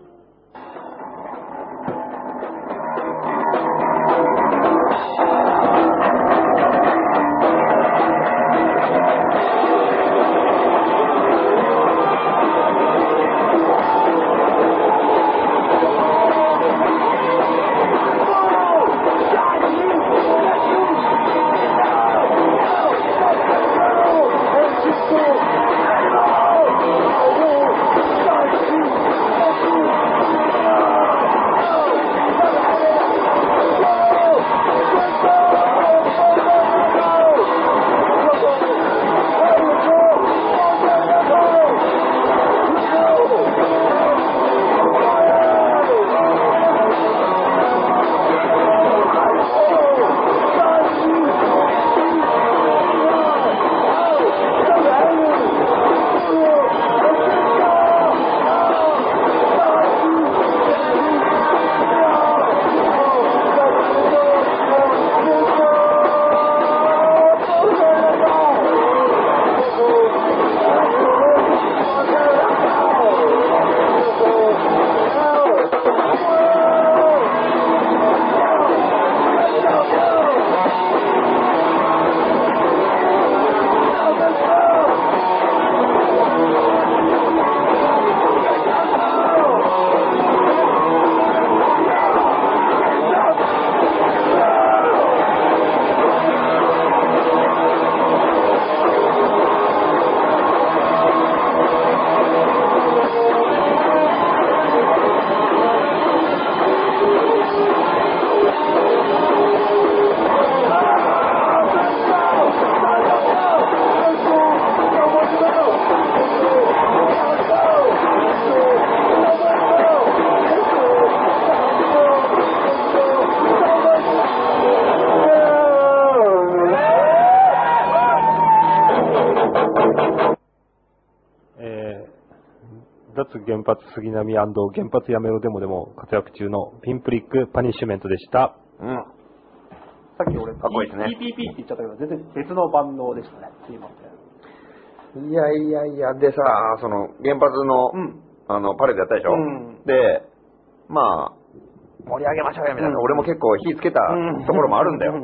Speaker 3: えー脱原発杉並原発やめろデモでも活躍中のピンプリックパニッシュメントでした。
Speaker 1: うん。
Speaker 2: さっき俺、
Speaker 1: かっこいいですね
Speaker 2: PPP って言っちゃったけど、全然別の万能でしたね。すいません。
Speaker 1: いやいやいや、でさ、その、原発の、
Speaker 2: うん
Speaker 1: あの、パレードやったでしょ、
Speaker 2: うん
Speaker 1: で、まあ、盛り上げましょうよ、みたいな、
Speaker 2: うん
Speaker 1: 俺も結構火つけたところもあるんだよ。
Speaker 2: う
Speaker 1: う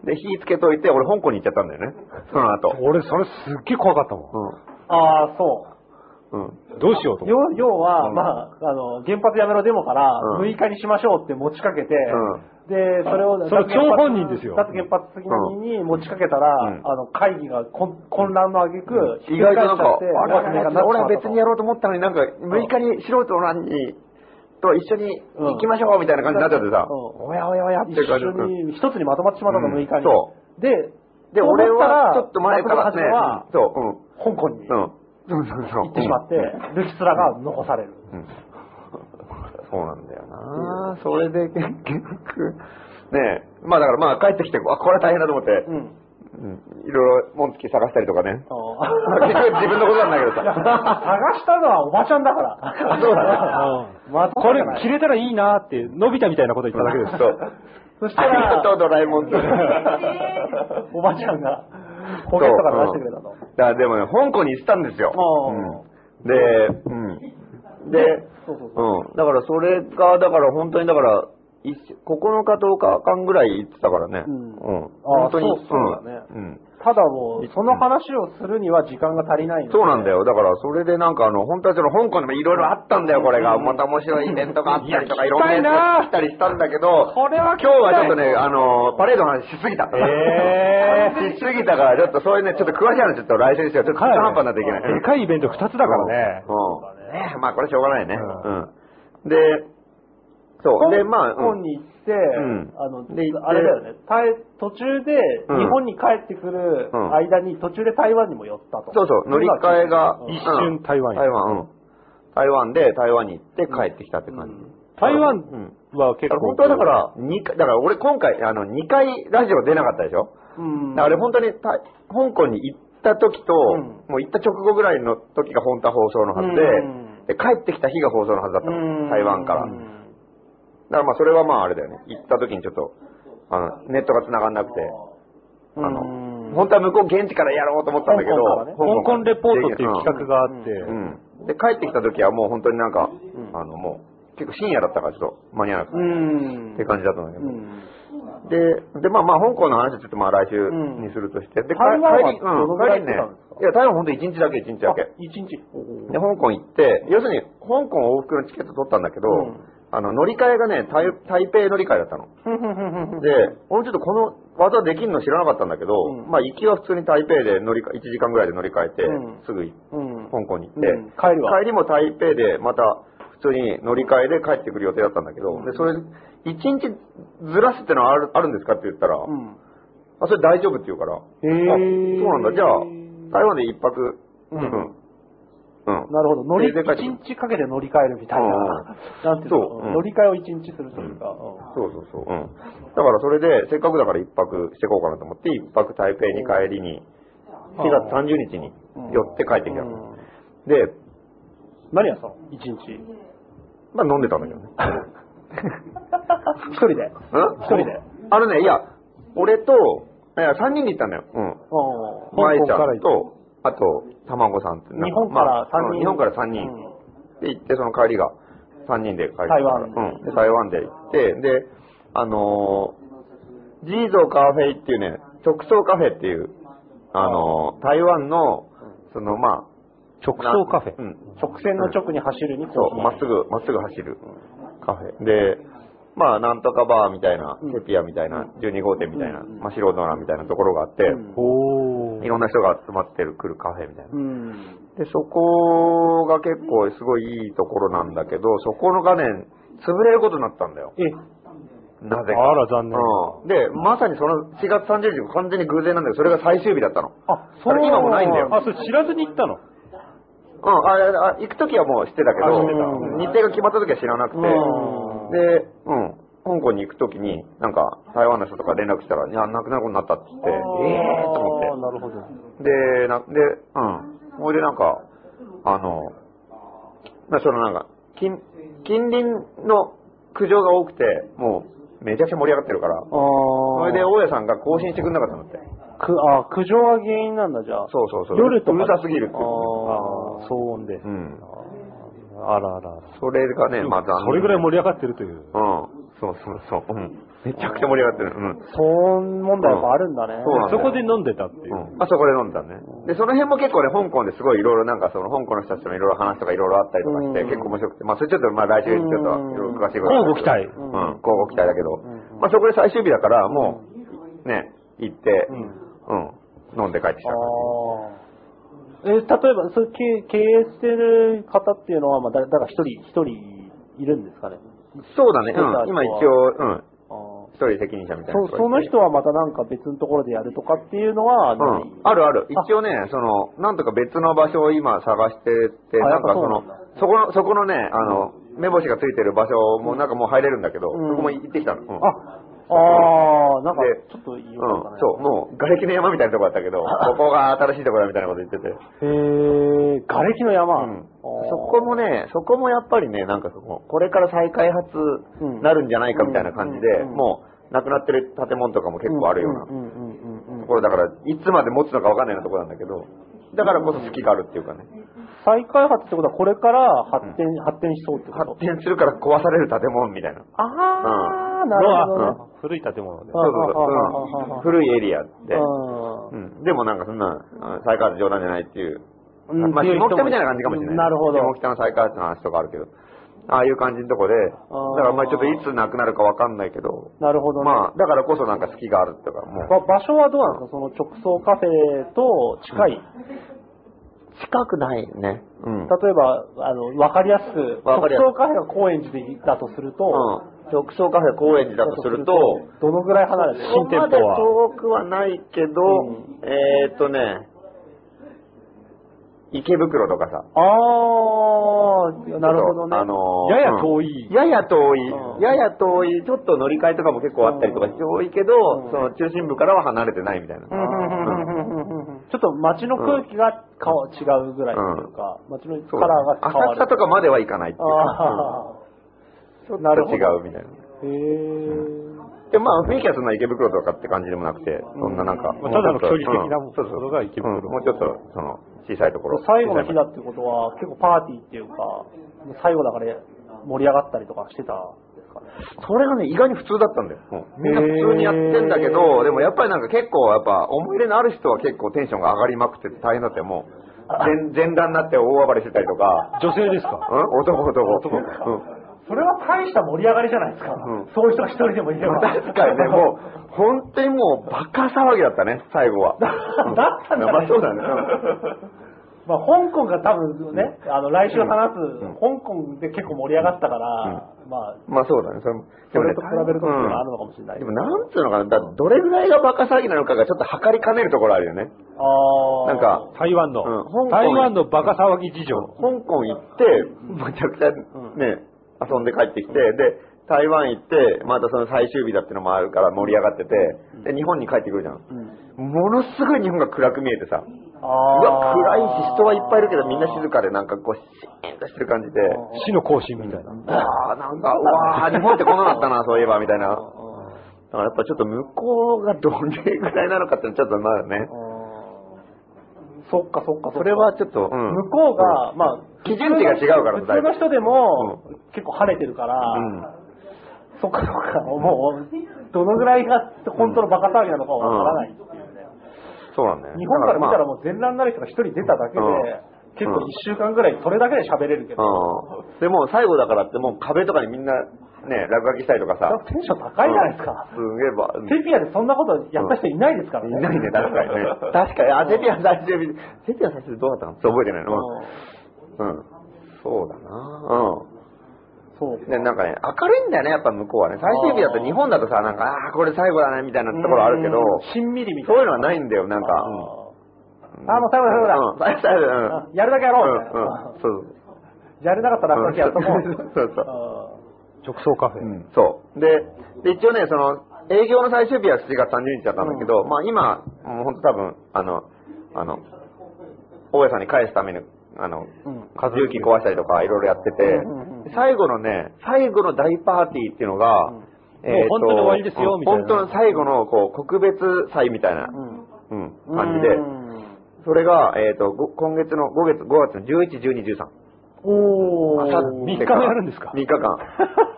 Speaker 1: んん。で、火つけといて、俺香港に行っちゃったんだよね。その後。
Speaker 3: 俺、それすっげえ怖かったも
Speaker 2: ああ、そ
Speaker 1: うん。うん。
Speaker 3: ん。どうしようと
Speaker 2: う。
Speaker 3: 思っ
Speaker 2: 要要は、
Speaker 1: うん
Speaker 2: まあ、あの、原発やめろデモから
Speaker 1: うん
Speaker 2: 6日にしましょうって持ちかけて、で、それを、
Speaker 3: それ
Speaker 2: 脱原発
Speaker 3: 張本人ですよ
Speaker 2: 脱原発的な日に持ちかけたら、
Speaker 1: うん
Speaker 2: あの、会議がこん混乱の挙句、
Speaker 1: 意外となんか、あれ
Speaker 2: あ
Speaker 1: あれ俺は別にやろうと思ったのになんか、6日に素人の何に、と一緒に行きましょうみたいな感じになっちゃってさ、
Speaker 2: うん
Speaker 1: おやおやおやって
Speaker 2: 一
Speaker 1: いう感じだった
Speaker 2: 緒に、一つにまとまってしまったの、
Speaker 1: うん
Speaker 2: 6日に。
Speaker 1: そ
Speaker 2: で、
Speaker 1: で、
Speaker 2: そう思
Speaker 1: 俺
Speaker 2: たら
Speaker 1: はちょっと前から
Speaker 2: 松田は
Speaker 1: ね、そう、うん。
Speaker 2: 香港に
Speaker 1: うん。そうそうそう。
Speaker 2: 行ってしまって、ルキスラが残される。
Speaker 1: うん。そうなんだよなそれで結局、ねえ、まあだからまあ帰ってきて、あ、これは大変だと思って、
Speaker 2: うん。
Speaker 1: うんいろいろ紋付き探したりとかね。
Speaker 2: あ
Speaker 1: 結局 自分のことなんだけどさ。
Speaker 2: あ探したのはおばちゃんだから。
Speaker 1: あそうだ
Speaker 3: うん これ、切れたらいいなって、伸びたみたいなこと言っただけです。
Speaker 1: そう。
Speaker 2: そした
Speaker 1: ありが
Speaker 2: ら、
Speaker 1: とう、ドラえもん。
Speaker 2: おばちゃんが、ポケットから出してくれたと。
Speaker 1: だからでもね、香港に行ったんですよ。
Speaker 2: ああ
Speaker 1: うんで、うん。で、
Speaker 2: そうそう
Speaker 1: うん。だからそれが、だから本当にだから、一9日10日間ぐらい行ってたからね。
Speaker 2: うんあ
Speaker 1: 本
Speaker 2: あ
Speaker 1: 当に。
Speaker 2: そうそうだね
Speaker 1: うん。
Speaker 2: ただもう、その話をするには時間が足りないので
Speaker 1: そうなんだ。よ。だから、それでなんかあの、本当はその香港でもいろいろあったんだよ、これが。また面白いイベントがあったりとか、いろんなやつが来たりしたんだけど、
Speaker 2: これは聞き
Speaker 1: 今
Speaker 2: た
Speaker 1: 日はちょ
Speaker 2: い
Speaker 1: っとね、あの、パレードの話しすぎた。
Speaker 3: え
Speaker 1: え しすぎたから、ちょっとそういうね、ちょっと詳しい話ちょっと来週にしよう。ちょっと中途半端になっていけない。
Speaker 3: でかいイベント2つだからね。
Speaker 1: うん。ねまあこれしょうがないね。う
Speaker 3: うん
Speaker 1: ん。で、そう。で、まあ、
Speaker 2: 香港
Speaker 1: うん
Speaker 2: に行って、
Speaker 1: ん
Speaker 2: あの、
Speaker 1: で行って
Speaker 2: あれだよね、台途中で
Speaker 1: うん
Speaker 2: 日本に帰ってくる
Speaker 1: うん
Speaker 2: 間に、途中で台湾にも寄ったと。
Speaker 1: そうそう、乗り換えが、
Speaker 2: うん
Speaker 1: うん
Speaker 3: 一瞬台湾へ
Speaker 1: 台湾、うん。台湾で台湾に行って帰ってきたって感じ。
Speaker 3: 台湾
Speaker 1: うん
Speaker 3: は結
Speaker 1: だから
Speaker 3: 構。
Speaker 1: 本当はだから、二回、だから俺今回、あの、2回ラジオ出なかったでしょ
Speaker 2: うん。
Speaker 1: だからあれ本当にた、香港に行った時と、
Speaker 2: うん
Speaker 1: もう行った直後ぐらいの時が本当は放送のはずで、
Speaker 2: うん
Speaker 1: で、帰ってきた日が放送のはずだった
Speaker 2: うん
Speaker 1: の、台湾から。
Speaker 2: う
Speaker 1: だから
Speaker 2: ん
Speaker 1: まあそれはまああれだよね、行った時にちょっと、あの、ネットが繋がんなくて、あ
Speaker 2: うん
Speaker 1: の、本当は向こう現地からやろうと思ったんだけど
Speaker 2: 香港からね、
Speaker 3: 香港レポートっていう企
Speaker 1: 画
Speaker 3: 画があって、
Speaker 1: うん。で、帰ってきた時はもう本当になんか、あの、もう、結構深夜だったからちょっと間に合わなく
Speaker 2: う
Speaker 1: て、
Speaker 2: ん。
Speaker 1: って感じだったんだけど、
Speaker 2: うん
Speaker 1: で、で、まあまあ、香港の話はちょっとまあ来週
Speaker 2: ん
Speaker 1: にするとして、で、
Speaker 2: 台湾は
Speaker 1: 帰り
Speaker 2: どのぐらい
Speaker 1: 帰りね
Speaker 2: 行ってたんですか、
Speaker 1: いや、台湾本当一日だけ、一日だけ。
Speaker 2: 一日。
Speaker 1: で、香港行って、要するに、香港往復のチケット取ったんだけど、
Speaker 2: うん
Speaker 1: あの、乗り換えがね、台台北乗り換えだったの。
Speaker 2: ふんふんふんふんふん
Speaker 1: で、俺もちょっとこの技できるの知らなかったんだけど、
Speaker 2: うん
Speaker 1: まあ行きは普通に台北で乗りか、1時間ぐらいで乗り換えて、
Speaker 2: うん
Speaker 1: すぐ行
Speaker 2: うん。
Speaker 1: 香港に行って、
Speaker 2: うん帰りは
Speaker 1: 帰りも台北でまた普通に乗り換えで帰ってくる予定だったんだけど、でそれ1日ずらすってのはあるあるんですかって言ったら、
Speaker 2: うん。
Speaker 1: あそれ大丈夫って言うから、
Speaker 2: へ
Speaker 1: あ
Speaker 2: ー
Speaker 1: そうなんだじゃあ台湾で一泊
Speaker 2: う
Speaker 1: うん、
Speaker 2: ん
Speaker 1: うん
Speaker 2: なるほど。乗り、
Speaker 1: それで帰ってくる
Speaker 2: 一日かけて乗り換えるみたいな。
Speaker 1: うん
Speaker 2: なんていうの
Speaker 1: そう
Speaker 2: うん
Speaker 1: うん
Speaker 2: 乗り換えを一日するというか。うん
Speaker 1: そうそうそう、うん、だからそれでせっかくだから一泊してこうかなと思って一泊台北に帰りに
Speaker 2: うん
Speaker 1: 4月30日に寄って帰ってきたの、
Speaker 2: うん
Speaker 1: で
Speaker 2: 何やったの 一日。
Speaker 1: まあ飲んでたん だけどね
Speaker 2: 一人
Speaker 1: う
Speaker 2: で。
Speaker 1: ん
Speaker 2: 一人で。
Speaker 1: あのね、いや、俺と、いや、3人で行ったんだよ。う
Speaker 2: うん
Speaker 1: ん。舞ちゃ
Speaker 2: 香港
Speaker 1: んと、あと、卵さんって。なんか
Speaker 2: 日本から
Speaker 1: まあ
Speaker 2: 3
Speaker 1: うん
Speaker 2: 人。
Speaker 1: 日本から3人。で、行って、その帰りが3人で帰ってきたから。
Speaker 2: 台湾
Speaker 1: うん。で、台湾で行って、で、あのー、ジーゾーカフェイっていうね、直送カフェっていう、あのー、台湾の、その、まあ、
Speaker 3: 直送カフェ
Speaker 1: なうん。
Speaker 2: 直線の直に走るに
Speaker 1: そう、まっすぐ、まっすぐ走るカフェ。で、まあ、なんとかバーみたいな、テピアみたいな、12号店みたいな、マシロドラみたいなところがあって、
Speaker 3: お
Speaker 1: い
Speaker 3: ー
Speaker 1: ろんな人が集まってる、来るカフェみたいな。
Speaker 2: うん。
Speaker 1: で、そこが結構すごいいいところなんだけど、そこの画面、潰れることになったんだよ。
Speaker 2: え、
Speaker 1: なぜか。
Speaker 3: あら、残念。
Speaker 1: うん。で、まさにその4月30日、完全に偶然なんだけど、それが最終日だったの。
Speaker 2: あ、
Speaker 1: それ今もないんだよ。
Speaker 3: あ、それ知らずに行ったの
Speaker 1: うん、ああ行くときはもうしてたけ
Speaker 3: あ
Speaker 1: ど、
Speaker 3: してた
Speaker 1: 日程が決まったときは知らなくて、
Speaker 2: うん
Speaker 1: で、うん、香港に行くときに、なんか、台湾の人とか連絡したら、いや、なくなることになったって言って、ええー、と
Speaker 2: あー
Speaker 1: 思
Speaker 2: なるほど。
Speaker 1: って。で、な、で、うん。ほいでなんか、あの、まあ、そのなんか、近、近隣の苦情が多くて、もう、めちゃくちゃ盛り上がってるから、
Speaker 2: あ
Speaker 1: そ
Speaker 2: あ。
Speaker 1: れで大家さんが更新してくれなかったんだって。
Speaker 2: く、あ、苦情が原因なんだ、じゃあ。
Speaker 1: そうそうそう。
Speaker 2: 夜とか。
Speaker 1: うるさすぎるって
Speaker 2: あ
Speaker 1: いう。
Speaker 2: あ、
Speaker 3: 騒音で。
Speaker 1: うん。
Speaker 3: あらあら。
Speaker 1: それがね、まあ残念。
Speaker 3: それぐらい盛り上がってるとい
Speaker 1: う
Speaker 3: う。
Speaker 1: ん。そうそうそう。うん。めちゃくちゃ盛り上がってる。うん。
Speaker 2: 騒音問題やっぱあるんだね。
Speaker 1: そうなんだ
Speaker 3: そ
Speaker 1: よ
Speaker 3: こで飲んでたっていう。
Speaker 1: うん、あそこで飲んだね。で、その辺も結構ね、香港ですごいいろいろなんかその香港の人たちとのいろいろ話とかいろいろあったりとかして、
Speaker 2: うん
Speaker 1: 結構面白くて、まあそれちょっとまあ来週ちょっといろいろ詳しいこと
Speaker 3: 交互期待
Speaker 1: うん、交互期待だけど、まあそこで最終日だからもう、ね、行って、うん、飲んで帰ってきた。
Speaker 2: ああ。え、例えば、それ経経営してる方っていうのは、まあ、だだから一人、一人いるんですかね。
Speaker 1: そうだね、
Speaker 2: そうだ
Speaker 1: うん、今一応、うん、
Speaker 2: あー
Speaker 1: 一人責任者みたいな
Speaker 2: そその人はまたなんか別のところでやるとかっていうのは
Speaker 1: う
Speaker 2: ない、
Speaker 1: ん、あるある。一応ね、その、なんとか別の場所を今探してて、
Speaker 2: あ
Speaker 1: なんかそ
Speaker 2: やっぱそうな
Speaker 1: の
Speaker 2: んだ、
Speaker 1: そこの、そこのね、あの、目星がついてる場所もなんかもう入れるんだけど、
Speaker 2: うん
Speaker 1: そこも行ってきたの。うん
Speaker 2: あ、あー、なんか
Speaker 1: で
Speaker 2: ちょっといいよ
Speaker 1: う
Speaker 2: か
Speaker 1: ん
Speaker 2: ったね。
Speaker 1: そう、もう、瓦礫の山みたいなとこだったけ ど、ここが新しいとこだみたいなこと言ってて。
Speaker 2: へえ、瓦礫の山。
Speaker 1: うん
Speaker 2: あー
Speaker 1: そこもね、そこもやっぱりね、なんかそこ、これから再開発なるんじゃないかみたいな感じ
Speaker 2: うん
Speaker 1: で、
Speaker 2: うん
Speaker 1: もう、なくなってる建物とかも結構あるような
Speaker 2: うんうんうんうんうん
Speaker 1: ところだから、いつまで持つのかわかんないようなところなんだけど、だからこそ好きがあるっていうかね、
Speaker 2: 再開発ってことはこれから発展、発展しそうってこと
Speaker 1: 発展するから壊される建物みたいな。
Speaker 2: あー、なるほどね。
Speaker 3: のは古い建物で。
Speaker 1: そうそうそう
Speaker 2: あああ
Speaker 1: う
Speaker 2: あ
Speaker 1: ん。古いエリアで。
Speaker 2: うん
Speaker 1: うん。でもなんかそんな、あ再開発冗談じゃないっていう。
Speaker 2: うん
Speaker 1: まあ、
Speaker 2: っていう人
Speaker 1: 下
Speaker 2: も
Speaker 1: 北みたいな感じかもしれない。
Speaker 2: なるほど
Speaker 1: 下北の再開発の話とかあるけど。ああいう感じのとこで、だからまあちょっといつなくなるかわかんないけど、
Speaker 2: なるほどね。
Speaker 1: まあ、だからこそなんか好きがあるとか、もう。
Speaker 2: ば場所はどうなんですかその直送カフェと近い。
Speaker 1: 近くないね。うん。
Speaker 2: 例えば、あの、わかりやすく、
Speaker 1: わかりやすく
Speaker 2: 直送カフェが高円寺でだとすると、
Speaker 1: 直送カフェ高円寺だとすると、
Speaker 2: どのぐらい離れてる新店舗は。
Speaker 1: そこまで遠くはないけど、
Speaker 2: う
Speaker 1: えーっとね、池袋とかさ。
Speaker 2: あー、なるほどね。
Speaker 1: あのー
Speaker 3: やや遠い
Speaker 1: うんやや遠い、
Speaker 2: うん
Speaker 1: やや遠い、ちょっと乗り換えとかも結構あったりとかして多いけど、
Speaker 2: うん
Speaker 1: その中心部からは離れてないみたいな。
Speaker 2: うんうんうんうんうんうんちょっと街の空気がかわ違うぐらいというか、街の
Speaker 1: そう
Speaker 2: カラーが変わ
Speaker 1: 浅草
Speaker 2: る。
Speaker 1: とかまでは行かないっていうか、
Speaker 2: あ
Speaker 1: うんちょっ
Speaker 2: なるほ
Speaker 1: と
Speaker 2: ど
Speaker 1: 違うみたいな。
Speaker 2: ーへー
Speaker 1: で、まあ雰囲気はそんな池袋とかって感じでもなくて、そんななんか、
Speaker 3: まあただ
Speaker 1: も
Speaker 3: の
Speaker 1: うちょっと
Speaker 3: 距離的な
Speaker 1: うんそうそう
Speaker 3: ものが池袋
Speaker 1: うんもうちょっと、その、小さいところ。
Speaker 2: 最後の日だ
Speaker 1: 小
Speaker 2: ってことは、結構パーティーっていうか、最後だから盛り上がったりとかしてたんですかね。
Speaker 1: さいそれがね、意外に普通だったんだよ。うんみんな普通にやってんだけ
Speaker 2: へー
Speaker 1: ど、でもやっぱりなんか結構、やっぱ思い入れのある人は結構テンションが上がりまくってて大変だったよ、もう。前前段になって大暴れしてたりとか。
Speaker 3: 女性です
Speaker 1: う
Speaker 3: か
Speaker 1: ん男男。男。
Speaker 2: それは大した盛り上がりじゃないですか。
Speaker 1: うん
Speaker 2: そういう人が一人でもいれ
Speaker 1: うん。
Speaker 2: ば。
Speaker 1: 確かにね、も う、本当にもう、バカ騒ぎだったね、最後は。
Speaker 2: だったんだ、
Speaker 1: まあそうだね。
Speaker 2: まあ、香港が多分ね、あの、来週話す、香港で結構盛り上がったから、まあ、
Speaker 1: まあそうだね。それも
Speaker 2: そ
Speaker 1: でもね
Speaker 2: れと比べるとっていうのがあるのかもしれ
Speaker 1: う
Speaker 2: なんい。
Speaker 1: でもなんつうのかな、だどれぐらいがバカ騒ぎなのかがちょっと測りかねるところあるよね。
Speaker 2: あー
Speaker 1: なんか、
Speaker 3: 台湾
Speaker 1: う
Speaker 3: の、
Speaker 1: ん香港
Speaker 3: 台湾のバカ騒ぎ事情。
Speaker 1: 香港行って、めちゃくちゃね、遊んで帰ってきて、で、台湾行って、またその最終日だってのもあるから盛り上がってて、で、日本に帰ってくるじゃん。ものすごい日本が暗く見えてさ。
Speaker 2: あ
Speaker 1: うわ、
Speaker 2: ー
Speaker 1: 暗いし人はいっぱいいるけどみんな静かでなんかこうシーンとしてる感じで、
Speaker 3: 死の行進みたいな。
Speaker 1: ああ、なんか、うわあ、日本ってこんなだったな、そういえば、みたいな。だからやっぱちょっと向こうがどれぐらいなのかってちょっとまだね。
Speaker 2: そっかそっかそっか
Speaker 1: それはちょっと、うん
Speaker 2: 向こうが、まあ、
Speaker 1: 基準値が違うから
Speaker 2: 普通の人でも、結構晴れてるから、
Speaker 1: うん。
Speaker 2: そっかそっか、もう、どのぐらいが本当のバカ騒ぎなのかはわからないっていうね。
Speaker 1: そうなんだよ。
Speaker 2: 日本から見たら
Speaker 1: う。
Speaker 2: もう全裸になる人が一人出ただけで、
Speaker 1: うん
Speaker 2: 結構一週間ぐらいそれだけで喋れるけど、
Speaker 1: うん。 でも最後だからってもう壁とかにみんなね、落書きしたりとかさ
Speaker 2: なんか。テンション高いじゃないですか。
Speaker 1: すげえば、
Speaker 2: セピアでそんなことやった人いないですから
Speaker 1: い
Speaker 2: ね。
Speaker 1: ないね、確かにね。 確 かに、あ、セピア最終日、セピア最終日どうだったのそう覚えてないの。
Speaker 2: うん
Speaker 1: うん。そうだなうん。
Speaker 2: そう。
Speaker 1: ね、なんかね、明るいんだよね、やっぱ向こうはね。最終日だと日本だとさ、なんか、ああー、これ最後だね、みたいなところあるけど、
Speaker 2: うんしんみりみた
Speaker 1: そ
Speaker 2: いうな。
Speaker 1: いうのはないんだよ、なんか。
Speaker 2: あーあー、もう最後だ、最後だ。
Speaker 1: うん最後だ、最後だ。うん
Speaker 2: あやるだけやろうみたい
Speaker 1: う
Speaker 2: な
Speaker 1: ん、うん。そう
Speaker 2: やれなかったら落書きやっとこう。
Speaker 1: そうそうそう
Speaker 3: 直送カフェ。
Speaker 1: うんそう。で、で、一応ね、その、営業の最終日は7月30日だったんだけど、まあ今、もうほんと多分、あの、あの、大家さんに返すために、あの、重機壊したりとかいろいろやってて、最後のね、最後の大パーティーっていうのが、えーと
Speaker 3: もう本当に終わりですよ
Speaker 1: うん
Speaker 3: みたいな
Speaker 1: 本当の最後の、こう、告別祭みたいな、うん、感じで、それが、えっと、ご今月の5月、5月の11、12、13。
Speaker 2: おー。
Speaker 1: 3
Speaker 3: 三日もやるんですか
Speaker 1: ?3 日間。い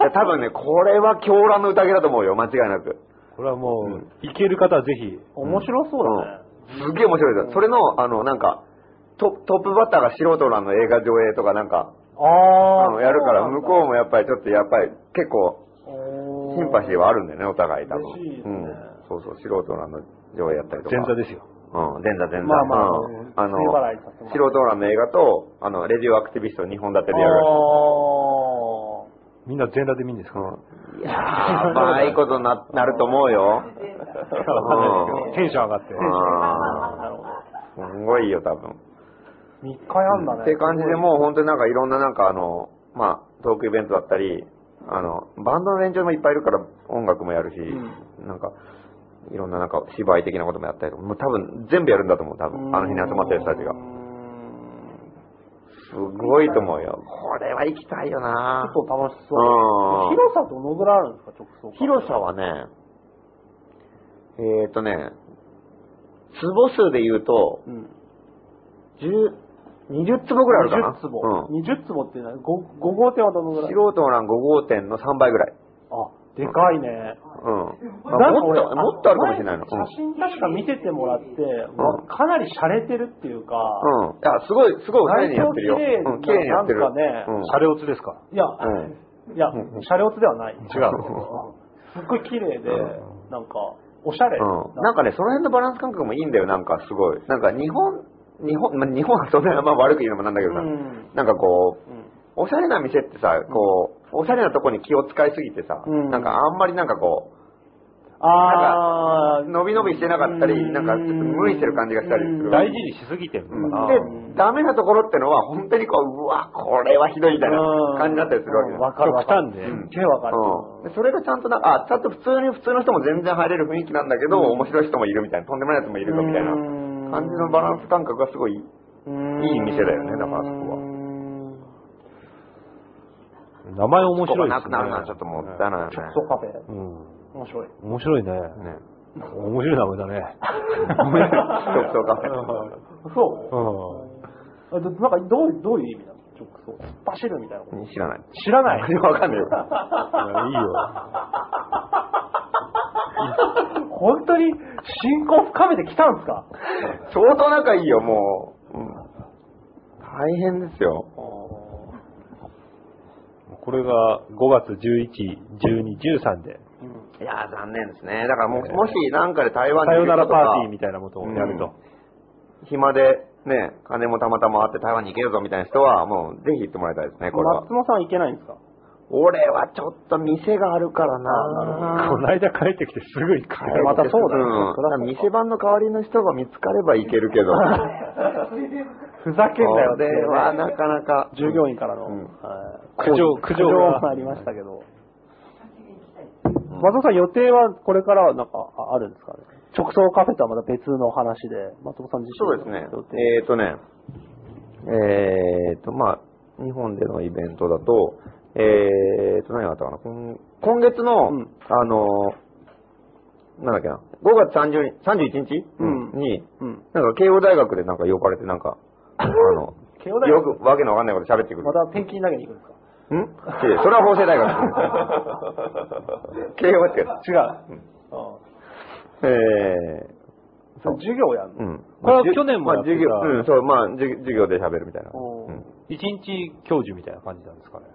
Speaker 1: や多分ね、これは狂乱の宴だと思うよ、間違いなく。
Speaker 3: これはもう、
Speaker 1: うん
Speaker 3: 行ける方はぜひ。
Speaker 2: 面白そうだね。
Speaker 1: すげえ面白いです。それの、あの、なんか、トトップバッターが素人なの映画上映とかなんか、
Speaker 2: あ
Speaker 1: あ
Speaker 2: ー。
Speaker 1: のやるから、向こうもやっぱりちょっと、やっぱり結構、
Speaker 2: おー
Speaker 1: シンパシーはあるんだよね、お互い多分。
Speaker 2: 嬉しいです
Speaker 1: う
Speaker 2: ね
Speaker 1: ん。そうそう、素人なの上映やったりとか。
Speaker 3: 前座ですよ。
Speaker 1: うん、前座前座。
Speaker 2: まあまあ
Speaker 1: うんあの
Speaker 2: 冬払いさせてもら、
Speaker 1: 素
Speaker 2: う
Speaker 1: 人欄の映画と、あの、レディオアクティビスト2本立てでやるらしい。
Speaker 2: あー。
Speaker 3: みんな全裸で見るんですか、
Speaker 1: いやー、まあ、いいことにななると思うよ。
Speaker 3: わかんないですけどテンション上がって。
Speaker 1: うん
Speaker 2: なるほど。
Speaker 1: すごいよ、多分。
Speaker 2: 3日やんだね。
Speaker 1: って感じで、もう本当になんかいろんななんかあの、まあ、トークイベントだったり、あの、バンドの連中もいっぱいいるから音楽もやるし、なんか、いろんななんか芝居的なこともやったりとか、もう多分全部やるんだと思う、多分。あの日に集まってる人たちが。すごいと思うよ。これは行きたいよな
Speaker 2: 結構楽しそ
Speaker 1: う
Speaker 2: う
Speaker 1: ん。
Speaker 2: 広さどのぐらいあるんですか、直送館
Speaker 1: 広さはね、えっ、ー、とね、坪数で言うと、
Speaker 2: うん。
Speaker 1: 10 20坪ぐらいあるかな。
Speaker 2: 20坪。
Speaker 1: うん。
Speaker 2: 20坪って何 ?5 号店はどのぐらい
Speaker 1: 素人の欄5号店の3倍ぐらい。
Speaker 2: あ、でかいね。
Speaker 1: うん。
Speaker 2: な
Speaker 1: あ
Speaker 2: んか
Speaker 1: もっ
Speaker 2: 俺
Speaker 1: と、もっとあるかもしれないの。
Speaker 2: 前写真確か見せてもらって、
Speaker 1: ん
Speaker 2: かなり洒落てるっていうか、
Speaker 1: うん。うん。あ、すごい、すごい、綺麗にやってるよ。
Speaker 2: 内装
Speaker 1: うん、綺麗にやってる。
Speaker 2: なんかね
Speaker 1: うん。
Speaker 3: 車両つですか
Speaker 2: いや、いや
Speaker 1: んうん、
Speaker 2: 車両つではない。違う
Speaker 3: 違う
Speaker 2: すっごい綺麗で
Speaker 1: う、
Speaker 2: なんか、おしゃれ。
Speaker 1: うん。なんかね、その辺のバランス感覚もいいんだよ、なんかすごい。なんか日本、日本、まあ、日本はそんな、まあ悪く言うのもなんだけどさ、
Speaker 2: うん
Speaker 1: なんかこう、
Speaker 2: うん
Speaker 1: おしゃれな店ってさ、こう、おしゃれなとこに気を使いすぎてさ、
Speaker 2: うん
Speaker 1: なんかあんまりなんかこ
Speaker 2: あ
Speaker 1: う、
Speaker 2: ー、
Speaker 1: 伸び伸びしてなかったり、なんかちょっと無理してる感じがしたりする。
Speaker 3: 大事にしすぎてるのかな、
Speaker 1: で、ダメなところってのは、本当にこう、うわ、これはひどいみたいな感じになったりするわけ
Speaker 2: うん
Speaker 1: だ
Speaker 2: わかるわかる。
Speaker 3: 極端ね
Speaker 2: うんすげえわかる。
Speaker 1: うん、でそれがちゃんとなんか、あ、ちゃんと普通に普通の人も全然入れる雰囲気なんだけど、面白い人もいるみたいな、とんでもないやつもいるぞみたいな
Speaker 2: うん
Speaker 1: 感じのバランス感覚がすごいいい店だよね、だからそこは。
Speaker 3: 名前面
Speaker 1: ここ
Speaker 3: 白い
Speaker 1: がな
Speaker 3: です
Speaker 1: く
Speaker 3: ね。
Speaker 1: なるのはちょっともったいないよね。
Speaker 2: ソカフェ。
Speaker 3: うん。
Speaker 2: 面白い。
Speaker 3: 面白いね。
Speaker 1: ね。
Speaker 3: 面白い名前だね。
Speaker 1: 特徴カフェ。
Speaker 2: そう
Speaker 3: う
Speaker 2: あどなんかどうどういう意味なの直送。突っ走るみたいなこと。
Speaker 1: 知らない。
Speaker 2: 知らない。
Speaker 1: わか んないよ。
Speaker 3: ん。いやいいよ。
Speaker 2: 本当に信仰深めてきたんですか
Speaker 1: 相当仲いいよ、もう。うん大変ですよ。
Speaker 3: これが5月11、12、13で、
Speaker 1: いやー、残念ですね。だからもう、もしなんかで台湾
Speaker 3: さ
Speaker 1: に行
Speaker 3: よ
Speaker 1: く人
Speaker 3: なら
Speaker 1: とか
Speaker 3: パーティーみたいなことをやると。
Speaker 1: 暇で、ね、金もたまたまあって台湾に行けるぞみたいな人は、もうぜひ行ってもらいたいですね、これは
Speaker 2: 松。本さんいけないんですか
Speaker 1: 俺はちょっと店があるから
Speaker 2: あ
Speaker 1: な。
Speaker 2: ー
Speaker 3: この間帰ってきてすぐ行く。
Speaker 2: またそうだね
Speaker 1: ん
Speaker 2: そりゃそうか
Speaker 1: 店番の代わりの人が見つかれば行けるけど。
Speaker 2: ふざけんなよって、
Speaker 1: これはなかなか。
Speaker 2: 従業員からの、
Speaker 1: うん
Speaker 2: はい
Speaker 3: 苦情苦情が
Speaker 2: がありましたけど。松本さん予定はこれからはなんかああるんですかね直送カフェとはまた別の話で、松本さん自身
Speaker 1: そうで
Speaker 2: の
Speaker 1: すね
Speaker 2: 予定。
Speaker 1: えっ、ー、とね、えっ、ー、と、まあ、日本でのイベントだと、えっ、ー、と、何があったかな、今今月の、
Speaker 2: うん
Speaker 1: あの、なんだっけな、5月30 31日、
Speaker 2: うん
Speaker 1: に、
Speaker 2: うん。
Speaker 1: なんか慶応大学でなんか呼ばれて、なんか、あ の、
Speaker 2: 慶応大
Speaker 1: よ
Speaker 2: 学
Speaker 1: くわけのわかんないこと喋ってくる。
Speaker 2: またペンキ投げに行くんですか
Speaker 1: ん違うそれは法政 大学。慶応って。
Speaker 2: 違う。
Speaker 1: えー、
Speaker 2: うん、授業やんの、
Speaker 1: うん。
Speaker 3: これは去年も
Speaker 1: ま
Speaker 3: や
Speaker 1: あ、
Speaker 3: ってた
Speaker 1: 授業、うん、そう、まあ、授授業で喋るみたいな。
Speaker 2: おー
Speaker 1: うん
Speaker 3: 一日教授みたいな感じなんですかね。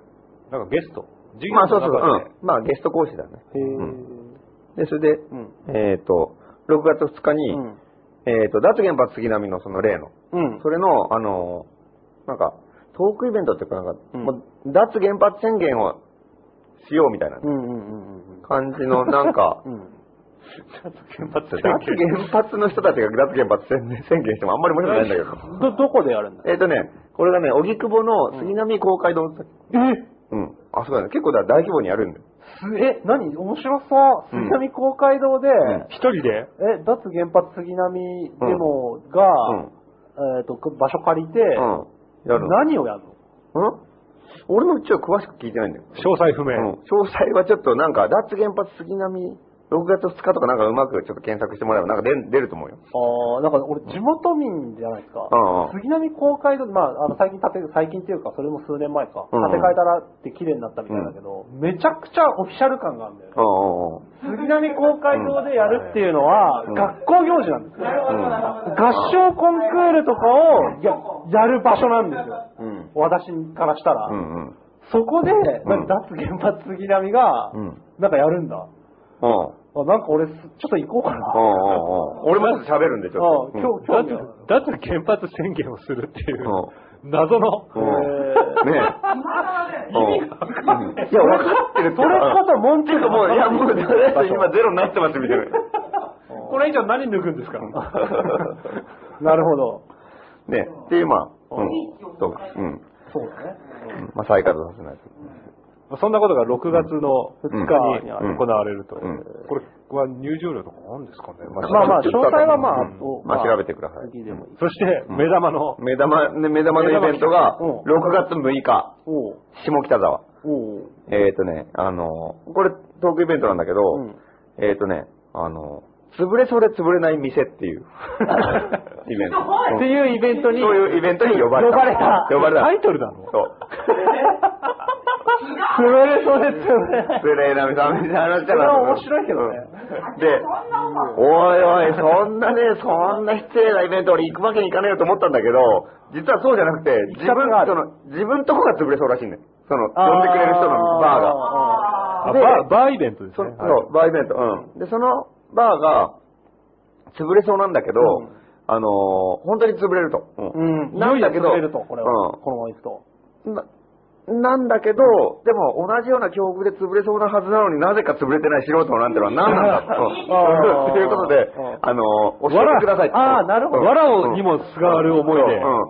Speaker 3: なんかゲスト。授業
Speaker 1: まあ
Speaker 3: の
Speaker 1: そうそう、
Speaker 3: 中で。
Speaker 1: うん。まあゲスト講師だね。
Speaker 2: へー
Speaker 1: うんで、それで、
Speaker 2: うん
Speaker 1: えっ、と、6月2日に、
Speaker 2: うん
Speaker 1: えっ、と、脱原発杉並のその例の、
Speaker 2: うん。
Speaker 1: それの、あの、なんか、トークイベントっていうか、なんか、
Speaker 2: うん
Speaker 1: もう脱原発宣言をしようみたいな
Speaker 2: うんうんうんうんうん。
Speaker 1: 感じの、なんか
Speaker 2: う、ん。
Speaker 3: 原発
Speaker 1: 脱原発の人たちが脱原発宣言宣言してもあんまり面白くないんだけど。
Speaker 2: ど、どこでやるんだ
Speaker 1: えっとね、これがね、荻窪の杉並公会堂、
Speaker 2: え
Speaker 1: うん。あ、そうだね。結構だ大規模にやるんだよ。
Speaker 2: すえ、何面白そう。杉並公会堂で、
Speaker 1: ん
Speaker 3: 一人で
Speaker 2: え、脱原発杉並デモが、
Speaker 1: うん
Speaker 2: えっ、と、く場所借りて、
Speaker 1: うん。やるの。
Speaker 2: 何をやるの
Speaker 1: ん俺もちょっと詳しく聞いてないんだよ。
Speaker 3: 詳細不明。
Speaker 1: うん詳細はちょっとなんか、脱原発杉並、6月2日とかなんかうまくちょっと検索してもらえばなんか出出ると思うよ。
Speaker 2: ああ、なんか俺、地元民じゃないですか。
Speaker 1: うんうん
Speaker 2: 杉並公会堂、まあ、あの最近建て、最近っていうか、それも数年前か。
Speaker 1: うんうん
Speaker 2: 建て替えたらって綺麗になったみたいだけど、めちゃくちゃオフィシャル感があるんだよね。杉並公会堂でやるっていうのは、
Speaker 1: うん
Speaker 2: 学校行事なんですよ。合唱コンクールとかをややる場所なんですよ。
Speaker 1: うん
Speaker 2: 私からしたら。
Speaker 1: うんうん。
Speaker 2: そこで、
Speaker 1: ん
Speaker 2: 脱原発杉並が
Speaker 1: うん、
Speaker 2: なんかやるんだ。
Speaker 1: うん。
Speaker 2: あなんか俺、すちょっと行こうかな。
Speaker 1: うんうんうん。俺もちょっと喋るんで、ちょっと。
Speaker 2: あ
Speaker 1: うん
Speaker 2: 今日、
Speaker 3: だ
Speaker 2: 今
Speaker 3: っ
Speaker 2: 日
Speaker 3: て、だって原発宣言をするっていう、謎の、
Speaker 1: うん。ねえ。意味が分かんない。いや、分かってるって
Speaker 2: それこそ、モンチ
Speaker 1: なんかもう、いや、もう、とりあえず今
Speaker 2: 今
Speaker 1: ゼロになってます、み たいな。
Speaker 3: これ以上何抜くん ですか
Speaker 2: なるほど。
Speaker 1: ね、っていう、まあ、うん。そううん。
Speaker 2: そうだね。
Speaker 1: まあ、再稼働させないと。
Speaker 3: そんなことが6月の2日に
Speaker 1: うん
Speaker 3: 行われると。
Speaker 1: うん
Speaker 3: これは入場料とかなんですかね。まあ
Speaker 2: まあまあ、
Speaker 1: ちょ
Speaker 2: 詳
Speaker 1: っと
Speaker 2: 細はまあ、
Speaker 1: うん
Speaker 2: 後
Speaker 1: まあ調べてください
Speaker 2: 次でもいい。
Speaker 3: そして、目玉の、
Speaker 1: 目玉、ね目玉のイベントが、
Speaker 2: うん
Speaker 1: 6月6日、
Speaker 2: おう
Speaker 1: 下北沢。
Speaker 2: おう
Speaker 1: えっ、ー、とね、あの、これ、トークイベントなんだけど、
Speaker 2: うん
Speaker 1: えっ、ー、とね、あの、潰れそうで潰れない店って いう、イベント。
Speaker 2: っていうイベントに、
Speaker 1: そういうイベントに呼ばれた。
Speaker 2: 呼ばれた
Speaker 1: 呼ばれた。
Speaker 3: タイトルなの
Speaker 1: そう。
Speaker 2: それそれそ れ。
Speaker 1: 潰れなみさんみたいな話だ
Speaker 2: それ
Speaker 1: な
Speaker 2: は面白いけどね。
Speaker 1: で、おいおい、そんなね、そんな失礼なイベント俺行くわけにいかねえよと思ったんだけど、実はそうじゃなくて、自
Speaker 2: き方があ
Speaker 1: 分、
Speaker 2: る
Speaker 1: その、自分とこが潰れそうらしいんだよ。その、呼んでくれる人のバーが。
Speaker 2: が。
Speaker 3: あ
Speaker 1: で
Speaker 3: バー、バーイベントです
Speaker 1: そ
Speaker 3: ね。
Speaker 1: そ、
Speaker 3: はいう
Speaker 1: バーイベント、うん。で、そのバーが、潰れそうなんだけど、
Speaker 2: うん
Speaker 1: あのー本当に潰れると。
Speaker 2: うん。
Speaker 1: なんだけど
Speaker 2: いよいよ潰れると、これは。
Speaker 1: うん
Speaker 2: このままいくと。
Speaker 1: ななんだけど、でも同じような境遇で潰れそうなはずなのになぜか潰れてない素人なんてのは何なんだと。
Speaker 2: あー
Speaker 1: ということで
Speaker 2: うん、
Speaker 1: あのー教えてくださいって。
Speaker 2: あーなるほど
Speaker 3: わらをにもすがる思いで
Speaker 1: うん。うん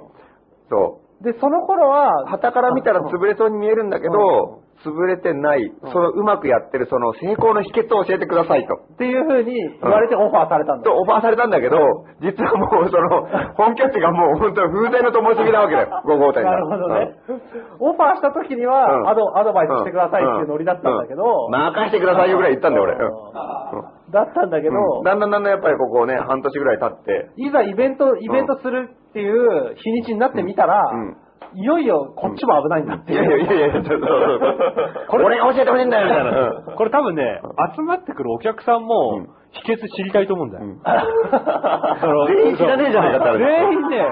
Speaker 1: そう。
Speaker 2: で、その頃は、
Speaker 1: 旗から見たら潰れそうに見えるんだけど、潰れてない、そのうまくやってるその成功の秘訣を教えてくださいと。
Speaker 2: っていう風に言われてオファーされたんだ
Speaker 1: と。オファーされたんだけど、実はもうその、本拠地がもう本当に風船の灯火なわけだよ、5号店が。
Speaker 2: なるほどね。オファーした時に
Speaker 1: う
Speaker 2: は、
Speaker 1: ん
Speaker 2: アドアドバイスしてくださいっていうノリだったんだけど、
Speaker 1: うん任してくださいよぐらい言ったんだよ、俺。
Speaker 2: うんだったんだけど、
Speaker 1: うんだんだんだんだんやっぱりここね、半年ぐらい経って、
Speaker 2: いざイベント、イベントするっていう日にちになってみたら、
Speaker 1: うん
Speaker 2: いよいよこっちも危ないんだって
Speaker 1: い
Speaker 2: い。
Speaker 1: やいうやいやいや、ちょっと、これ俺が教えてほしいんだよ、みたいな。うん
Speaker 3: これ多分ね、集まってくるお客さん
Speaker 1: う
Speaker 3: も
Speaker 1: ん、
Speaker 3: 秘訣知りたいと思うんだよ。その
Speaker 1: 全員知らねえじゃないかって
Speaker 3: 全員ね、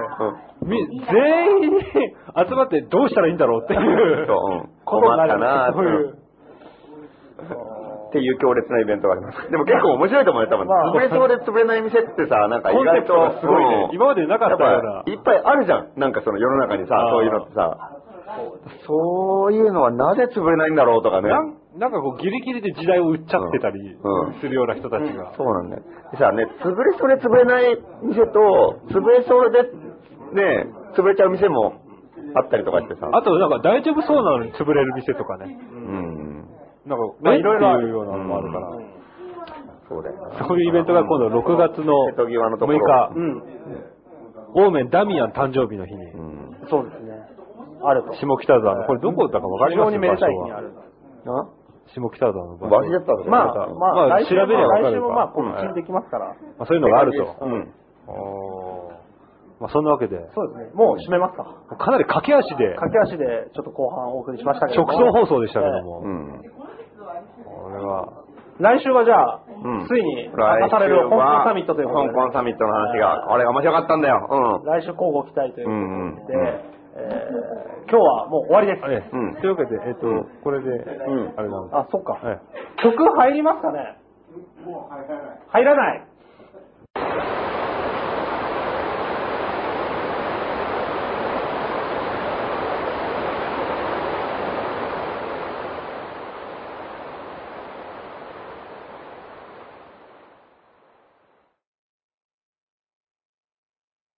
Speaker 3: み全員に集まってどうしたらいいんだろうっていう。
Speaker 1: そううん困ったな
Speaker 3: そういう。
Speaker 1: っていう強烈なイベントがあります。でも結構面白いと思うよ、多分。
Speaker 2: まあ
Speaker 1: 潰れそうで潰れない店ってさ、なんか意
Speaker 3: コンセ
Speaker 1: 外
Speaker 3: プ
Speaker 1: と
Speaker 3: トが。すごいね
Speaker 1: うん
Speaker 3: 今までなかったような
Speaker 1: やっぱいっぱいあるじゃん。なんかその世の中にさ、
Speaker 3: あー
Speaker 1: そういうのってさ。そういうのはなぜ潰れないんだろうとかね。
Speaker 3: なんなんかこうギリギリで時代を売っちゃってたり
Speaker 1: うんうん
Speaker 3: するような人たちが。
Speaker 1: そうなんだよ。でさ、ね、潰れそうで潰れない店と、潰れそうで、ね、潰れちゃう店もあったりとかしてさ。
Speaker 3: あとなんか大丈夫そうなのに潰れる店とかね。
Speaker 1: うん。
Speaker 3: なんか、
Speaker 2: まあいろいろあ
Speaker 3: って
Speaker 2: る
Speaker 3: いうようなのもあるから。
Speaker 1: そうだよな。
Speaker 3: そういうイベントが今度6月の
Speaker 1: 瀬戸際のとこ
Speaker 3: 6
Speaker 1: ろ
Speaker 3: 日
Speaker 2: う、ん。
Speaker 3: オーメンダミアン誕生日の日に、
Speaker 1: うん。
Speaker 2: そうですね。あると。
Speaker 3: 下北沢の、これどこだかわかります
Speaker 2: 非常にめでたい日
Speaker 3: 場
Speaker 2: に
Speaker 3: 所
Speaker 2: あ
Speaker 3: は
Speaker 2: る。
Speaker 3: 下北沢の場所
Speaker 1: 忘れちゃったぞ
Speaker 2: まあ
Speaker 1: これ、
Speaker 2: まあ、
Speaker 3: まあ
Speaker 2: 来週
Speaker 3: 調べりゃ
Speaker 2: も、
Speaker 3: わ
Speaker 2: 来
Speaker 3: か
Speaker 2: 週
Speaker 3: るか
Speaker 2: もまあ、告知できますから。
Speaker 3: まあ、そういうのがあると。
Speaker 1: うん。
Speaker 3: おーまあ、そんなわけで、
Speaker 2: そうですね。もう締めますか。
Speaker 3: かなり駆け足で、
Speaker 2: 駆け足で、ちょっと後半お送りしましたけど
Speaker 3: 直
Speaker 2: も。
Speaker 3: 送放送でしたけど
Speaker 1: う
Speaker 3: も、
Speaker 1: ん。
Speaker 3: これは、
Speaker 2: 来週はじゃあ、
Speaker 1: うん
Speaker 2: ついに明
Speaker 1: 来
Speaker 2: か
Speaker 1: 週は
Speaker 2: される香港サミットというこ
Speaker 1: 香
Speaker 2: とで、
Speaker 1: 港サミットの話が、あれが面白かったんだよ。
Speaker 2: 来週交互期待ということで、
Speaker 1: うんうん
Speaker 2: えー今日はもう終わりです。
Speaker 3: ええ
Speaker 1: うん
Speaker 3: というわけで、えっと、
Speaker 1: うん
Speaker 3: これで、
Speaker 1: ん
Speaker 3: あれなんで
Speaker 2: あ、そっか、
Speaker 3: え
Speaker 2: 曲入りますかね入らない。